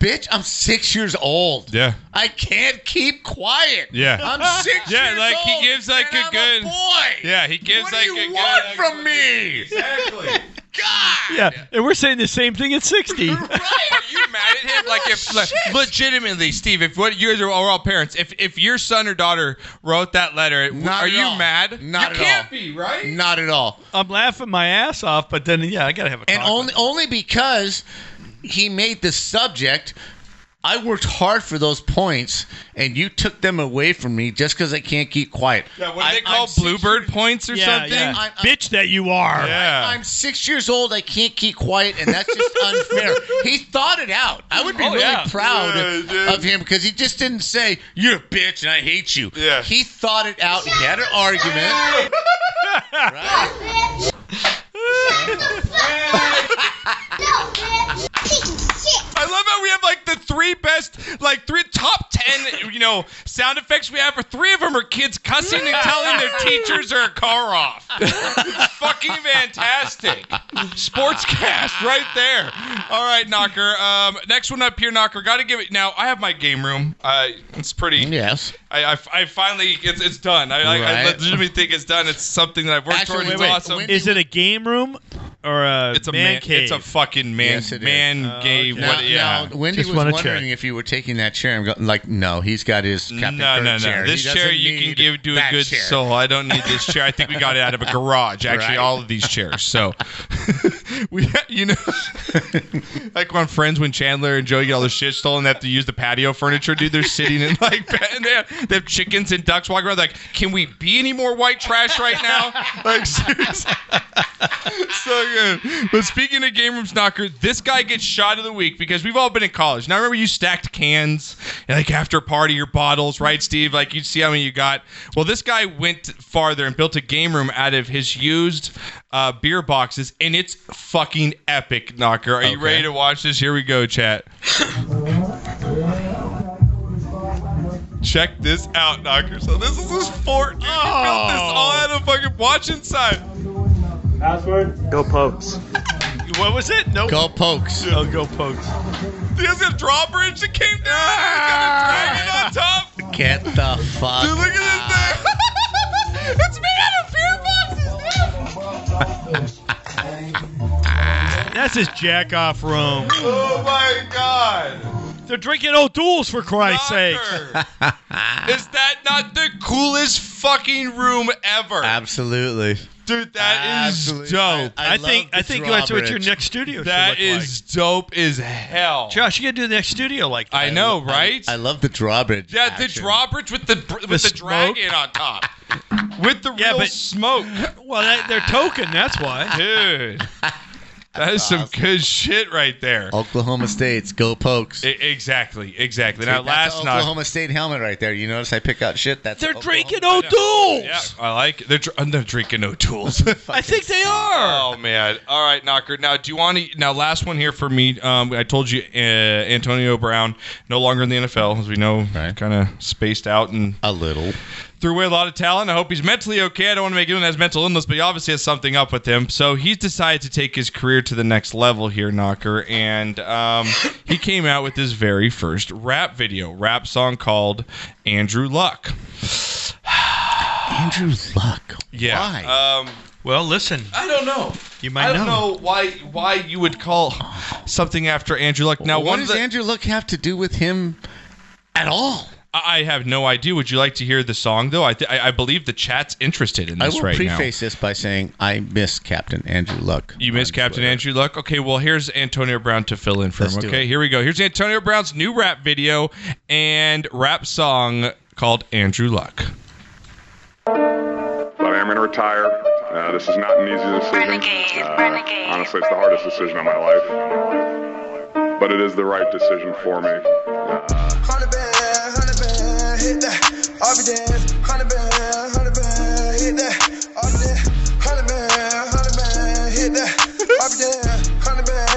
Speaker 4: Bitch, I'm six years old.
Speaker 2: Yeah.
Speaker 4: I can't keep quiet.
Speaker 2: Yeah.
Speaker 4: I'm six.
Speaker 2: <laughs> Yeah,
Speaker 4: years
Speaker 2: like he
Speaker 4: old,
Speaker 2: gives, like,
Speaker 4: and
Speaker 2: a
Speaker 4: I'm
Speaker 2: good-
Speaker 4: boy.
Speaker 2: Yeah, he gives,
Speaker 4: What
Speaker 2: like,
Speaker 4: do
Speaker 2: a
Speaker 4: you
Speaker 2: good-
Speaker 4: want from me? <laughs>
Speaker 2: Exactly.
Speaker 5: Yeah, and we're saying the same thing at 60.
Speaker 2: mad at him?
Speaker 4: Oh,
Speaker 2: Like if like, legitimately, Steve, if what you guys are all, we're all parents, if if your son or daughter wrote that letter,
Speaker 4: Not
Speaker 2: are
Speaker 4: at
Speaker 2: you
Speaker 4: all.
Speaker 2: mad?
Speaker 4: Not
Speaker 2: you
Speaker 4: at
Speaker 2: can't
Speaker 4: all.
Speaker 2: be, right?
Speaker 4: Not at all.
Speaker 5: I'm laughing my ass off, but then yeah, I gotta have a.
Speaker 4: and only only because he made the subject. I worked hard for those points, and you took them away from me just because I can't keep quiet.
Speaker 2: Yeah, what do they call Oh, bluebird points or
Speaker 4: Yeah,
Speaker 2: something?
Speaker 4: yeah. I-
Speaker 5: Bitch that you are.
Speaker 2: Yeah.
Speaker 4: I'm six years old. I can't keep quiet, and that's just uh,
Speaker 5: <laughs>
Speaker 4: unfair. he thought it out. I would be
Speaker 8: Oh,
Speaker 4: really
Speaker 8: yeah.
Speaker 4: proud
Speaker 8: Yeah, dude.
Speaker 4: of him because he just didn't say "you're a bitch" and I hate you. Yeah. He thought it out. He had an <laughs> argument.
Speaker 2: <laughs> I love how we have like the three best, like three top ten, you know, sound effects we have. For three of them are kids cussing and telling <laughs> their teachers are a car off. It's fucking fantastic. <laughs> Sportscast right there. All right, Knocker. Um, next one up here, Knocker. Got to give it. Now I have my game room. Uh, it's pretty.
Speaker 4: Yes.
Speaker 2: I, I, I finally it's, it's done. I, I, I
Speaker 5: Right.
Speaker 2: legitimately think it's done. It's something that I've worked towards. It's awesome.
Speaker 5: Is it a game room or a
Speaker 2: It's a
Speaker 5: man,
Speaker 2: man.
Speaker 5: cave? Oh,
Speaker 2: It's a fucking man.
Speaker 4: Yes, it is.
Speaker 2: man cave.
Speaker 4: Now,
Speaker 2: What, yeah.
Speaker 4: now, Wendy
Speaker 5: Just
Speaker 4: was
Speaker 5: wanna
Speaker 4: wondering if you were taking that chair. I'm go- like, no, he's got his Captain
Speaker 2: No,
Speaker 4: Kirk
Speaker 2: no, no.
Speaker 4: chair.
Speaker 2: This
Speaker 4: He doesn't
Speaker 2: chair you can
Speaker 4: need
Speaker 2: give to a
Speaker 4: that
Speaker 2: good
Speaker 4: chair.
Speaker 2: soul. I don't need this chair. I think we got it out of
Speaker 4: <laughs>
Speaker 2: a garage. Actually,
Speaker 4: Right.
Speaker 2: all of these chairs. So we, you know, like when friends when Chandler and Joey get all their shit stolen, they have to use the patio furniture. Dude, they're sitting in like <laughs> bed, and they have, they have chickens and ducks walking around. Like, can we be any more white trash right now? <laughs> Like, seriously. so good. But speaking of game rooms knocker, this guy gets shot of the week because we've all been in college. Now remember you stacked cans and like after a party your bottles, right, Steve? Like you'd see how many you got. Well, this guy went farther and built a game room out of his used uh, beer boxes, and it's fucking epic, knocker. Are you
Speaker 8: Okay.
Speaker 2: ready to watch this? Here we go, chat. Check this out, knocker. So this is his fort, dude. He built this all out of fucking watch inside.
Speaker 9: Password?
Speaker 7: Go pokes.
Speaker 9: What was it? No.
Speaker 4: Go pokes.
Speaker 9: Oh, go pokes.
Speaker 2: He has a drawbridge that came down. He's got a dragon on
Speaker 4: <laughs>
Speaker 2: top.
Speaker 4: Get the fuck.
Speaker 2: Dude, look at this thing. <laughs> it's made out of beer boxes,
Speaker 5: That's his jack off room.
Speaker 2: dude. Oh my god.
Speaker 5: They're drinking O'Doul's for Christ's sake. Ah!
Speaker 2: Is that not the coolest fucking room ever?
Speaker 4: Absolutely.
Speaker 2: Dude, that is dope.
Speaker 5: I, think I think that's what your next studio
Speaker 2: That
Speaker 5: should look
Speaker 2: is dope as hell.
Speaker 3: Josh, you gotta do the next studio like that.
Speaker 2: I know, right?
Speaker 4: I love the drawbridge.
Speaker 2: yeah, the drawbridge with the br- with the,
Speaker 5: smoke.
Speaker 2: dragon on top, with the real smoke.
Speaker 5: Well, that, they're token. That's why,
Speaker 2: dude. That is some good shit right there.
Speaker 4: Oklahoma State's go pokes.
Speaker 2: E- exactly, exactly. now
Speaker 4: See, that's
Speaker 2: last
Speaker 4: a
Speaker 2: night,
Speaker 4: Oklahoma State helmet right there. You notice I pick out shit. That's
Speaker 5: They're
Speaker 4: Oklahoma-
Speaker 5: drinking O'Doul's.
Speaker 2: yeah, I like. They're dr- they're drinking no
Speaker 4: <laughs>
Speaker 2: tools.
Speaker 5: I think they are.
Speaker 2: Oh man! All right, Knocker. Now, do you want to? Now, last one here for me. Um, I told you, uh, Antonio Brown no longer in the NFL, as we know, kind of spaced out and
Speaker 4: a little
Speaker 2: threw away a lot of talent. I hope he's mentally okay. I don't want to make him as mental illness, but he obviously has something up with him. So he's decided to take his career to the next level here, Knocker, and um, he came out with his very first rap video, rap song called "Andrew Luck."
Speaker 4: Andrew Luck.
Speaker 2: Yeah. Um,
Speaker 3: well, listen.
Speaker 2: I don't know.
Speaker 3: You
Speaker 4: might
Speaker 2: I don't
Speaker 4: know.
Speaker 2: know. why why you would call something after Andrew Luck. Now,
Speaker 4: what
Speaker 2: one of
Speaker 4: does
Speaker 2: the,
Speaker 4: Andrew Luck have to do with him at all?
Speaker 2: I I have no idea. Would you like to hear the song though? I th- I I believe the chat's interested in
Speaker 4: I
Speaker 2: this
Speaker 4: will
Speaker 2: right now.
Speaker 4: preface this by saying I miss Captain Andrew Luck.
Speaker 2: You miss Captain Andrew Luck. Okay, well here's Antonio Brown to fill in for
Speaker 4: Let's
Speaker 2: him.
Speaker 4: do
Speaker 2: Okay, here we go. Here's Antonio Brown's new rap video and rap song called Andrew Luck.
Speaker 15: But I am going to retire. Uh, this is not an easy decision. Uh, Honestly, it's the hardest decision of my life. But it is the right decision for me.
Speaker 16: Hundred band, hundred band, hit that. I'll be dancing. Hundred band, hundred band, hit that. I'll be dancing. Hundred band, hundred band, hit that. I'll be dancing. Hundred band,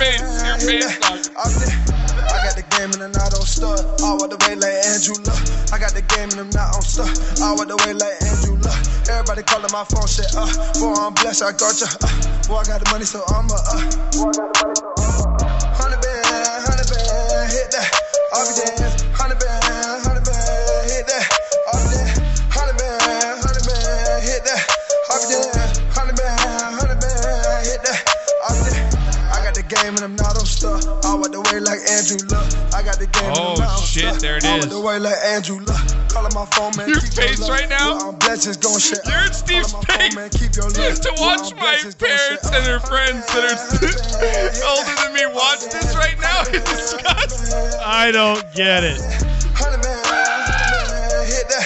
Speaker 16: hundred band, hit that. I'll be dancing. I got the game and I'm not on stud. All the way like Andrew Luck. I got the game and I'm not on stud. All the way like Andrew Luck. Everybody calling my phone, shit. Uh, boy, I'm blessed, I got ya. Uh, boy, I got the money, so I'm a. Uh, boy, I got the money, so I'm a. Hundred band, hundred band, hit that. I'll be dancing. Hundred band, hundred band, hit that. I'll be dancing. Hundred band, hundred band, hit that. I'll be dancing. Hundred band, hundred band, hit that. I'll be dancing. I got the game and I'm not on stuff. I walk the way like Andrew Luck. I got the game
Speaker 2: Oh,
Speaker 16: and I'm not on
Speaker 2: shit,
Speaker 16: stuff.
Speaker 2: there it
Speaker 16: I walk
Speaker 2: is.
Speaker 16: the way like Andrew Luck. Calling my phone man.
Speaker 2: Your
Speaker 16: keep
Speaker 2: face
Speaker 16: luck.
Speaker 2: right now?
Speaker 16: Well, I'm blessed, just going shit.
Speaker 2: You're in Steve's
Speaker 16: face. Man, keep your luck.
Speaker 2: Used to watch my parents and their friends that are older than me watch this right now. <laughs> It's disgusting.
Speaker 5: I don't get it.
Speaker 16: Hundred man, hundred man, hit that.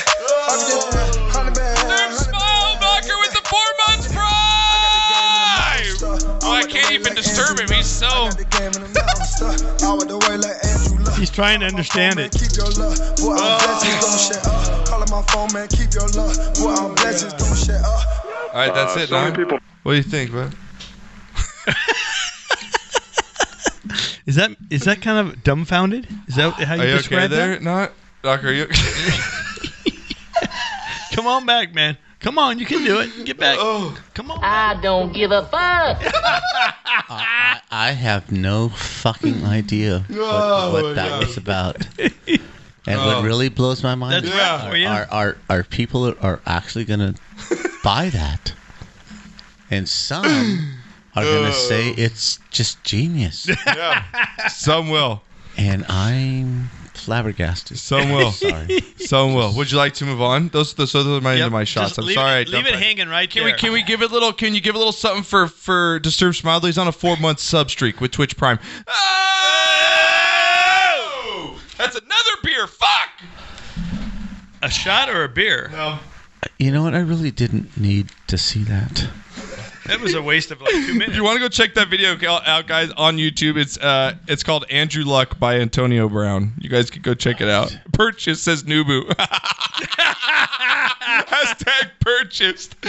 Speaker 16: I'm just hundred man.
Speaker 2: Smile, Knocker, with the four months prime. Oh, I can't even disturb him. He's so.
Speaker 16: I walk the way like Andrew Luck.
Speaker 5: He's trying to understand it.
Speaker 16: Keep your luck. Boy, I'm blessed, just don't shit up. Calling my phone man, keep your luck. Boy, I'm blessed, just don't shit up.
Speaker 2: All right, that's
Speaker 15: Uh,
Speaker 2: it.
Speaker 15: so many
Speaker 2: Knocker. What do you think, man?
Speaker 3: <laughs> Is that is that kind of dumbfounded? Is that how you
Speaker 2: Are you okay
Speaker 3: describe
Speaker 2: there?
Speaker 3: that?
Speaker 2: Not Knocker. Are you?
Speaker 3: <laughs> Come on back, man. Come on, you can do it. Get back.
Speaker 2: Oh.
Speaker 3: Come on.
Speaker 17: I don't give a fuck.
Speaker 2: <laughs>
Speaker 4: I have no fucking idea what,
Speaker 17: <laughs> Oh,
Speaker 4: what
Speaker 17: my
Speaker 4: that
Speaker 17: God.
Speaker 4: was
Speaker 5: <laughs>
Speaker 4: about. And what
Speaker 17: Oh.
Speaker 4: really blows my mind
Speaker 17: That's
Speaker 4: is
Speaker 17: right.
Speaker 5: Oh,
Speaker 4: are,
Speaker 17: Yeah.
Speaker 4: are, are, are people are- are
Speaker 17: <laughs>
Speaker 4: actually going to buy that.
Speaker 17: <clears throat>
Speaker 4: And some are going
Speaker 17: Oh.
Speaker 4: to say it's just
Speaker 17: <laughs>
Speaker 4: genius.
Speaker 2: Some will.
Speaker 4: And I'm flabbergasted.
Speaker 2: Some will.
Speaker 4: <laughs> Sorry.
Speaker 2: Some will. Would you like to move on? Those, those, those are my end of my shots. I'm
Speaker 5: leave
Speaker 2: sorry. I
Speaker 5: It, leave
Speaker 2: dumped
Speaker 5: it hanging right
Speaker 2: Can
Speaker 5: there.
Speaker 2: we can we give it a little? Can you give a little something for for Disturbed Smiley? He's on a four month sub streak with Twitch Prime. Oh, that's another beer. Fuck.
Speaker 3: A shot or a beer?
Speaker 2: No.
Speaker 4: You know what? I really didn't need to see that.
Speaker 3: That was a waste of like two minutes.
Speaker 2: If <laughs> you want to go check that video out, guys, on YouTube, it's uh, it's called Andrew Luck by Antonio Brown. You guys can go check it out. Purchase says Nubu. <laughs> <laughs> Hashtag purchased. <laughs>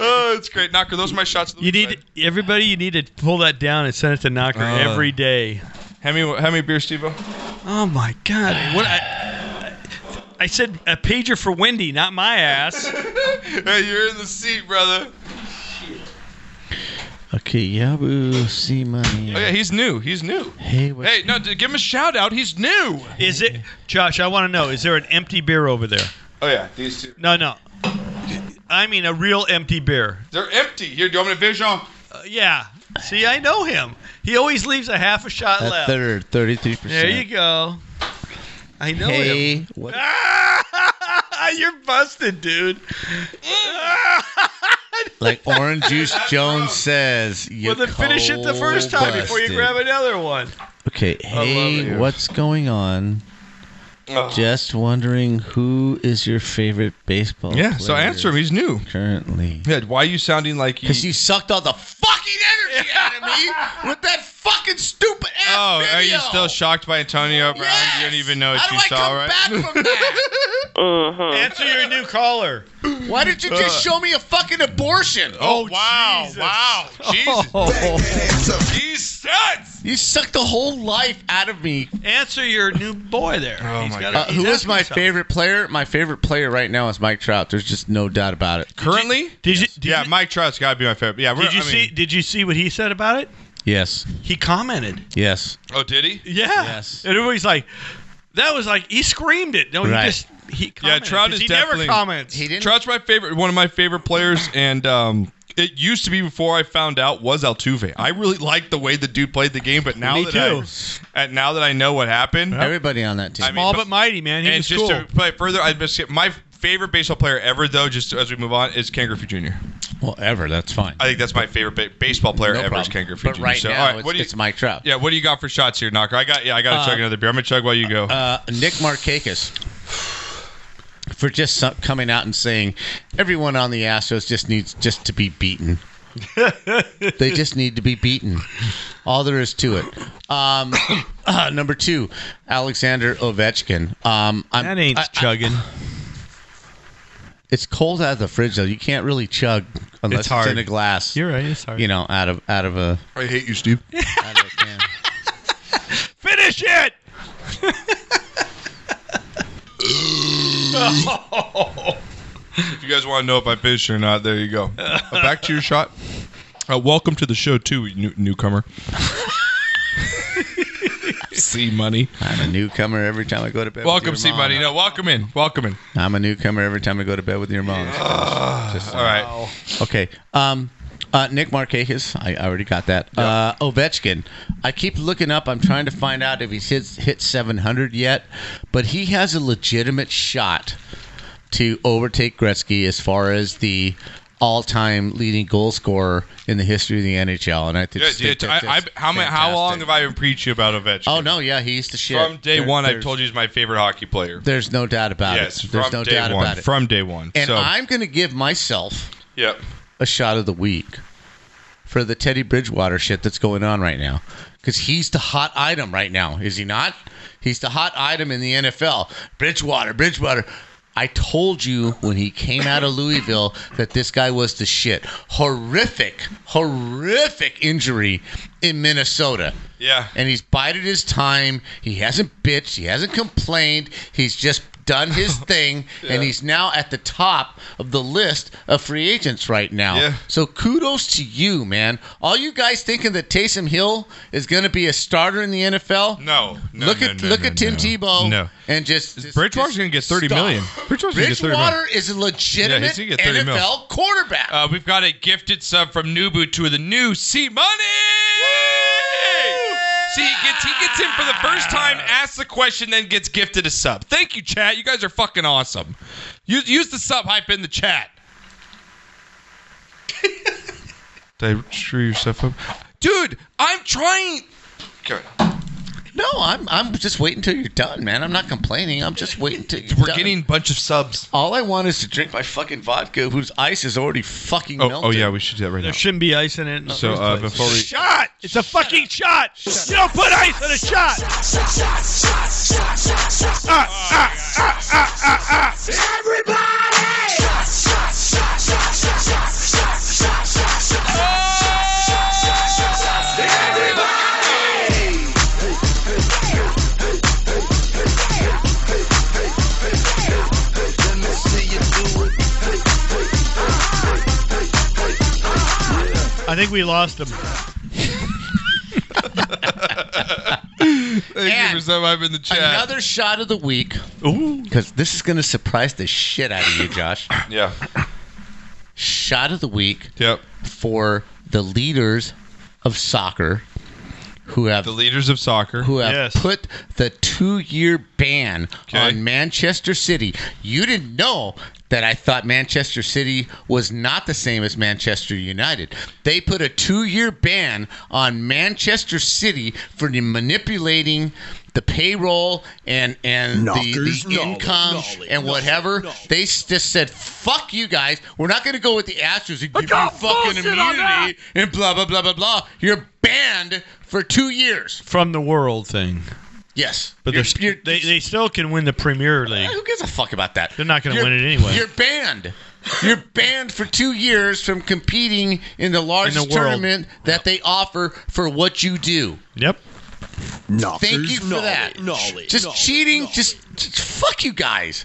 Speaker 2: oh, it's great. Knocker, those are my shots.
Speaker 5: You need everybody. You need to pull that down and send it to Knocker
Speaker 2: Uh.
Speaker 5: every day.
Speaker 2: How many? How many beers, Steve?
Speaker 5: Oh my God! What I, I said a pager for Wendy, not
Speaker 2: <laughs>
Speaker 5: my ass.
Speaker 2: Oh, hey, you're in the seat, brother.
Speaker 4: Okay, Yabu, see money.
Speaker 2: Oh yeah, he's new. He's new.
Speaker 4: Hey,
Speaker 2: Hey, no, d- give him a shout out. He's new.
Speaker 5: Is it, Josh? I want to know. Is there an empty beer over there?
Speaker 2: Oh yeah, these two.
Speaker 5: No, no. I mean a real empty beer. Uh,
Speaker 2: They're empty. Here, do you want me to vision?
Speaker 5: Yeah. See, I know him. He always leaves a half a shot
Speaker 4: That
Speaker 5: left.
Speaker 4: third, thirty-three
Speaker 5: There you
Speaker 4: percent.
Speaker 5: go. I know
Speaker 4: Hey,
Speaker 5: him.
Speaker 4: what-
Speaker 5: <laughs> You're busted, dude.
Speaker 4: Like Orange Juice
Speaker 2: <laughs>
Speaker 4: Jones says, you
Speaker 5: well, then finish it the first time before you
Speaker 4: cold-busted.
Speaker 5: grab another one.
Speaker 4: Okay, hey,
Speaker 5: it.
Speaker 4: what's going on?
Speaker 5: Ugh.
Speaker 4: Just wondering who is your favorite baseball
Speaker 2: Yeah, so
Speaker 4: player
Speaker 2: answer him. He's new.
Speaker 4: Currently.
Speaker 2: Yeah, why are you sounding like he... Because
Speaker 4: you sucked all the fucking energy out of me with that fucking stupid ass
Speaker 2: Oh,
Speaker 4: video.
Speaker 2: are you still shocked by Antonio Brown? You don't even know what you saw, right?
Speaker 5: Answer your new caller.
Speaker 4: Why did you
Speaker 2: Uh,
Speaker 4: just show me a fucking abortion?
Speaker 2: Oh, wow, wow,
Speaker 4: Jesus.
Speaker 5: Oh.
Speaker 2: <laughs> Jesus.
Speaker 4: You sucked the whole life out of me.
Speaker 5: Answer your new boy there. Oh
Speaker 4: my
Speaker 5: got
Speaker 4: Uh, who is my favorite player? My favorite player right now is Mike Trout. There's just no doubt about it.
Speaker 2: Currently?
Speaker 5: Did you?
Speaker 2: yeah, Mike Trout's got to be my favorite. Yeah,
Speaker 5: Did you see? Did you see what he said about it?
Speaker 4: Yes.
Speaker 5: He commented.
Speaker 4: Yes.
Speaker 2: Oh, did he?
Speaker 5: Yeah. Yes. And everybody's like, that was like he screamed it. No,
Speaker 2: Right.
Speaker 5: he just he
Speaker 2: Yeah,
Speaker 5: commented.
Speaker 2: Trout
Speaker 5: 'cause
Speaker 2: is
Speaker 5: he
Speaker 2: definitely
Speaker 5: never comments.
Speaker 2: Trout's my favorite, one of my
Speaker 4: <laughs>
Speaker 2: favorite players, and um, it used to be before I found out was Altuve. I really liked the way the dude played the game, but now
Speaker 5: Me
Speaker 2: that
Speaker 5: too.
Speaker 2: I, and now that I know what happened,
Speaker 4: Everybody on that team.
Speaker 2: I mean,
Speaker 5: Small
Speaker 2: but-
Speaker 5: but mighty, man. He
Speaker 2: and
Speaker 5: was
Speaker 2: just
Speaker 5: cool.
Speaker 2: to play further, I just my favorite baseball player ever, though. Just as we move on, is Ken Griffey Jr.
Speaker 4: Well, ever. That's fine.
Speaker 2: I think that's my favorite ba- baseball player
Speaker 4: No
Speaker 2: ever is
Speaker 4: problem.
Speaker 2: Ken Griffey
Speaker 4: But
Speaker 2: Jr.
Speaker 4: right
Speaker 2: so,
Speaker 4: now,
Speaker 2: all right,
Speaker 4: it's-
Speaker 2: what do you,
Speaker 4: it's Mike Trout.
Speaker 2: Yeah, what do you got for shots here, Knocker? I got, yeah, I got to
Speaker 4: Uh,
Speaker 2: chug another beer. I'm gonna chug while you go.
Speaker 4: Uh, Nick Markakis for just some, coming out and saying everyone on the Astros just needs just to be
Speaker 2: <laughs>
Speaker 4: beaten. they just need to be beaten. All there is to it. Um, <coughs> uh, number two, Alexander Ovechkin. Um, I'm, that ain't
Speaker 5: chugging.
Speaker 4: it's cold out of the fridge though. You can't really chug unless
Speaker 5: It's
Speaker 4: it's,
Speaker 5: hard.
Speaker 4: in a glass. You're
Speaker 5: right. It's hard.
Speaker 4: You know, out of out of a.
Speaker 2: I hate
Speaker 4: <laughs>
Speaker 2: you,
Speaker 5: <laughs>
Speaker 2: Steve.
Speaker 5: Finish
Speaker 2: <laughs>
Speaker 5: it.
Speaker 2: Oh. if you guys want to know if I fish or not, there you
Speaker 4: <laughs>
Speaker 2: go. Uh, back to your shot. Uh, welcome to the show too, new- newcomer. See money.
Speaker 4: I'm a newcomer every time I go to bed. with
Speaker 2: welcome,
Speaker 4: your
Speaker 2: see
Speaker 4: mom.
Speaker 2: money. No, welcome in. Welcome in.
Speaker 4: I'm a newcomer every time I go to bed with your mom. Just- uh,
Speaker 2: All right.
Speaker 4: Okay. Um, uh, Nick Markakis, I already got that. Uh, Ovechkin, I keep looking up. I'm trying to find out if he's hit, hit 700 yet, but he has a legitimate shot to overtake Gretzky as far as the all-time leading goal scorer in the history of the NHL. And I think,
Speaker 2: Yeah, dude, I, I, how, ma- how long have I been preaching about Ovechkin?
Speaker 4: oh no, yeah, he's the shit.
Speaker 2: From day
Speaker 4: There-
Speaker 2: one, I've
Speaker 4: there's-
Speaker 2: told you he's my favorite hockey player.
Speaker 4: There's no doubt about
Speaker 2: Yes,
Speaker 4: it. There's
Speaker 2: from
Speaker 4: no
Speaker 2: day
Speaker 4: doubt
Speaker 2: one.
Speaker 4: about it.
Speaker 2: From day one.
Speaker 4: And
Speaker 2: So-
Speaker 4: I'm going to give myself
Speaker 2: Yep.
Speaker 4: a shot of the week for the Teddy Bridgewater shit that's going on right now. Because he's the hot item right now, is he not? He's the hot item in the NFL. Bridgewater, Bridgewater. I told you when he came out of Louisville that this guy was the shit. Horrific, horrific injury in Minnesota.
Speaker 2: Yeah.
Speaker 4: And he's bided his time. He hasn't bitched. He hasn't complained. He's just done
Speaker 2: <laughs>
Speaker 4: his thing.
Speaker 2: Yeah.
Speaker 4: And he's now at the top of the list of free agents right now.
Speaker 2: Yeah.
Speaker 4: So kudos to you, man. All you guys thinking that Taysom Hill is going to be a starter in the NFL?
Speaker 2: No. no
Speaker 4: look
Speaker 2: no,
Speaker 4: at
Speaker 2: no,
Speaker 4: look
Speaker 2: no,
Speaker 4: at Tim
Speaker 2: no.
Speaker 4: Tebow
Speaker 2: No.
Speaker 4: and just, just
Speaker 2: Bridgewater's
Speaker 4: just
Speaker 2: going to get thirty
Speaker 4: stop.
Speaker 2: million. Bridgewater's gonna get 30 million.
Speaker 4: Bridgewater is a
Speaker 2: Yeah,
Speaker 4: legitimate
Speaker 2: he's gonna get 30
Speaker 4: NFL
Speaker 2: mil.
Speaker 4: quarterback.
Speaker 2: Uh, we've got a gifted sub from Nubu to the new C Money. See, he gets he gets in for the first time, asks the question, then gets gifted a sub. Thank you, chat. You guys are fucking awesome. Use use the sub hype in the chat. Did I screw yourself up? Dude, I'm trying.
Speaker 4: No, I'm I'm just waiting till you're done, man. I'm not complaining. I'm just waiting till you're
Speaker 2: We're
Speaker 4: done.
Speaker 2: getting a bunch of subs.
Speaker 4: All I want is to drink my fucking vodka, whose ice is already fucking
Speaker 2: Oh,
Speaker 4: melted.
Speaker 2: oh yeah, we should do that right
Speaker 5: There
Speaker 2: now.
Speaker 5: shouldn't be ice in it. in the
Speaker 2: So
Speaker 5: first
Speaker 2: uh,
Speaker 5: place.
Speaker 2: before we
Speaker 5: shot. It's a fucking shot. You don't put ice in a shot. Ah, ah, ah, ah, ah, ah. I think we lost him.
Speaker 2: Thank you for sub hype in the chat.
Speaker 4: Another shot of the week. Because this is going to surprise the shit out of you, Josh.
Speaker 2: <coughs> yeah.
Speaker 4: Shot of the week
Speaker 2: yep.
Speaker 4: for the leaders of soccer who have
Speaker 2: the leaders of soccer
Speaker 4: who have put the two-year ban on Manchester City. You didn't know that I thought Manchester City was not the same as Manchester United. They put a two-year ban on Manchester City for the manipulating the payroll and and the,
Speaker 8: Knockers,
Speaker 4: the
Speaker 8: knowledge,
Speaker 4: income
Speaker 8: knowledge,
Speaker 4: and whatever. They s- just said, "Fuck you guys. We're not going to go with the Astros and give you fucking
Speaker 8: bullshit on
Speaker 4: immunity and blah blah blah blah blah. You're banned for two years."
Speaker 5: from the world thing.
Speaker 4: Yes,
Speaker 5: but they're, st- they they still can win the Premier League. Who
Speaker 4: gives a fuck about that?
Speaker 5: They're not going to
Speaker 4: You're-
Speaker 5: win it anyway.
Speaker 4: You're banned. You're banned for two years from competing in the largest
Speaker 5: world.
Speaker 4: tournament that they offer for what you do.
Speaker 5: Yep.
Speaker 4: No. Thank you for that.
Speaker 8: knowledge,
Speaker 4: just
Speaker 8: knowledge,
Speaker 4: cheating. Just, just fuck you guys.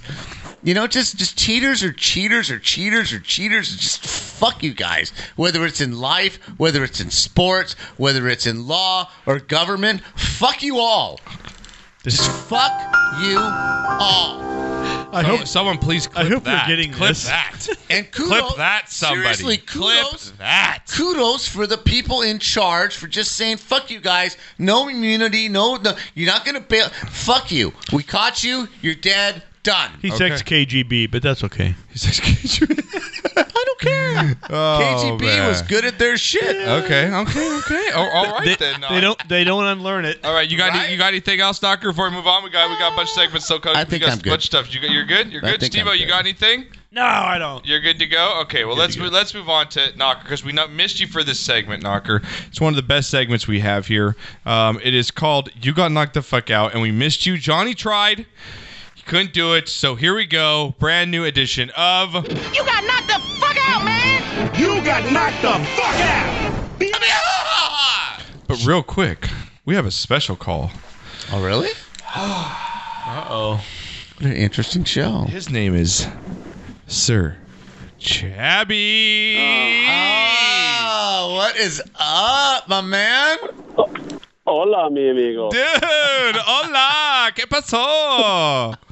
Speaker 4: You know, just just cheaters or cheaters or cheaters or cheaters. Just fuck you guys. Whether it's in life, whether it's in sports, whether it's in law or government, fuck you all. Just fuck you all.
Speaker 2: I hope someone please clip that.
Speaker 4: <laughs>
Speaker 2: clip that.
Speaker 4: And kudos,
Speaker 2: clip that somebody.
Speaker 4: Seriously, kudos,
Speaker 2: clip that.
Speaker 4: Kudos for the people in charge for just saying fuck you guys. No immunity. No, no you're not gonna bail. Fuck you. We caught you. You're dead. Done.
Speaker 5: He's ex KGB, but that's okay.
Speaker 2: He's ex
Speaker 5: <laughs>
Speaker 2: KGB.
Speaker 4: KGB was good at their shit.
Speaker 2: Oh, Okay, okay, okay. Oh, all right
Speaker 5: they,
Speaker 2: then.
Speaker 5: They don't they don't unlearn it.
Speaker 2: All right, you got you got anything else, Doctor? Before we move on, we got we got a bunch of segments. So
Speaker 5: I
Speaker 2: we
Speaker 5: think
Speaker 2: got
Speaker 5: I'm
Speaker 2: a
Speaker 5: good.
Speaker 2: bunch of stuff. You got you're good. You're
Speaker 5: I
Speaker 2: good.
Speaker 5: think
Speaker 2: Stevo,
Speaker 5: I'm
Speaker 2: you got anything?
Speaker 5: No, I don't.
Speaker 2: You're good to go. Okay, well let's move, let's move on to Knocker because we not, missed you for this segment, <sighs> Knocker. It's one of the best segments we have here. Um, it is called "You Got Knocked the Fuck Out" and we missed you. Johnny tried, he couldn't do it. So here we go, brand new edition of
Speaker 8: You got knocked the fuck out, man! You got knocked the fuck out!
Speaker 2: But real quick, we have a special call.
Speaker 4: Oh, really?
Speaker 2: uh oh.
Speaker 4: What an interesting show.
Speaker 2: His name is Sir Chabby.
Speaker 4: Oh, what is up, my man?
Speaker 18: Hola, mi amigo.
Speaker 2: Dude, hola, ¿qué pasó?
Speaker 18: <laughs>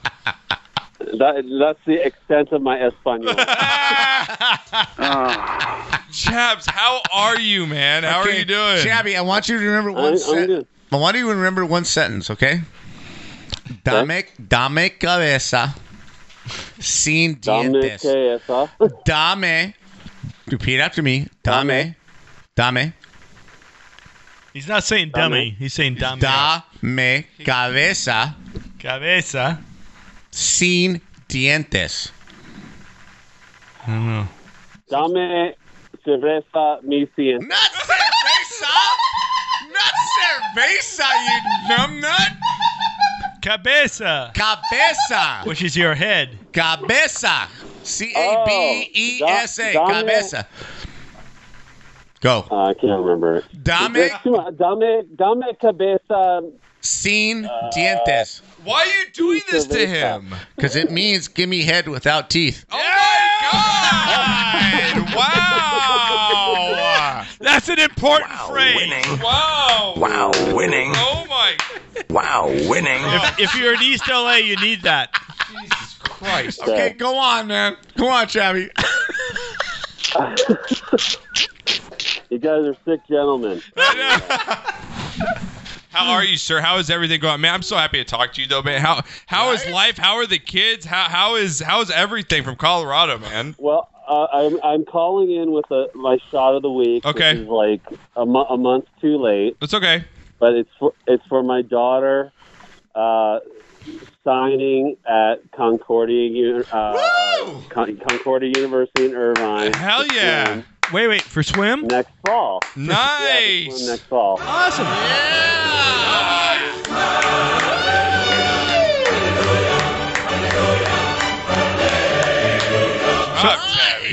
Speaker 18: That, that's the extent of my
Speaker 2: <laughs>
Speaker 18: Espanol. Ah,
Speaker 2: Chabs, how are you, man? How are
Speaker 4: Okay,
Speaker 2: you doing?
Speaker 4: Shabby, I want you to remember one sentence. I want you to remember one sentence, okay? Dame, dame cabeza sin
Speaker 18: dame ah?
Speaker 4: dientes.
Speaker 18: que esa.
Speaker 4: Dame. Repeat after me. Dame. Dame.
Speaker 5: He's not saying dummy. He's saying dummy.
Speaker 4: Dame cabeza
Speaker 5: Cabeza.
Speaker 4: sin dientes.
Speaker 5: I don't know.
Speaker 18: Dame cerveza mi cien.
Speaker 4: Cerveza? Not cerveza, you numbnut.
Speaker 5: Cabeza.
Speaker 4: Cabeza.
Speaker 5: Which is your head.
Speaker 4: Cabeza. C A B E S A. Cabeza. Go.
Speaker 18: Oh, Uh, I can't remember it.
Speaker 4: Dame.
Speaker 18: Dame, dame cabeza. ah,
Speaker 4: Sin dientes.
Speaker 2: Why are you doing this to him?
Speaker 4: Because it means give me head without teeth.
Speaker 2: Wow.
Speaker 5: That's an important phrase.
Speaker 2: Wow.
Speaker 5: Wow, winning.
Speaker 2: Oh my
Speaker 5: Wow,
Speaker 8: winning.
Speaker 5: If, if you're in East LA, you need that.
Speaker 2: Christ.
Speaker 4: Okay, go on, man. Go on, Chabby.
Speaker 18: <laughs> You guys are sick gentlemen.
Speaker 2: How are you, sir? How is everything going? Man, I'm so happy to talk to you though, man. How how is life? How are the kids? How how is how is everything from Colorado, man?
Speaker 18: Well, uh, I'm I'm calling in with a, my shot of the week.
Speaker 2: Okay.
Speaker 18: which is like a, mo- a month too late.
Speaker 2: It's okay.
Speaker 18: But it's for it's for my daughter uh, signing at Concordia Uni- uh, Con- Concordia University in Irvine.
Speaker 2: Hell yeah!
Speaker 5: Wait, wait, for swim?
Speaker 18: Next fall. <laughs>
Speaker 2: Nice.
Speaker 18: Yeah, for swim next fall.
Speaker 5: Awesome.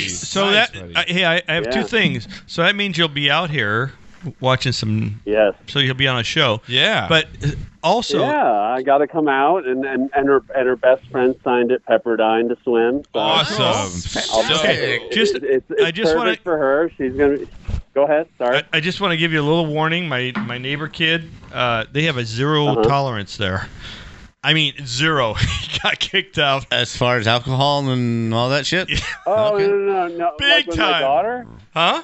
Speaker 5: So that I, hey, I, I have
Speaker 18: Yeah.
Speaker 5: two things. So that means you'll be out here watching some.
Speaker 18: Yes.
Speaker 5: So you'll be on a show.
Speaker 2: Yeah.
Speaker 5: But uh, also,
Speaker 18: yeah, I got to come out, and and and her, and her best friend signed at Pepperdine to swim. So
Speaker 5: Awesome.
Speaker 18: I'll-
Speaker 5: Okay. Just-
Speaker 18: it's, it's
Speaker 5: I just wanna-
Speaker 18: perfect for her. She's gonna go ahead. Sorry.
Speaker 5: uh, I just want to give you a little warning. My my neighbor kid, uh, they have a 0
Speaker 18: Uh-huh.
Speaker 5: tolerance there. I mean zero. <laughs> he got kicked out.
Speaker 4: As far as alcohol and all that shit?
Speaker 5: <laughs>
Speaker 18: Oh no no no! no. like
Speaker 5: Big
Speaker 18: with My
Speaker 5: time.
Speaker 18: daughter?
Speaker 5: Huh?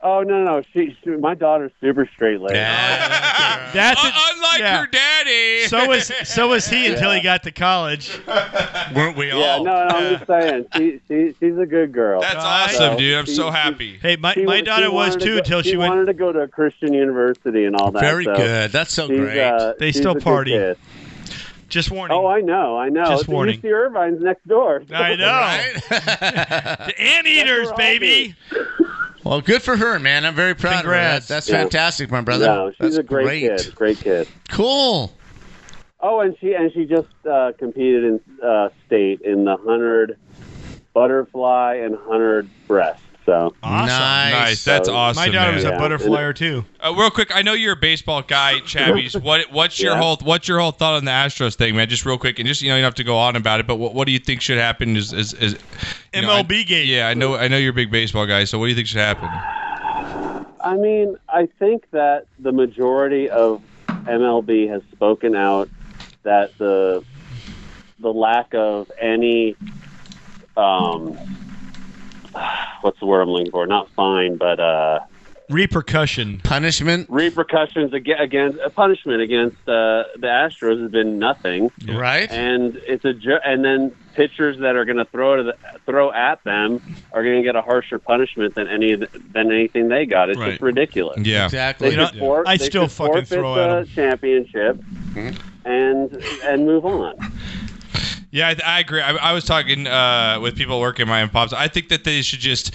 Speaker 18: Oh no no! She, she my daughter's super straight laced.
Speaker 3: That's
Speaker 2: Uh, unlike
Speaker 3: yeah.
Speaker 2: your daddy.
Speaker 3: So was so was he until he got to college.
Speaker 2: Weren't we
Speaker 18: Yeah, no, no, I'm just saying. She, she, she's a good girl.
Speaker 2: That's awesome, dude. I'm so happy.
Speaker 3: Hey, my,
Speaker 18: She
Speaker 3: my
Speaker 18: wa-
Speaker 3: daughter
Speaker 18: she
Speaker 3: was
Speaker 18: wanted to
Speaker 3: too
Speaker 18: go-
Speaker 3: until she, went.
Speaker 18: wanted to go to a Christian university and all that.
Speaker 4: Very
Speaker 18: so
Speaker 4: good. That's so
Speaker 18: she's,
Speaker 4: great.
Speaker 18: uh,
Speaker 4: They
Speaker 18: she's
Speaker 4: still
Speaker 18: a good
Speaker 4: party.
Speaker 18: kid.
Speaker 3: Just warning.
Speaker 18: Oh, I know, I know.
Speaker 3: Just
Speaker 18: It's
Speaker 3: warning.
Speaker 18: UC Irvine's next door.
Speaker 3: <laughs> I know. <laughs> the anteaters, baby.
Speaker 4: Well, good for her, man. I'm very proud
Speaker 18: Congrats.
Speaker 4: of her. That's
Speaker 18: Yeah.
Speaker 4: fantastic, my brother.
Speaker 18: No, she's
Speaker 4: That's
Speaker 18: a great, kid. Great kid.
Speaker 4: Cool.
Speaker 18: Oh, and she and she just uh, competed in uh, state in the hundred butterfly and hundred breast. So
Speaker 3: Awesome.
Speaker 2: Nice. That's awesome.
Speaker 3: My daughter was a
Speaker 2: man.
Speaker 3: butterflyer too.
Speaker 2: Uh, real quick, I know you're a baseball guy,
Speaker 5: <laughs>
Speaker 2: Chabbies. What what's your
Speaker 3: Yeah.
Speaker 2: whole what's your whole thought on the Astros thing, man? Just real quick, and just you know you don't have to go on about it, but what, what do you think should happen? Is is, is you know, I-
Speaker 3: MLB game?
Speaker 2: Yeah, I know I know you're a big baseball guy, so what do you think should happen?
Speaker 18: I mean, I think that the majority of MLB has spoken out that the the lack of any um, <sighs> what's the word I'm looking for? Not fine, but uh,
Speaker 3: Repercussion.
Speaker 4: Punishment.
Speaker 18: repercussions aga- against uh, punishment against uh, the Astros has been nothing,
Speaker 4: right?
Speaker 18: And it's a ju- and then pitchers that are going to throw to the, throw at them are going to get a harsher punishment than any of the, than anything they got. It's just ridiculous.
Speaker 2: Yeah.
Speaker 18: They
Speaker 3: You know,
Speaker 18: should for-
Speaker 3: I
Speaker 18: they
Speaker 3: still
Speaker 18: should
Speaker 3: fucking
Speaker 18: forfeit
Speaker 3: throw
Speaker 18: the
Speaker 3: at him.
Speaker 18: championship and and move on.
Speaker 2: Yeah, I, I agree. I, I was talking uh, with people working my own pops. I think that they should just.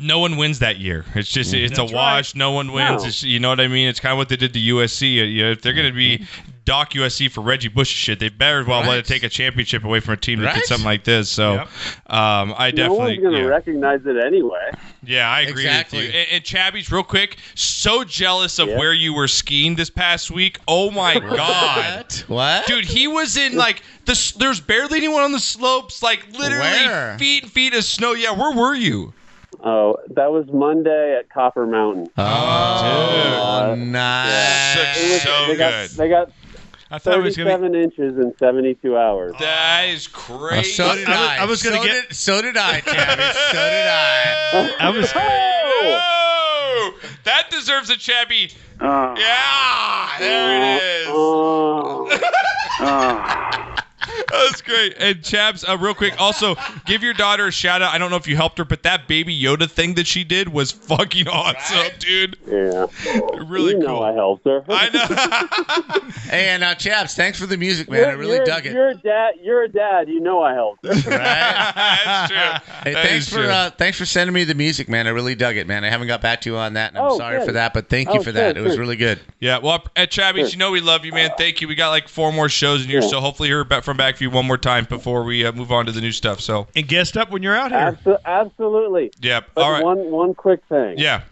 Speaker 2: No one wins that year. It's just it's
Speaker 3: That's
Speaker 2: a wash. No one wins.
Speaker 3: No.
Speaker 2: It's, you know what I mean? It's kind of what they did to USC. Uh, You know, if they're going to be dock USC for Reggie Bush shit, they better well let
Speaker 18: Right.
Speaker 2: it take a championship away from a team that
Speaker 18: Right.
Speaker 2: did something like this. So, um, I
Speaker 18: no
Speaker 2: definitely
Speaker 18: one's going to
Speaker 2: yeah.
Speaker 18: recognize it anyway.
Speaker 2: Yeah, I agree
Speaker 18: Exactly.
Speaker 2: with you. And, and Chabby's real quick, so jealous of where you were skiing this past week. Oh <laughs> my god.
Speaker 4: What?
Speaker 2: Dude, he was in like the s- there's barely anyone on the slopes, like literally
Speaker 18: Where?
Speaker 2: feet and feet of snow. Yeah, where were you?
Speaker 18: Oh, that was Monday at Copper Mountain. Oh,
Speaker 2: Oh,
Speaker 4: nice.
Speaker 2: so
Speaker 18: they Got,
Speaker 2: good.
Speaker 18: they got
Speaker 3: I
Speaker 18: thought it was gonna be... inches in 72 hours.
Speaker 2: That is crazy.
Speaker 4: so did I.
Speaker 18: I was gonna
Speaker 4: so
Speaker 18: get-
Speaker 4: Did, so did I, Tabby. so did I.
Speaker 3: I was.
Speaker 2: Oh, that deserves a Chabby. yeah, there it is. <laughs> That's great. And Chabs, uh, real quick, also give your daughter a shout out. I don't know if you helped her, but that baby Yoda thing that she did was fucking awesome, dude.
Speaker 18: Yeah. <laughs>
Speaker 2: Really
Speaker 18: you
Speaker 2: cool.
Speaker 18: know I helped her.
Speaker 2: I know.
Speaker 4: <laughs> Hey, and uh, Chaps, thanks for the music, man. I really
Speaker 18: you're,
Speaker 4: dug it.
Speaker 18: You're a dad. You're a dad. You know I helped her.
Speaker 2: That's true.
Speaker 4: Hey,
Speaker 2: That
Speaker 4: thanks
Speaker 2: is
Speaker 4: for
Speaker 2: true.
Speaker 4: uh, thanks for sending me the music, man. I really dug it, man. I haven't got back to you on that, and I'm
Speaker 2: Oh,
Speaker 4: sorry
Speaker 2: good.
Speaker 4: for that, but thank you
Speaker 2: Oh,
Speaker 4: for that.
Speaker 2: sure,
Speaker 4: It was
Speaker 2: sure.
Speaker 4: really good.
Speaker 2: Yeah, well, at Chabby, you know we love you, man. Thank you. We got like four more shows in here, so hopefully you're back from Backview one more time before we uh, move on to the new stuff. So,
Speaker 3: And guessed up when you're out here.
Speaker 18: Abso- absolutely.
Speaker 2: yep.
Speaker 18: But
Speaker 2: All right.
Speaker 18: one one quick thing.
Speaker 2: Yeah.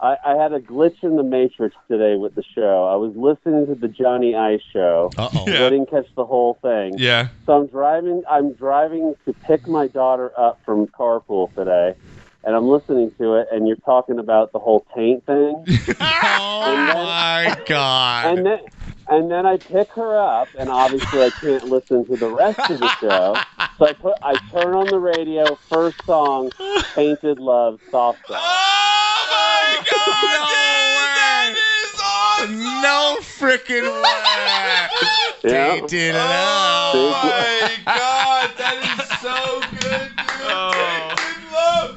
Speaker 18: I, I had a glitch in the matrix today with the show. I was listening to the Johnny Ice show.
Speaker 4: Uh-oh.
Speaker 18: I didn't catch the whole thing.
Speaker 2: Yeah.
Speaker 18: So I'm driving. I'm driving to pick my daughter up from carpool today, and I'm listening to it. And you're talking about the whole taint thing.
Speaker 4: oh my god.
Speaker 18: And then, and then I pick her up, and obviously I can't listen to the rest of the show. So I put, I turn on the radio. First song, Painted Love, soft song.
Speaker 4: No freaking way.
Speaker 18: Yeah.
Speaker 4: Tainted love.
Speaker 2: my God, that is
Speaker 1: <laughs>
Speaker 2: so good, dude. Tainted love.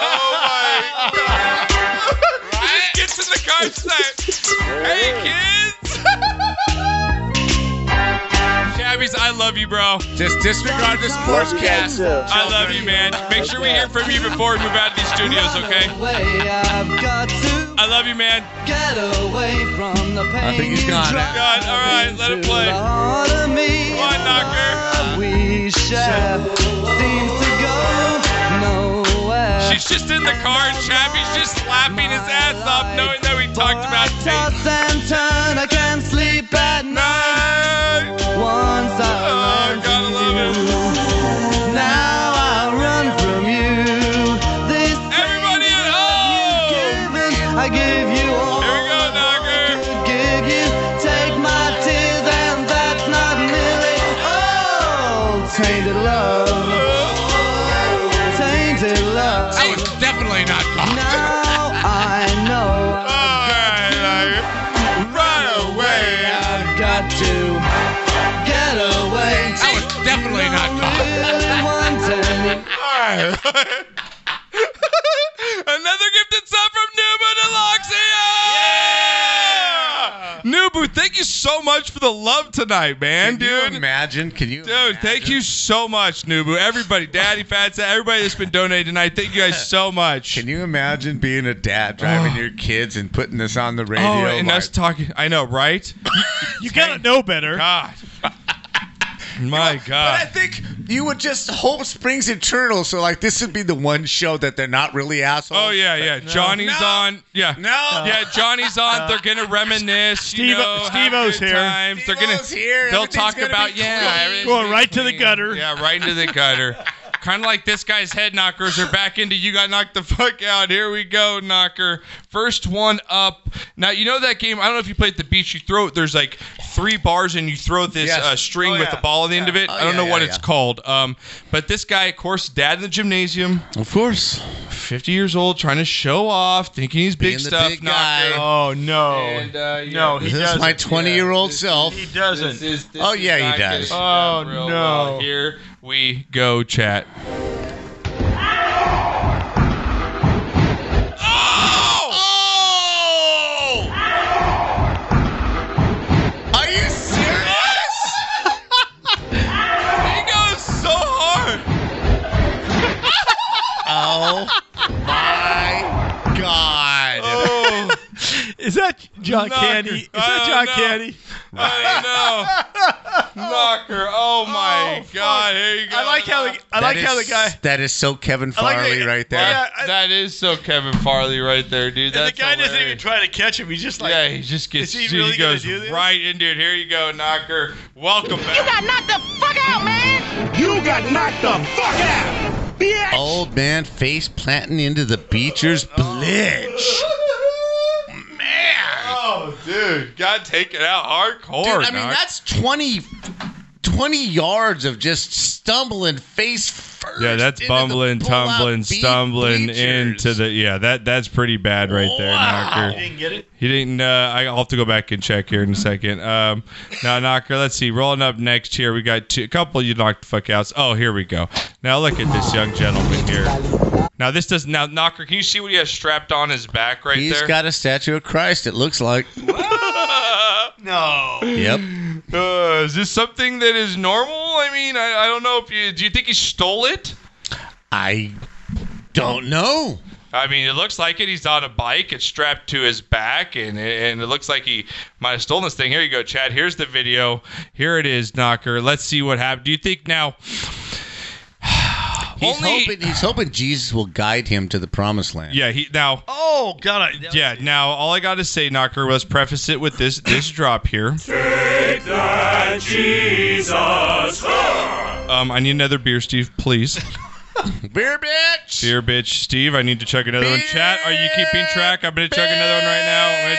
Speaker 2: Oh my God. <laughs> Just gets in the car and starts, Hey, kids. Chabbies, I love you, bro.
Speaker 4: Just disregard the sportscast.
Speaker 2: I love you, man. Make sure we hear from you before we move out of these studios, okay? I love you, man.
Speaker 1: Get away from the pain.
Speaker 4: I think he's gone.
Speaker 1: God, all right, let it play. One knocker. We shall seem to go nowhere.
Speaker 2: She's just in the car, and Chabby's just slapping his ass up, knowing that we talked about
Speaker 1: Toss and turn, I can't sleep at night. Once I learned to you, now I run from you. This everybody at home. Given, I give you all. Here we go, Knocker. Give you, take my tears, and that's not nearly all. Tainted love. Tainted love.
Speaker 4: I was definitely not
Speaker 1: Now I know.
Speaker 2: All right, fire. Another gifted sub from Nubu Deluxia! Nubu, thank you so much for the love tonight, man, dude.
Speaker 4: Can you imagine? Can you?
Speaker 2: Dude, thank you so much, Nubu. Everybody, Daddy Fatsa, everybody that's been donating tonight, thank you
Speaker 4: <laughs>
Speaker 2: guys so much.
Speaker 4: Can you imagine being a dad driving your kids and putting this on the radio?
Speaker 2: oh, and us talking. I know,
Speaker 4: <laughs>
Speaker 2: right? you gotta know better. God. <clears throat> My
Speaker 4: But I
Speaker 2: God.
Speaker 4: think you would just hope springs eternal. So like this would be the one show that they're not really assholes.
Speaker 2: Oh yeah, yeah. Johnny's
Speaker 4: No.
Speaker 2: on. Yeah.
Speaker 4: No.
Speaker 2: Yeah, Johnny's on.
Speaker 4: No.
Speaker 2: They're gonna reminisce. you
Speaker 4: Steve-
Speaker 2: know, have
Speaker 4: Steve-O's
Speaker 2: good
Speaker 4: here.
Speaker 2: Times. They're gonna.
Speaker 4: Steve-O's here.
Speaker 2: They'll
Speaker 4: Everything's
Speaker 2: talk
Speaker 4: gonna be
Speaker 2: about yeah.
Speaker 4: clean.
Speaker 2: everything's
Speaker 4: Going
Speaker 2: gonna
Speaker 4: right
Speaker 2: be
Speaker 4: to the
Speaker 2: clean.
Speaker 4: gutter.
Speaker 2: Yeah, right into the
Speaker 4: <laughs>
Speaker 2: gutter. Kind of like this guy's head knockers are back into you got knocked the fuck out. Here we go, knocker. First one up. Now you know that game. I don't know if you played at the beach. You throw there's like three bars and you throw this
Speaker 4: Yes.
Speaker 2: uh, string
Speaker 4: Oh,
Speaker 2: with
Speaker 4: yeah.
Speaker 2: a ball at the end of it.
Speaker 4: Oh,
Speaker 2: I don't
Speaker 4: yeah,
Speaker 2: know what
Speaker 4: yeah,
Speaker 2: it's
Speaker 4: yeah.
Speaker 2: called. Um, but this guy, of course, dad in the gymnasium.
Speaker 4: Of course.
Speaker 2: 50 years old, trying to show off, thinking he's big
Speaker 4: Being the
Speaker 2: stuff.
Speaker 4: big
Speaker 2: knocker.
Speaker 4: guy.
Speaker 2: Oh, no.
Speaker 4: And,
Speaker 2: uh,
Speaker 4: No, he This is doesn't. my 20-year-old self.
Speaker 2: He
Speaker 4: doesn't. Oh, yeah, he does.
Speaker 2: Oh,
Speaker 4: Oh,
Speaker 2: no.
Speaker 4: no.
Speaker 2: Here we go, chat. Oh.
Speaker 4: Are you serious?
Speaker 2: <laughs> he goes so hard.
Speaker 4: oh my god.
Speaker 3: <laughs>
Speaker 2: Oh.
Speaker 9: Is that John
Speaker 2: Knocker.
Speaker 9: Candy? Is
Speaker 2: I
Speaker 5: Uh,
Speaker 9: that
Speaker 2: don't
Speaker 9: John
Speaker 2: know.
Speaker 9: Candy?
Speaker 2: <laughs> I know. Knocker. Oh, my God. Here you go. I like how the,
Speaker 9: I like
Speaker 4: That
Speaker 9: how the
Speaker 4: is-
Speaker 9: guy.
Speaker 4: That is so Kevin
Speaker 9: I like
Speaker 4: Farley right there.
Speaker 2: that is so Kevin Farley right there, dude.
Speaker 3: And
Speaker 2: That's
Speaker 3: the guy doesn't even
Speaker 2: hilarious.
Speaker 3: try to catch him. He's just like,
Speaker 2: yeah, he just gets.
Speaker 3: Is he
Speaker 2: dude,
Speaker 3: really
Speaker 2: he
Speaker 3: gonna
Speaker 2: goes
Speaker 3: do this?
Speaker 2: right into it. Here you go, Knocker. Welcome back.
Speaker 8: You got knocked the fuck out, man. You got knocked the fuck out, bitch.
Speaker 4: Old man face planting into the beacher's blitz.
Speaker 2: Oh, dude, got taken out hardcore.
Speaker 4: Dude, I mean,
Speaker 2: Knock.
Speaker 4: that's 20, 20 yards of just stumbling face first.
Speaker 2: yeah, that's
Speaker 4: into the
Speaker 2: bumbling,
Speaker 4: pull-out
Speaker 2: tumbling,
Speaker 4: beat
Speaker 2: stumbling
Speaker 4: bleachers.
Speaker 2: into the yeah. That that's pretty bad right there, Knocker.
Speaker 3: didn't get it?
Speaker 2: He didn't. Uh, I- I'll have to go back and check here in a
Speaker 4: Mm-hmm.
Speaker 2: second. Um, now, Knocker, let's see. Rolling up next here, we got two, a couple you knocked the fuck outs. Oh, here we go. Now look at this young gentleman here. Now this does now Knocker. Can you see what he has strapped on his back right
Speaker 4: He's
Speaker 2: there?
Speaker 4: got
Speaker 2: <laughs>
Speaker 4: a statue of Christ, it looks like.
Speaker 3: no.
Speaker 4: yep.
Speaker 2: Uh, is this something that is normal? I mean, I, I don't know if you do you think he stole it?
Speaker 4: I don't know.
Speaker 2: I mean, it looks like it. He's on a bike. It's strapped to his back, and and it looks like he might have stolen this thing. Here you go, Chad. Here's the video. Here it is, Knocker. Let's see what happened. Do you think now?
Speaker 4: He's hoping he's hoping Jesus will guide him to the promised land.
Speaker 2: Yeah, he now.
Speaker 3: Oh God! I,
Speaker 2: Yeah, now all I gotta say, Knocker, was preface it with this this drop here.
Speaker 8: Take that Jesus.
Speaker 1: Oh,
Speaker 2: Um, I need another beer, Steve,
Speaker 3: <laughs>
Speaker 2: please.
Speaker 4: Beer bitch.
Speaker 2: Beer bitch, Steve. I need to check another one. Chat, are you keeping track? I'm gonna check another one right now. I'm gonna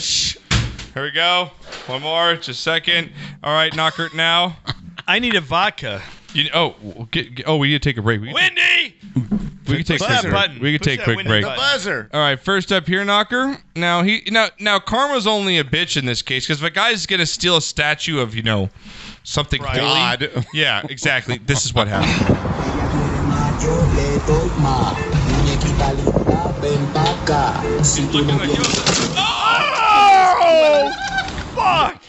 Speaker 2: check another one. Here we go. One more. Just a second. All right, knocker it now. I need a vodka. You, oh, we'll get, get- oh, we need to take a break. We can,
Speaker 3: Wendy.
Speaker 2: we can take a
Speaker 3: Push
Speaker 2: quick
Speaker 3: that
Speaker 2: break.
Speaker 3: button.
Speaker 2: We can
Speaker 3: Push
Speaker 2: take a
Speaker 3: that
Speaker 2: quick
Speaker 3: window
Speaker 2: break.
Speaker 3: button.
Speaker 4: buzzer.
Speaker 2: All right, first up here, knocker. Now he now now karma's only a bitch in this case because if a guy's gonna steal a statue of you know something holy,
Speaker 4: God.
Speaker 2: <laughs> yeah, exactly. this is what happened.
Speaker 3: Oh! Fuck!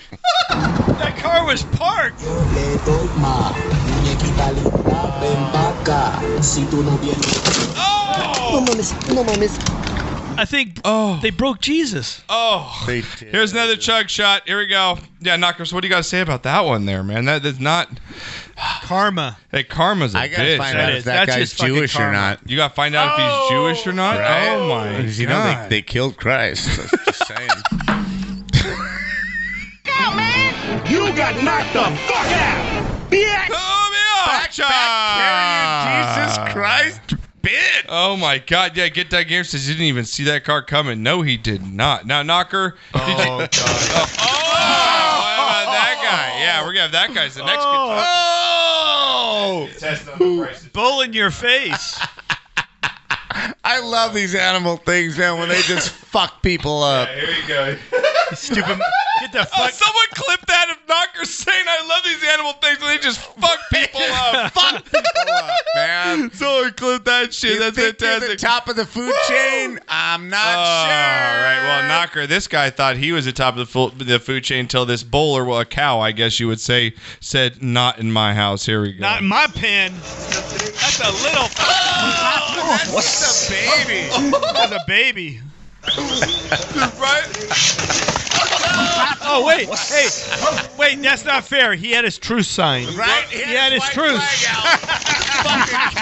Speaker 3: that car was parked.
Speaker 8: No mames, no mames.
Speaker 5: I think oh. they broke Jesus.
Speaker 2: Oh, here's another chug shot. Here we go. Yeah, knockers. What do you got to say about that one there, man? That is not
Speaker 5: <sighs> karma.
Speaker 2: Hey, karma's a
Speaker 4: I gotta
Speaker 2: bitch.
Speaker 4: find out if that guy's Jewish or not.
Speaker 2: You got to find out if he's Jewish or not.
Speaker 4: Right?
Speaker 2: Oh my
Speaker 4: Because, You know,
Speaker 2: god.
Speaker 4: they, they killed Christ.
Speaker 2: <laughs>
Speaker 4: Just saying.
Speaker 8: You got knocked the fuck out, bitch.
Speaker 2: Back,
Speaker 8: back,
Speaker 2: Jesus
Speaker 4: Christ, bitch.
Speaker 2: Ah. Oh my god. Yeah, get that gear says you didn't even see that car coming. No, he did not. Now, knocker. Did you, oh, god. <laughs> Oh, how about that guy. Yeah, we're gonna have that guy's the next.
Speaker 4: Oh!
Speaker 5: Bull in your face.
Speaker 4: <laughs> I love these animal things, man, when they
Speaker 5: <laughs>
Speaker 4: just fuck people up.
Speaker 2: Here you go.
Speaker 5: Stupid. Get the
Speaker 2: fuck. Oh, someone clip that of Knocker saying, "I love these animal things," and they just fuck people up.
Speaker 4: <laughs> fuck people up, man.
Speaker 2: So that shit. That's fantastic.
Speaker 4: the top of the food chain? I'm not
Speaker 2: Oh, All right. Well, Knocker, this guy thought he was the top of the, fu- the food chain until this bowler, well, a cow, I guess you would say, said, "Not in my house." Here we go.
Speaker 3: Uh,
Speaker 5: Not in my pen. That's a little.
Speaker 3: Oh.
Speaker 5: that's
Speaker 4: just a baby.
Speaker 5: that's a baby. Oh wait, hey, wait, that's not fair. He had his truth sign.
Speaker 4: Right?
Speaker 5: He had his truth.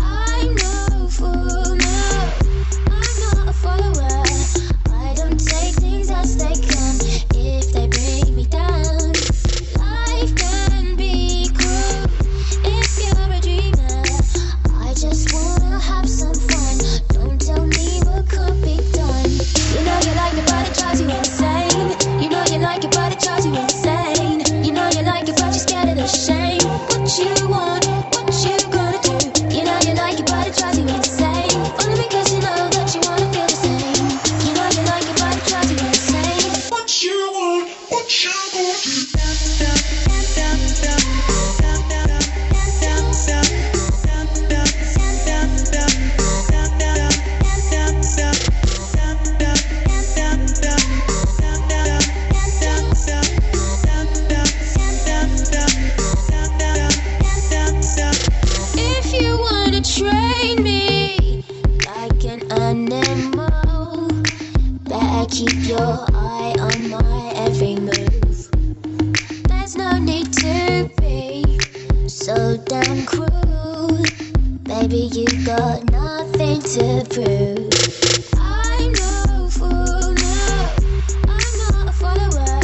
Speaker 8: I'm no fool, no. I'm not a follower. I don't take things as they come if they bring me down. Life can be cruel if you're a dreamer. I just wanna have some fun. Don't tell me what could be done. You know you like it, but it drives you insane. You know you like it, but it drives you insane. You know you like it, but you're scared of the shame. What you want, what you gonna do? You know you like it, but it drives you insane. Only because you know that you wanna feel the same. You know you like it, but it drives you insane. What you want, what you gonna do? If you wanna train me like an animal, better keep your eye on my every move. There's no need to be so damn cruel. Baby, you got nothing to prove. I'm no fool, no. I'm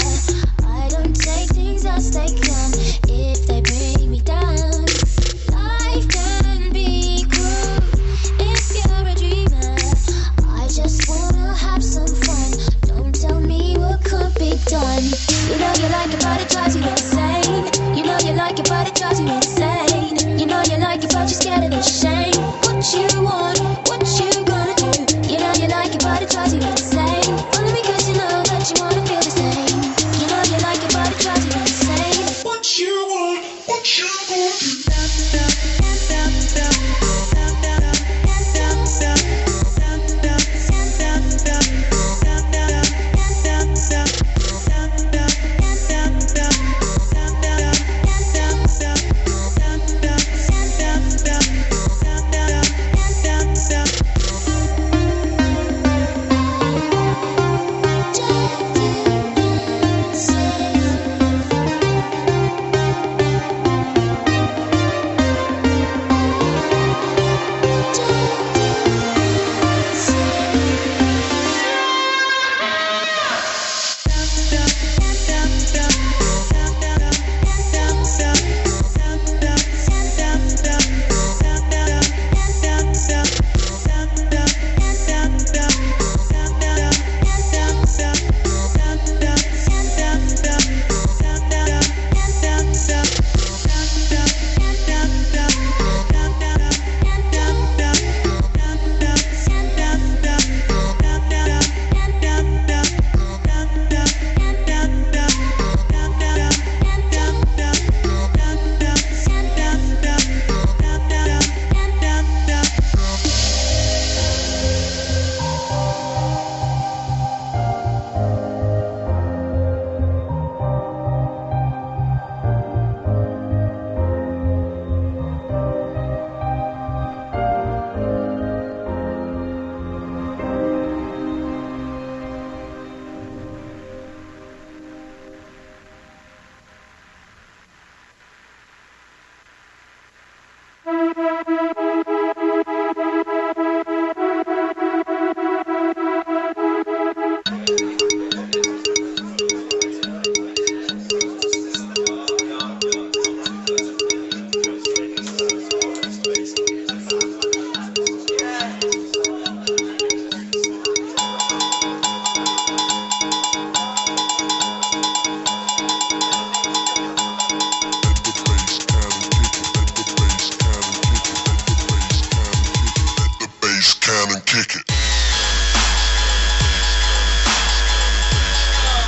Speaker 19: Kick it.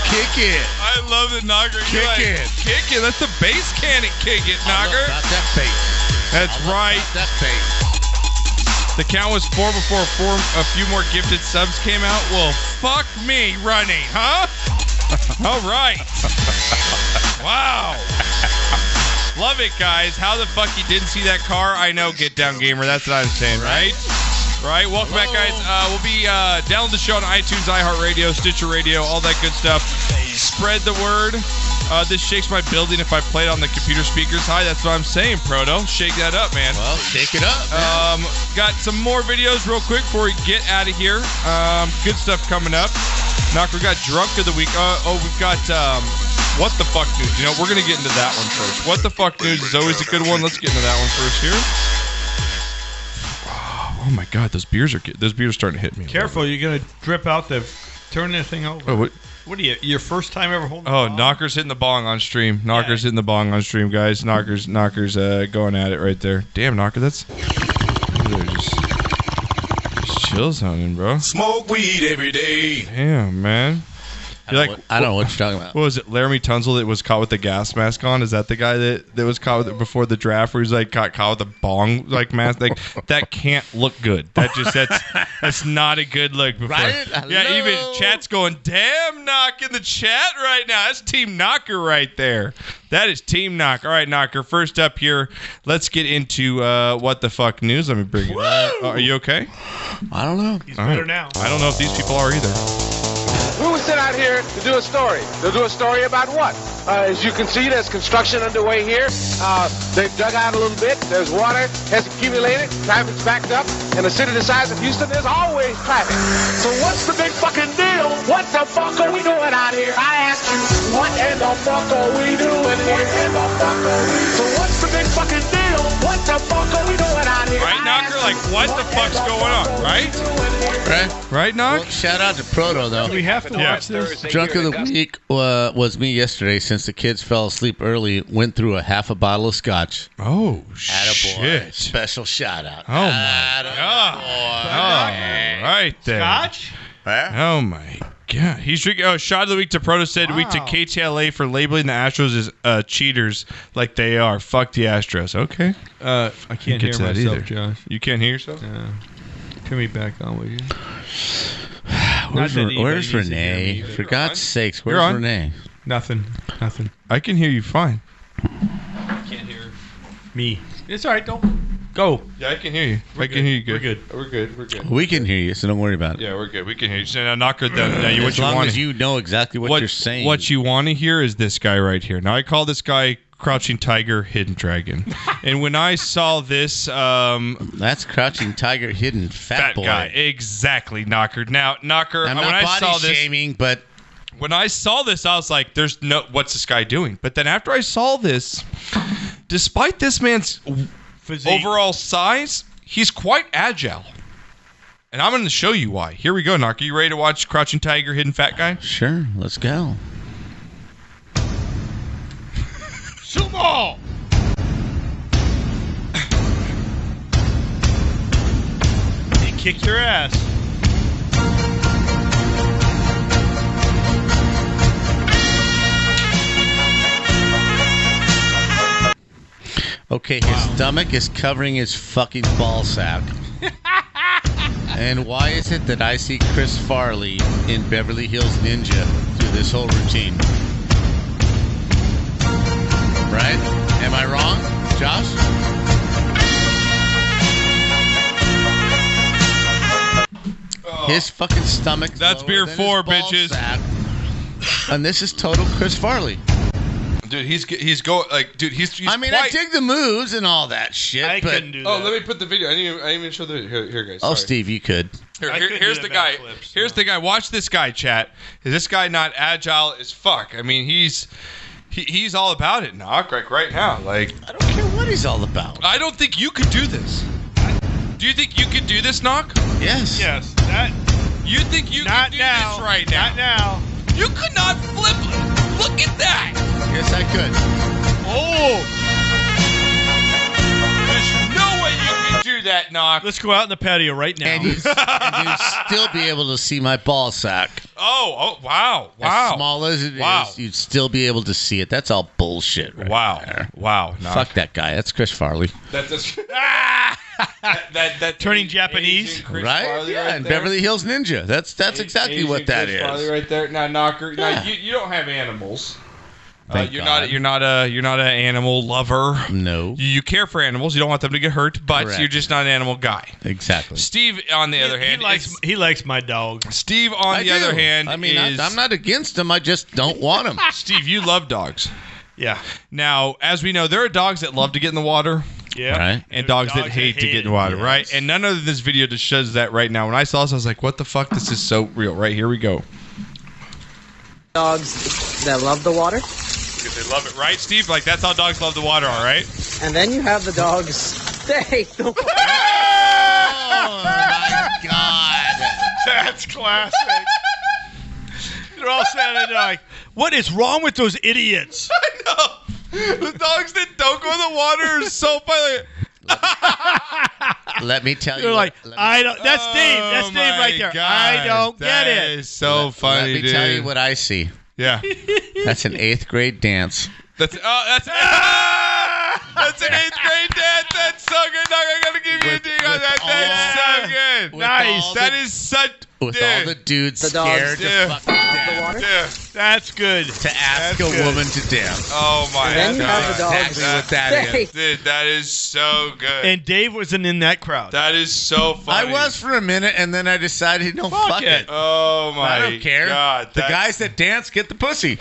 Speaker 2: Kick it. I love the Nogger. Kick it. Kick it. That's the bass cannon kick it, Nogger. that bass. That's right. that bass. The count was four before four, a few more gifted subs came out. Well, fuck me running, huh? <laughs> All <laughs> right. wow. Love it, guys. How the fuck you didn't see that car? I know, Get Down Gamer. That's what I'm saying, right? Right. Welcome back, guys. Uh, we'll be uh, download the show on iTunes, iHeartRadio, Stitcher Radio, all that good stuff. Spread the word. Uh, this shakes my building if I play it on the computer speakers. Hi, that's what I'm saying, Proto. Shake that up, man. Well, shake it up. Um, got some more videos real quick before we get out of here. Um, good stuff coming up. Knocker got drunk of the week. Uh, oh, we've got um, what the fuck news. You know, we're gonna get into that one first. What the fuck news is always a good one. Let's get into that one first here. <sighs> Oh my god, those beers are those beers are starting to hit me.
Speaker 3: Careful, you're gonna drip out the. Turn that thing over.
Speaker 2: Oh, what?
Speaker 3: What are you? Your first time ever holding?
Speaker 2: Oh, Knocker's hitting the bong on stream. Knocker's hitting the bong on stream, guys. Knocker's Knocker's uh, going at it right there. Damn, Knocker, that's they're just, just chill zoning, bro.
Speaker 19: Smoke weed every day.
Speaker 2: Damn, man. You're like,
Speaker 4: I don't know what you're talking about.
Speaker 2: What was it? Laramie Tunzel that was caught with the gas mask on. Is that the guy that, that was caught with, before the draft where he's like got caught with a bong like mask? Like that can't look good. That just that's that's not a good look.
Speaker 4: <laughs>
Speaker 2: Before.
Speaker 8: Right?
Speaker 2: Yeah,
Speaker 8: Hello?
Speaker 2: even chat's going. Damn, knock in the chat right now. That's team knocker right there. That is team knock. All right, knocker. First up here, let's get into uh, what the fuck news. Let me bring it. Up. Uh, are you okay?
Speaker 4: I don't know.
Speaker 2: He's
Speaker 4: better
Speaker 2: now. I don't know if these people are either.
Speaker 20: We were sent out here to do a story. To do a story about what? Uh, as you can see, there's construction underway here. Uh, they've dug out a little bit. There's water has accumulated. Traffic's backed up. In a city the size of Houston, there's always traffic. So what's the big fucking deal? What the fuck are we doing out here? I ask you, what in the fuck are we doing here? What in the fuck are we So what's the big fucking deal? What the fuck are we doing out here?
Speaker 2: Right, knocker. Like what the fuck's going on? Right?
Speaker 4: Right?
Speaker 2: Right, Knock?
Speaker 4: shout out to Proto, though.
Speaker 5: We have to watch this.
Speaker 4: Drunk of the week uh, was me yesterday since the kids fell asleep early, went through a half a bottle of scotch.
Speaker 2: Oh,
Speaker 4: shit. Special Ah, shout out.
Speaker 2: Oh, my God. Oh, right there. Scotch? Oh, my God. He's drinking. Oh, shot of the week to Proto said week to
Speaker 4: Wow.
Speaker 2: KTLA for labeling the Astros as uh, cheaters like they are. Fuck the Astros. Okay. Uh, I
Speaker 3: can't hear myself, Josh.
Speaker 2: You can't hear yourself?
Speaker 3: Yeah. Turn me back
Speaker 2: <sighs>
Speaker 3: on, will you?
Speaker 4: Where's,
Speaker 3: Not that
Speaker 4: Re- where's
Speaker 3: anybody needs to hear
Speaker 4: Renee?
Speaker 3: me either.
Speaker 4: For God's sakes,
Speaker 2: You're
Speaker 4: where's
Speaker 2: on.
Speaker 4: Renee?
Speaker 3: Nothing. Nothing.
Speaker 2: I can hear you fine.
Speaker 3: Can't hear me.
Speaker 2: It's all right. Don't
Speaker 3: go.
Speaker 2: Yeah, I can hear you. I can hear you good. We're good. We're good. We're good.
Speaker 4: We can hear you, so don't worry about it.
Speaker 2: Yeah, we're good. We can hear you. So Now, knocker down.
Speaker 4: <laughs>
Speaker 2: Now, you, what
Speaker 4: as
Speaker 2: you
Speaker 4: long
Speaker 2: want
Speaker 4: as you know exactly what, you're saying.
Speaker 2: What you want to hear is this guy right here. Now I call this guy Crouching Tiger, Hidden Dragon.
Speaker 4: <laughs>
Speaker 2: and when I saw this, um,
Speaker 4: that's Crouching Tiger, Hidden Fat, Boy.
Speaker 2: guy, exactly, Knocker. Now, Knocker,
Speaker 4: I'm
Speaker 2: when
Speaker 4: not
Speaker 2: I
Speaker 4: body
Speaker 2: saw this,
Speaker 4: shaming, but
Speaker 2: when I saw this, I was like, "There's no, what's this guy doing?" But then after I saw this, despite this man's overall size, he's quite agile. And I'm going to show you why. Here we go, Knocker. You ready to watch Crouching Tiger, Hidden Fat Guy?
Speaker 4: Sure, let's go.
Speaker 2: Sumo!
Speaker 5: They kick your ass.
Speaker 4: Okay, his stomach is covering his fucking ball
Speaker 2: <laughs>
Speaker 4: sack. and why is it that I see Chris Farley in Beverly Hills Ninja through this whole routine? Right? Am I wrong, Josh? His fucking stomach.
Speaker 2: Oh. That's beer four, bitches.
Speaker 4: And this is total Chris Farley.
Speaker 2: Dude, he's he's going like, dude, he's. he's
Speaker 4: I mean, I
Speaker 2: quite-
Speaker 4: dig the moves and all that shit, but
Speaker 2: Oh, let me put the video. I didn't even, I didn't even show the video. Here, here guys.
Speaker 4: oh,
Speaker 2: sorry.
Speaker 4: Steve, you could.
Speaker 2: Here, here- here's the guy. here's the guy. Watch this guy, chat. Is this guy not agile as fuck? I mean, he's he, he's all about it, knock like right now. Like
Speaker 4: I don't care what he's all about.
Speaker 2: I don't think you could do this. Do you think you could do this, knock?
Speaker 4: Yes.
Speaker 5: Yes. That.
Speaker 2: You think you
Speaker 5: Not
Speaker 2: could do
Speaker 5: now.
Speaker 2: this right now?
Speaker 5: Not now.
Speaker 2: You could not flip. Look at that.
Speaker 4: Yes, I could.
Speaker 2: Oh. There's no way you can do that knock.
Speaker 3: Let's go out in the patio right now.
Speaker 4: And you, and you'd
Speaker 2: <laughs>
Speaker 4: still be able to see my ball sack.
Speaker 2: Oh, oh, wow, wow.
Speaker 4: As small as it is,
Speaker 2: Wow.
Speaker 4: you'd still be able to see it. That's all bullshit. Right
Speaker 2: wow.
Speaker 3: Wow.
Speaker 4: Fuck that guy. That's Chris Farley.
Speaker 2: That's
Speaker 3: <laughs>
Speaker 2: just, that, that, that turning Japanese,
Speaker 4: right? yeah, and Beverly Hills Ninja. That's that's exactly what that is.
Speaker 2: right there. Now, knocker. Now, you, you don't have animals.
Speaker 4: Thank
Speaker 2: Uh, you're
Speaker 4: God.
Speaker 2: not you're not a you're not an animal lover.
Speaker 4: No.
Speaker 2: You, you care for animals. You don't want them to get hurt, but
Speaker 4: Correct.
Speaker 2: you're just not an animal guy.
Speaker 4: Exactly.
Speaker 2: Steve, on the other hand,
Speaker 3: he likes he likes my dog.
Speaker 2: Steve, on
Speaker 4: I
Speaker 2: the other
Speaker 4: do.
Speaker 2: hand,
Speaker 4: I mean, I-
Speaker 2: is-
Speaker 4: I'm not against them. I just don't want them.
Speaker 2: <laughs> Steve, you love dogs.
Speaker 3: Yeah.
Speaker 2: Now, as we know, there are dogs that love to get in the water.
Speaker 3: Yeah.
Speaker 4: Right.
Speaker 2: And dogs, that hate, to get in water, right? And none of this video just shows that right now. When I saw this, I was like, what the fuck? This is so real. Right, here we go.
Speaker 21: Dogs that love the water.
Speaker 2: Because they love it, right, Steve? Like, that's how dogs love the water, all right?
Speaker 21: And then you have the dogs <laughs> that hate the
Speaker 4: <laughs>
Speaker 21: water.
Speaker 2: <laughs>
Speaker 5: That's classic. They're all standing there like, what is wrong with those idiots?
Speaker 2: <laughs> I know. The dogs that don't go in the water are so funny.
Speaker 4: Let me tell you.
Speaker 5: They're
Speaker 4: what-
Speaker 5: like,
Speaker 4: let me-
Speaker 5: I don't. That's Dave. That's
Speaker 2: Oh
Speaker 5: Dave right
Speaker 2: my
Speaker 5: there.
Speaker 2: God,
Speaker 5: I don't
Speaker 2: that
Speaker 5: get it.
Speaker 2: is so funny,
Speaker 4: Let me tell you
Speaker 2: dude.
Speaker 4: what I see.
Speaker 2: Yeah.
Speaker 4: That's an eighth grade
Speaker 2: <laughs>
Speaker 4: dance.
Speaker 2: That's, oh, that's, Ah! that's an eighth grade dance. That's so good. Dog, I gotta give you a ding on that. That's so good.
Speaker 4: with Nice. all
Speaker 2: That
Speaker 4: the-
Speaker 2: is such.
Speaker 4: With all
Speaker 2: dude.
Speaker 4: the dudes
Speaker 2: The dogs
Speaker 4: scared to
Speaker 2: do.
Speaker 4: fucking dance.
Speaker 5: That's good.
Speaker 4: To ask a woman to dance.
Speaker 2: Oh my
Speaker 4: That's
Speaker 2: god.
Speaker 4: exactly what that is.
Speaker 2: Dude, that is so good.
Speaker 3: And Dave wasn't in that crowd.
Speaker 2: that is so funny.
Speaker 4: I was for a minute, and then I decided, no, fuck, it.
Speaker 2: Oh my
Speaker 4: I don't care.
Speaker 2: god.
Speaker 4: the
Speaker 2: that-
Speaker 4: guys that dance get the
Speaker 2: <laughs>
Speaker 4: pussy.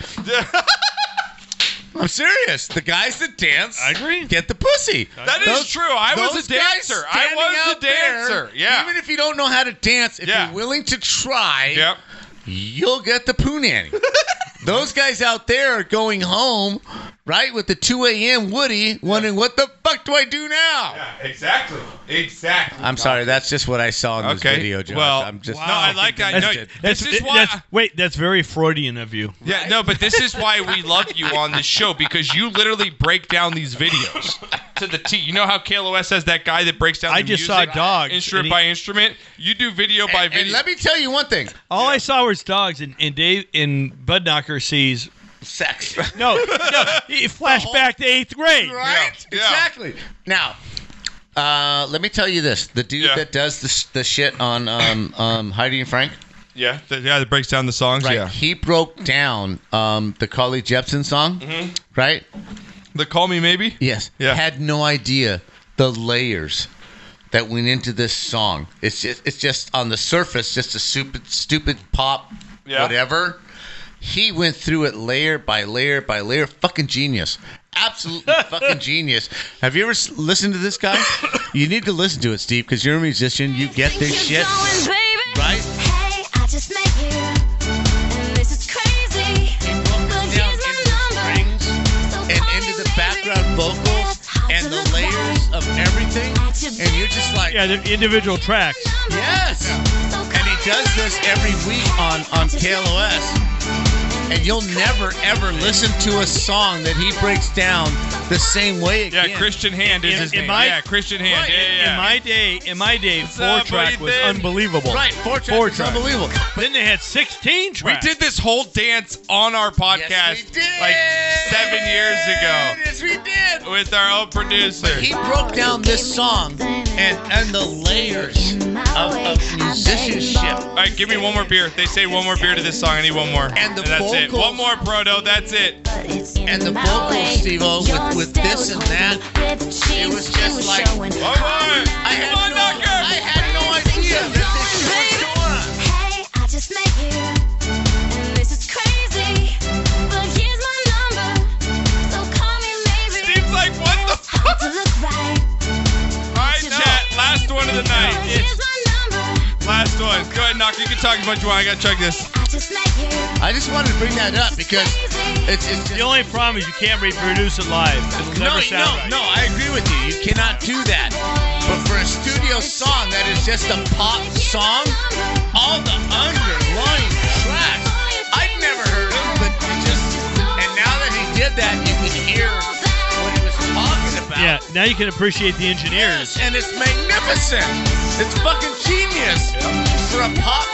Speaker 4: I'm serious. The guys that dance, I
Speaker 3: agree,
Speaker 4: get the pussy.
Speaker 2: That is true. I was
Speaker 4: those
Speaker 2: a
Speaker 4: guys
Speaker 2: dancer. I
Speaker 4: standing
Speaker 2: was a
Speaker 4: out there,
Speaker 2: dancer. Yeah.
Speaker 4: Even if you don't know how to dance, if
Speaker 2: Yeah.
Speaker 4: you're willing to try, you'll get the poo nanny.
Speaker 2: <laughs>
Speaker 4: Those guys out there are going home, right, with the 2 a.m. Woody, wondering what the fuck do I do now?
Speaker 2: Exactly. Exactly.
Speaker 4: I'm sorry, that's just what I saw in this
Speaker 3: Okay,
Speaker 4: video, Josh.
Speaker 3: well,
Speaker 4: I'm just
Speaker 3: wow. No, I like that.
Speaker 4: That's-
Speaker 3: No,
Speaker 4: that's-
Speaker 3: that's-
Speaker 2: This is
Speaker 3: it-
Speaker 2: why-
Speaker 3: that's- wait, that's very Freudian of you.
Speaker 2: Yeah, no, but this is why we love you on this show because you literally break down these videos to the T. You know how KLOS has that guy that breaks down
Speaker 3: I
Speaker 2: the
Speaker 3: just saw
Speaker 2: music
Speaker 3: dogs, and
Speaker 2: instrument
Speaker 3: he-
Speaker 2: by instrument? You do video by video.
Speaker 4: And let me tell you one thing.
Speaker 3: All I saw was dogs, and, and Dave and Bud Knocker sees
Speaker 4: sex.
Speaker 3: <laughs> No, no, he flashback to eighth grade.
Speaker 4: Right? Exactly. Now, uh, let me tell you this: the dude that does the, the shit on um, um, Heidi and Frank,
Speaker 2: yeah, the guy that breaks down the songs.
Speaker 4: right?
Speaker 2: Yeah.
Speaker 4: He broke down um, the Carly Jepsen song,
Speaker 2: Mhm.
Speaker 4: right?
Speaker 2: The Call Me Maybe.
Speaker 4: Yes. Yeah. Had no idea the layers that went into this song. It's just, it's just on the surface, just a stupid, stupid pop,
Speaker 2: Yeah.
Speaker 4: whatever. He went through it layer by layer by layer. Fucking genius.
Speaker 2: <laughs>
Speaker 4: Absolutely fucking genius. Have you ever s- listened to this guy? You need to listen to it, Steve, because you're a musician. You get this shit. Right?
Speaker 8: Hey, I just met you. And this is crazy. But here's my number. So
Speaker 4: and into the background vocals and the layers of everything, and you're just like,
Speaker 3: yeah, they're individual tracks.
Speaker 4: Yes, and he does this every week on on KLOS, and you'll never ever listen to a song that he breaks down the same way again.
Speaker 2: Yeah, Christian Hand is
Speaker 3: In-
Speaker 2: his
Speaker 3: in
Speaker 2: name.
Speaker 3: my-
Speaker 2: yeah, Christian Hand.
Speaker 3: Right,
Speaker 2: yeah,
Speaker 3: in-
Speaker 2: yeah.
Speaker 3: In my day, in my day, four
Speaker 2: up,
Speaker 3: track
Speaker 2: buddy,
Speaker 3: was
Speaker 2: then?
Speaker 3: unbelievable.
Speaker 2: Right, four track was unbelievable.
Speaker 3: Then they had sixteen
Speaker 2: we
Speaker 3: tracks.
Speaker 2: did this whole dance on our podcast like seven years ago
Speaker 4: Yes, we did.
Speaker 2: with our own producer.
Speaker 4: He broke down this song and and the layers of, of musicianship.
Speaker 2: All right, give me one more beer. They say one more beer to this song. I need one more. And,
Speaker 4: the
Speaker 2: that's it.
Speaker 4: vocals-
Speaker 2: One more, Proto. That's it.
Speaker 4: and the vocals, Steve O, with, with this and that. It was just like, I had no, I had no idea that this shit was going on.
Speaker 8: Hey, I just met you. And this is crazy. But here's my number. So call me maybe.
Speaker 2: Steve's like, what the fuck?
Speaker 8: To look right.
Speaker 2: All right, Chat, last one of the night. Last one. Go ahead, knock. You can talk as much as you want. I gotta check this.
Speaker 8: I just met you.
Speaker 4: I just wanted to bring that up because it's, it's
Speaker 3: the only problem is you can't reproduce it live. It'll
Speaker 4: no,
Speaker 3: never sound
Speaker 4: no, no.
Speaker 3: right.
Speaker 4: I agree with you. You cannot do that. But for a studio song that is just a pop song, all the underlying tracks, I'd never heard them, but you just. And now that he did that, you can hear what he was talking about.
Speaker 9: Yeah, now you can appreciate the engineers.
Speaker 13: and it's magnificent. It's fucking genius for a pop.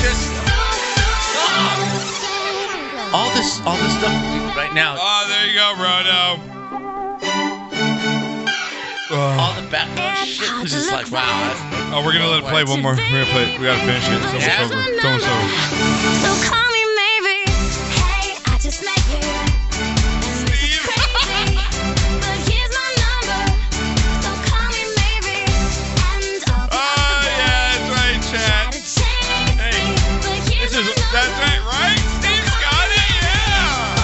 Speaker 13: This
Speaker 4: All this, all this stuff right now.
Speaker 2: Oh, there you go, Rono.
Speaker 4: all the background shit is just like wow. that's-
Speaker 2: Oh, we're gonna let it play one more. We're gonna play. it. We gotta finish it. It's almost
Speaker 4: Yeah.
Speaker 2: over. It's almost over.
Speaker 17: So call me maybe. Hey, I just met you. And this is crazy, but here's my number. So call me maybe, and I'll be
Speaker 2: Oh yeah, that's right, Chad. Hey, this is that's right, right? Steve's got it. Yeah.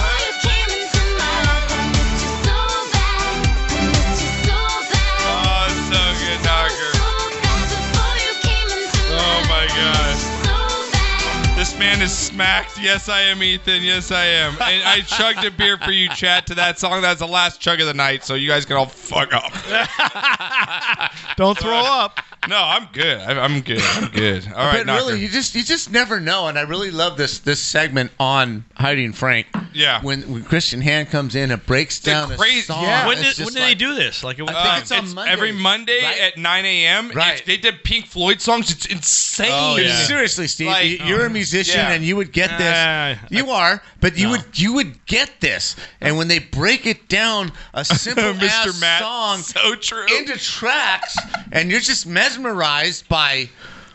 Speaker 2: Oh, it's so good, Knocker. Oh my gosh. This man is smacked. Yes, I am, Ethan. Yes, I am. And I chugged a beer for you, Chad, to that song. That's the last chug of the night, so you guys can all fuck up.
Speaker 4: <laughs>
Speaker 9: Don't throw up.
Speaker 2: No, I'm good. I- I'm good. I'm
Speaker 4: <laughs>
Speaker 2: good. All right,
Speaker 4: but
Speaker 2: Knocker.
Speaker 4: really, you just you just never know, and I really love this this segment on Heidi and Frank.
Speaker 2: Yeah.
Speaker 4: When, when Christian Hand comes in and breaks down the
Speaker 2: crazy-
Speaker 4: song,
Speaker 2: yeah.
Speaker 3: when
Speaker 4: it's
Speaker 3: did,
Speaker 4: just
Speaker 3: when did
Speaker 4: like-
Speaker 3: they do this? Like it was.
Speaker 2: Um, it's every Monday at 9 a.m. Right. Oh, They did Pink Floyd songs. It's insane.
Speaker 4: Dude, Seriously, Steve,
Speaker 2: Like-
Speaker 4: you- oh, you're a musician
Speaker 2: Yeah.
Speaker 4: and you would get this. you are, but you would you would get this. And when they break it down,
Speaker 2: <laughs>
Speaker 4: a <laughs> simple
Speaker 2: Mr.
Speaker 4: ass
Speaker 2: Matt,
Speaker 4: song
Speaker 2: so true.
Speaker 4: into tracks, and you're just mesmerized by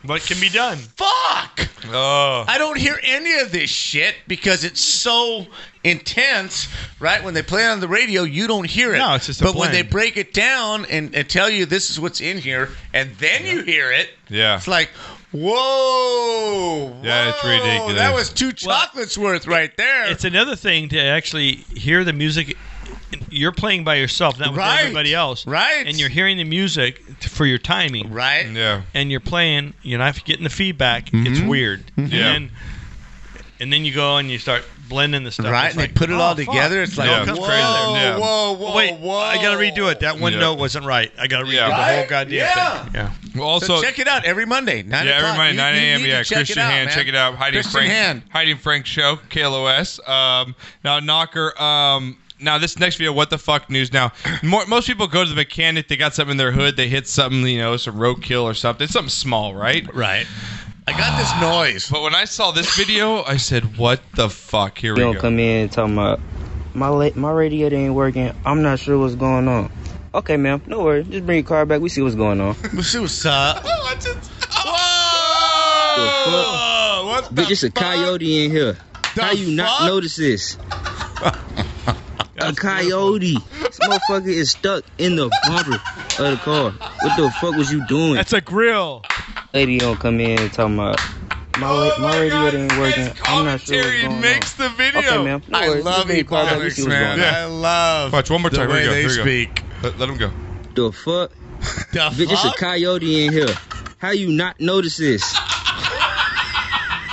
Speaker 3: what can be done.
Speaker 4: Fuck!
Speaker 2: Oh.
Speaker 4: I don't hear any of this shit because it's so intense, right? When they play it on the radio, you don't hear it.
Speaker 3: No, it's just a
Speaker 4: But when they
Speaker 3: blend.
Speaker 4: break it down and, and tell you this is what's in here, and then you hear it,
Speaker 2: Yeah.
Speaker 4: it's like,
Speaker 2: Oh,
Speaker 4: whoa!
Speaker 2: Yeah, it's
Speaker 4: whoa,
Speaker 2: ridiculous.
Speaker 4: That was two chocolates worth right there.
Speaker 3: It's another thing to actually hear the music. You're playing by yourself, not with
Speaker 4: Right.
Speaker 3: everybody else.
Speaker 4: Right.
Speaker 3: And you're hearing the music t- for your timing.
Speaker 4: Right.
Speaker 2: Yeah.
Speaker 3: And you're playing. You're not getting the feedback. It's
Speaker 4: Mhm.
Speaker 3: weird. And
Speaker 4: Yeah.
Speaker 3: then, and then you go and you start blending the stuff.
Speaker 4: Right,
Speaker 3: It's
Speaker 4: and they
Speaker 3: like,
Speaker 4: put it
Speaker 3: oh,
Speaker 4: all
Speaker 3: fuck.
Speaker 4: together. It's like,
Speaker 3: Yeah.
Speaker 4: whoa,
Speaker 3: It's crazy. Yeah.
Speaker 4: whoa, whoa,
Speaker 3: Wait,
Speaker 4: whoa!
Speaker 3: I gotta redo it. That one
Speaker 2: Yeah.
Speaker 3: note wasn't right. I gotta redo
Speaker 2: Yeah.
Speaker 3: the whole
Speaker 2: Right?
Speaker 3: goddamn
Speaker 4: Yeah.
Speaker 3: thing. Yeah.
Speaker 2: Well, also,
Speaker 4: so check it out every Monday, nine
Speaker 2: yeah,
Speaker 4: o'clock.
Speaker 2: every Monday,
Speaker 4: You-
Speaker 2: 9
Speaker 4: you
Speaker 2: a.m.
Speaker 4: need to
Speaker 2: Yeah,
Speaker 4: check
Speaker 2: Christian
Speaker 4: it out,
Speaker 2: Hand,
Speaker 4: man.
Speaker 2: check it out. Heidi and
Speaker 4: Christian
Speaker 2: Frank,
Speaker 4: Hand.
Speaker 2: Heidi and Frank show, KLOS. Um, now, Knocker. Um, now this next video, what the fuck news?
Speaker 4: <clears throat>
Speaker 2: Now, more, most people go to the mechanic. They got something in their hood. They hit something, you know, some roadkill or something. Something small, right? Ah.
Speaker 3: Right.
Speaker 4: I got this noise.
Speaker 2: But when I saw this video, I said, "What the fuck?" Here we
Speaker 22: They
Speaker 2: go.
Speaker 22: don't come in talking about my la- my radiator ain't working. I'm not sure what's going on. Okay, ma'am, no worries. Just bring your car back. We see what's going on.
Speaker 4: Let's see what's
Speaker 2: <laughs>
Speaker 4: up.
Speaker 22: Whoa!
Speaker 4: What
Speaker 22: Bitch, it's a coyote in here. How you not notice this? a coyote. This motherfucker is stuck in the bumper of the car. What the fuck was you doing? That's
Speaker 9: a grill.
Speaker 22: Lady don't come in talking about my,
Speaker 4: Oh
Speaker 22: la- my, radiator ain't working. I'm not sure what's going
Speaker 2: makes the video.
Speaker 22: Okay, ma'am. No
Speaker 4: I
Speaker 22: worries.
Speaker 4: love
Speaker 22: Just bring your car back. We
Speaker 4: economics,
Speaker 22: see what's
Speaker 4: man.
Speaker 22: going on.
Speaker 4: I love.
Speaker 2: Watch one more
Speaker 4: the
Speaker 2: time. Here we
Speaker 4: way
Speaker 2: go.
Speaker 4: they
Speaker 2: Here we go.
Speaker 4: speak.
Speaker 2: Let, let him go.
Speaker 22: The fuck?
Speaker 4: The
Speaker 22: Bitch, it's a
Speaker 4: fuck?
Speaker 22: coyote in here. How you not notice this?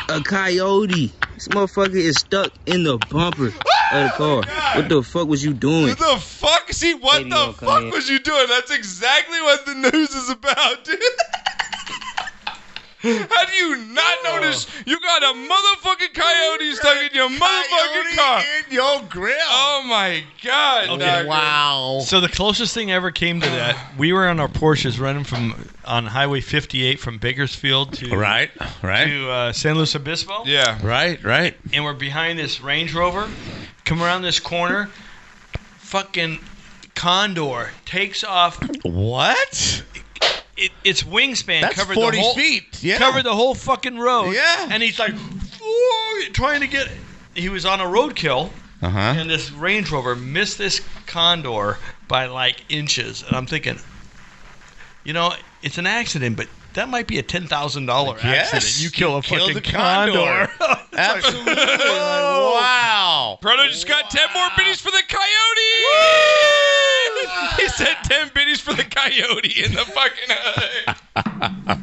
Speaker 22: a coyote. This motherfucker is stuck in the bumper of the car. What the fuck was you doing?
Speaker 2: What the fuck? See, what the fuck was you doing? That's exactly what the news is about, dude. <laughs> How do you not notice you got a motherfucking coyote stuck in your motherfucking car?
Speaker 4: in your grill.
Speaker 2: Oh my god. Knocker.
Speaker 3: So the closest thing ever came to that, we were on our Porsches running from on Highway 58 from Bakersfield to
Speaker 4: Right, right.
Speaker 3: to uh, San Luis Obispo.
Speaker 2: Yeah.
Speaker 4: Right, right.
Speaker 3: And we're behind this Range Rover. Come around this corner, fucking condor takes off.
Speaker 4: What?
Speaker 3: It, its wingspan
Speaker 4: That's
Speaker 3: covered
Speaker 4: 40
Speaker 3: the whole,
Speaker 4: feet, yeah.
Speaker 3: Covered the whole fucking road.
Speaker 4: Yeah.
Speaker 3: And he's like, "Whoa," trying to get. He was on a roadkill.
Speaker 4: Uh huh.
Speaker 3: And this Range Rover missed this Condor by like inches. And I'm thinking, you know, it's an accident, but that might be a ten thousand dollar
Speaker 4: Yes,
Speaker 3: accident. You kill a
Speaker 4: killed
Speaker 3: fucking
Speaker 4: the condor.
Speaker 3: condor.
Speaker 4: <laughs>
Speaker 3: <laughs>
Speaker 2: <laughs>
Speaker 4: Absolutely. Like, wow.
Speaker 2: Proto just got 10 more biddies for the coyote! <laughs> he said 10 biddies for the coyote in the fucking hood. <laughs>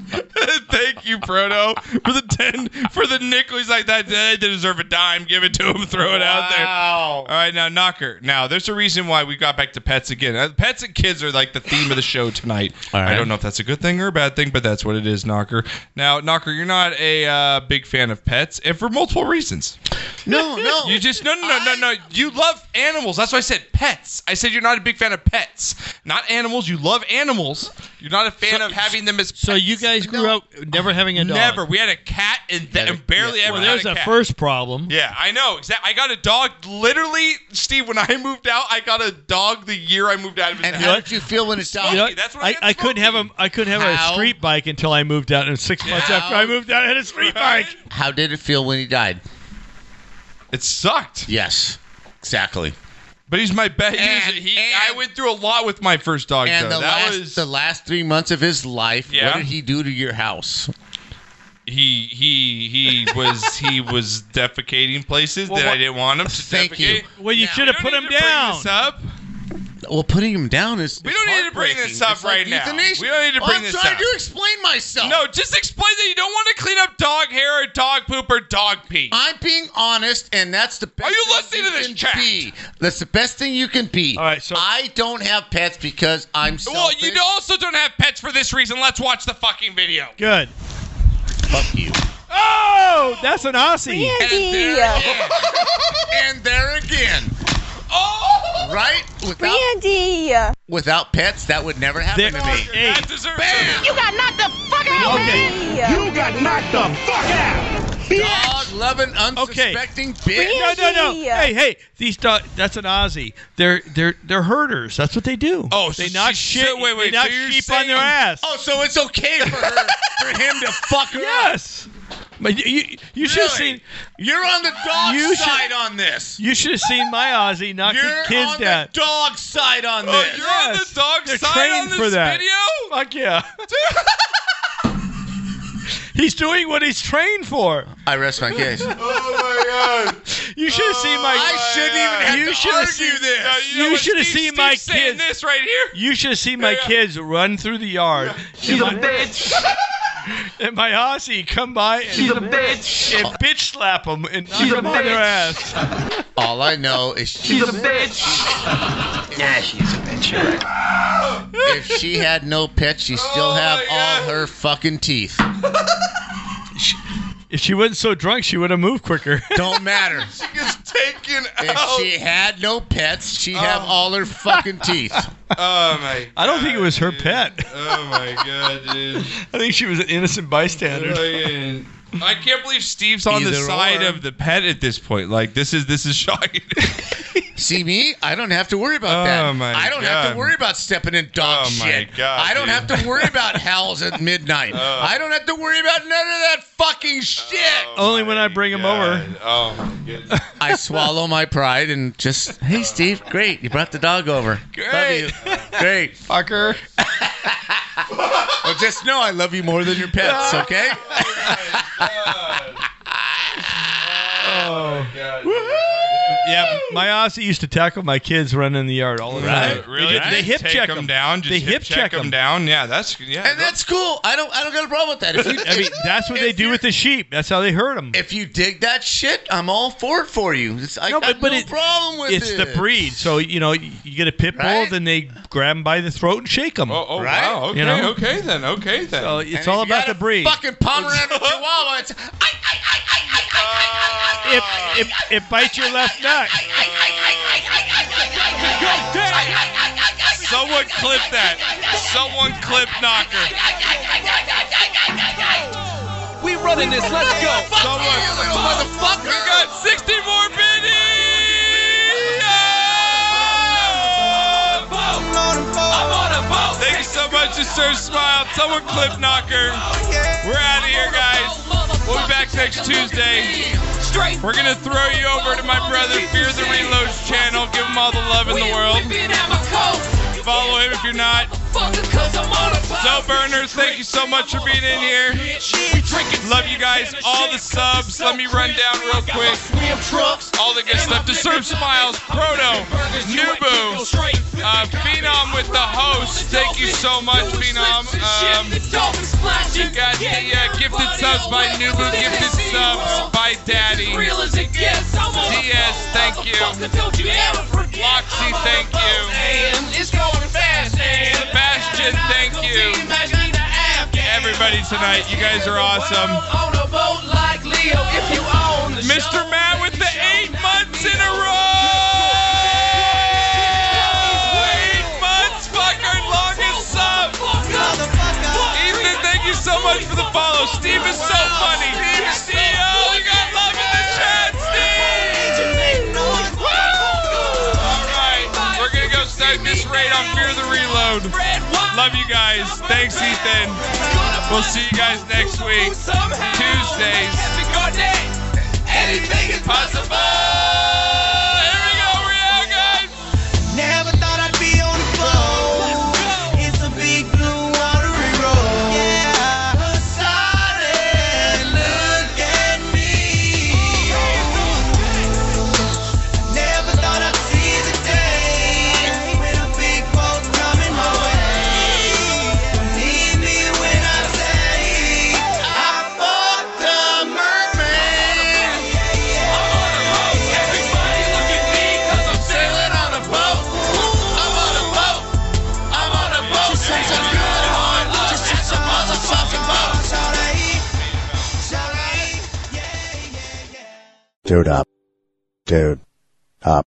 Speaker 2: Thank you, Proto, for the 10, for the nickel. He's like, that, they deserve a dime. Give it to him. Throw it out there.
Speaker 4: Wow.
Speaker 2: All right, now, Knocker. Now, there's a reason why we got back to pets again. Uh, Pets and kids are like the theme of the show tonight. I don't know if that's a good thing or a bad thing, but that's what it is, Knocker. Now, Knocker, you're not a uh, big fan of pets, and for multiple reasons.
Speaker 5: <laughs>
Speaker 4: No, no.
Speaker 5: You just no, no, no, no, no. You love animals. That's why I said pets. I said you're not a big fan of pets, not animals. You love animals. You're not a fan of having them as.
Speaker 3: So you guys grew up never having a dog.
Speaker 5: Never. We had a cat and, th- and barely ever.
Speaker 3: Well,
Speaker 5: had
Speaker 3: there's
Speaker 5: a
Speaker 3: a
Speaker 5: cat.
Speaker 3: first problem.
Speaker 5: Yeah, I know. Exactly. I got a dog. Literally, Steve. When I moved out, I got a dog the year I moved out of his
Speaker 4: And
Speaker 5: house.
Speaker 4: how did you feel when it's
Speaker 5: Smokey,
Speaker 4: done?
Speaker 5: That's what I,
Speaker 3: I,
Speaker 5: got
Speaker 3: I couldn't have a I couldn't have
Speaker 4: How?
Speaker 3: a street bike until I moved out. And <laughs> six months after I moved out, I had a street bike.
Speaker 4: How did it feel when he died?
Speaker 5: It sucked.
Speaker 4: Yes, exactly.
Speaker 5: But he's my best. He, I went through a lot with my first dog.
Speaker 4: And
Speaker 5: though.
Speaker 4: the
Speaker 5: that
Speaker 4: last,
Speaker 5: was
Speaker 4: the last three months of his life,
Speaker 5: Yeah.
Speaker 4: what did he do to your house?
Speaker 5: he he he was he was defecating places that I didn't want him to
Speaker 4: Thank
Speaker 5: defecate.
Speaker 4: you.
Speaker 3: Well, you should have put him down.
Speaker 5: This up.
Speaker 4: Well, putting him down is.
Speaker 5: We don't need to bring this up right now. We don't need to bring this up.
Speaker 4: explain myself.
Speaker 5: No, just explain that you don't want to clean up dog hair or dog poop or dog pee.
Speaker 4: I'm being honest, and that's the best.
Speaker 5: Are you
Speaker 4: thing
Speaker 5: listening to this
Speaker 4: can
Speaker 5: chat?
Speaker 4: be. That's the best thing you can be. All right, so I don't have pets because I'm
Speaker 5: Well,
Speaker 4: selfish.
Speaker 5: you also don't have pets for this reason. Let's watch the fucking video.
Speaker 3: Good.
Speaker 4: Fuck you.
Speaker 3: Oh, that's an Aussie.
Speaker 4: and there again.
Speaker 5: Oh,
Speaker 4: right. Without,
Speaker 1: Randy!
Speaker 4: without pets, that would never happen to me.
Speaker 1: You got knocked the fuck out, Randy! You got knocked the fuck out!
Speaker 4: Dog loving, unsuspecting
Speaker 3: No,
Speaker 4: bitch.
Speaker 3: no, no. Hey, hey, these dog, that's an Aussie. They're they're they're herders. That's what they do.
Speaker 5: Oh,
Speaker 3: they knock shit.
Speaker 5: wait, wait,
Speaker 3: they knock
Speaker 5: so you're
Speaker 3: sheep on
Speaker 5: saying-
Speaker 3: their ass.
Speaker 4: Oh, so it's okay for her, for him to fuck her.
Speaker 3: Yes. But you you, you should have seen
Speaker 4: You're on the dog
Speaker 3: You should-
Speaker 4: side on this.
Speaker 3: you should have seen my Aussie knock
Speaker 4: You're
Speaker 3: his kids
Speaker 4: on
Speaker 3: down.
Speaker 4: the dog side on
Speaker 5: Oh,
Speaker 4: this.
Speaker 5: you're on the dog
Speaker 3: They're
Speaker 5: side
Speaker 3: trained
Speaker 5: on this
Speaker 3: for that.
Speaker 5: video.
Speaker 3: Fuck yeah. he's doing what he's trained for.
Speaker 4: I rest my case.
Speaker 5: Oh my god.
Speaker 3: <laughs> You should have seen my.
Speaker 4: I shouldn't even have
Speaker 3: you
Speaker 4: to
Speaker 3: should have
Speaker 4: argue
Speaker 3: seen,
Speaker 4: this.
Speaker 5: No, you know
Speaker 3: You
Speaker 5: what,
Speaker 3: should have
Speaker 5: Steve-
Speaker 3: seen my
Speaker 5: Steve's saying
Speaker 3: kids.
Speaker 5: This right here.
Speaker 3: You should have seen my
Speaker 5: Yeah.
Speaker 3: kids run through the yard. She's a bitch. <laughs> And my Aussie come by and she's a bitch and bitch slap them and she's a their ass.
Speaker 4: All I know is she's, a bitch.
Speaker 5: <laughs>
Speaker 4: yeah, she's a bitch. if she had no pets, she
Speaker 5: Oh
Speaker 4: still have all her fucking teeth.
Speaker 3: If she wasn't so drunk, she would have moved quicker.
Speaker 4: <laughs> Don't matter.
Speaker 5: <laughs> She gets taken
Speaker 4: If
Speaker 5: out.
Speaker 4: she had no pets, she'd have all her fucking teeth.
Speaker 5: Oh my.
Speaker 3: I don't think it was her pet.
Speaker 5: Oh my god, dude.
Speaker 3: I think she was an innocent bystander.
Speaker 5: Oh, Fucking- I can't believe Steve's on the
Speaker 4: Either
Speaker 5: side
Speaker 4: or.
Speaker 5: of the pet at this point. Like this is this is shocking.
Speaker 4: See me? I don't have to worry about that.
Speaker 5: Oh, my
Speaker 4: I don't have
Speaker 5: God.
Speaker 4: to worry about stepping in dog
Speaker 5: Oh, my
Speaker 4: shit.
Speaker 5: God,
Speaker 4: I don't
Speaker 5: dude.
Speaker 4: have to worry
Speaker 5: <laughs>
Speaker 4: about howls at midnight.
Speaker 3: Uh.
Speaker 4: I don't have to worry about none of that fucking shit.
Speaker 3: Only when I bring him over.
Speaker 5: oh my goodness.
Speaker 4: I swallow my pride and just, hey, Steve, great. You brought the dog over. Love you.
Speaker 3: <laughs>
Speaker 4: Great.
Speaker 3: Fucker.
Speaker 4: Well, just know I love you more than your pets, okay?
Speaker 3: <laughs> Oh.
Speaker 5: God.
Speaker 3: Yeah, my Aussie used to tackle my kids running in the yard all the
Speaker 4: Right.
Speaker 3: time.
Speaker 5: Really?
Speaker 3: They, did- they hip
Speaker 5: Take
Speaker 3: check
Speaker 5: 'em
Speaker 3: them.
Speaker 5: down. Just
Speaker 3: They
Speaker 5: hip check 'em
Speaker 3: them.
Speaker 5: down. Yeah, that's yeah.
Speaker 4: And that's cool. I don't I don't got a problem with that. If you
Speaker 3: I mean, that's what they do with the sheep. That's how they hurt them.
Speaker 4: if you dig that shit, I'm all for it for you. It's, I
Speaker 3: No,
Speaker 4: got
Speaker 3: but- but
Speaker 4: no
Speaker 3: it-
Speaker 4: problem with
Speaker 3: It's
Speaker 4: it.
Speaker 3: the breed. So, you know, you get a pit bull,
Speaker 4: Right.
Speaker 3: then they grab them by the throat and shake them.
Speaker 5: Oh, oh
Speaker 4: Right?
Speaker 5: wow. Okay,
Speaker 3: You know?
Speaker 5: okay then. Okay then.
Speaker 3: So
Speaker 4: And
Speaker 3: it's
Speaker 4: if
Speaker 3: all
Speaker 4: you
Speaker 3: about
Speaker 4: got
Speaker 3: the
Speaker 4: a <laughs>
Speaker 3: breed.
Speaker 4: Fucking Pomeranian Chihuahua. It's,
Speaker 3: It, it, it bites your
Speaker 5: <laughs>
Speaker 3: left nut.
Speaker 5: Someone clip that. Someone clip knocker.
Speaker 23: We running this. Let's go.
Speaker 5: Someone.
Speaker 4: motherfucker.
Speaker 5: We got 60 more videos. I'm on a boat. Thank you so much, to Sir Smile. Someone clip knocker. We're out of here, guys. We'll be back next Tuesday. We're gonna throw you over to my brother Fear the Reloads channel. Give him all the love in the world. Follow him if you're not. So Burners, thank you so much for being in here. Love you guys, all the subs. Let me run down real quick. All the good stuff. To Serve Smiles, Proto, Nubu, uh, Phenom with the host. Thank you so much, Phenom. Um, you got the uh, gifted subs by Nubu, gifted subs by Daddy. DS, thank you. Loxy, thank you. Sebastian, thank you. Everybody tonight, you guys are awesome.
Speaker 23: On a boat like Leo, if you own
Speaker 5: Mr. Matt with the eight months in a row. Eight months, fucker, longest sub. Ethan, thank you so much for the follow. Steve is so funny. Steve, oh, we got love in the chat, Steve. All right, we're gonna go start this raid on Fear the Reload. Love you guys. Thanks, Ethan. We'll see you guys next week, Tuesdays. Anything is possible. Here we go, we're out, guys.
Speaker 1: Never thought I'd be on the floor. It's a big blue watery road. Yeah. Solid, look at me. Never thought I'd see the day when a big boat coming my way. Believe me when I say I fought the mermaid. Everybody look at me 'cause I'm sailing on a boat. I'm on a boat. I'm on a boat. Just such a good heart. Just such a motherfucking boat. Shout
Speaker 4: Dude up. Dude up.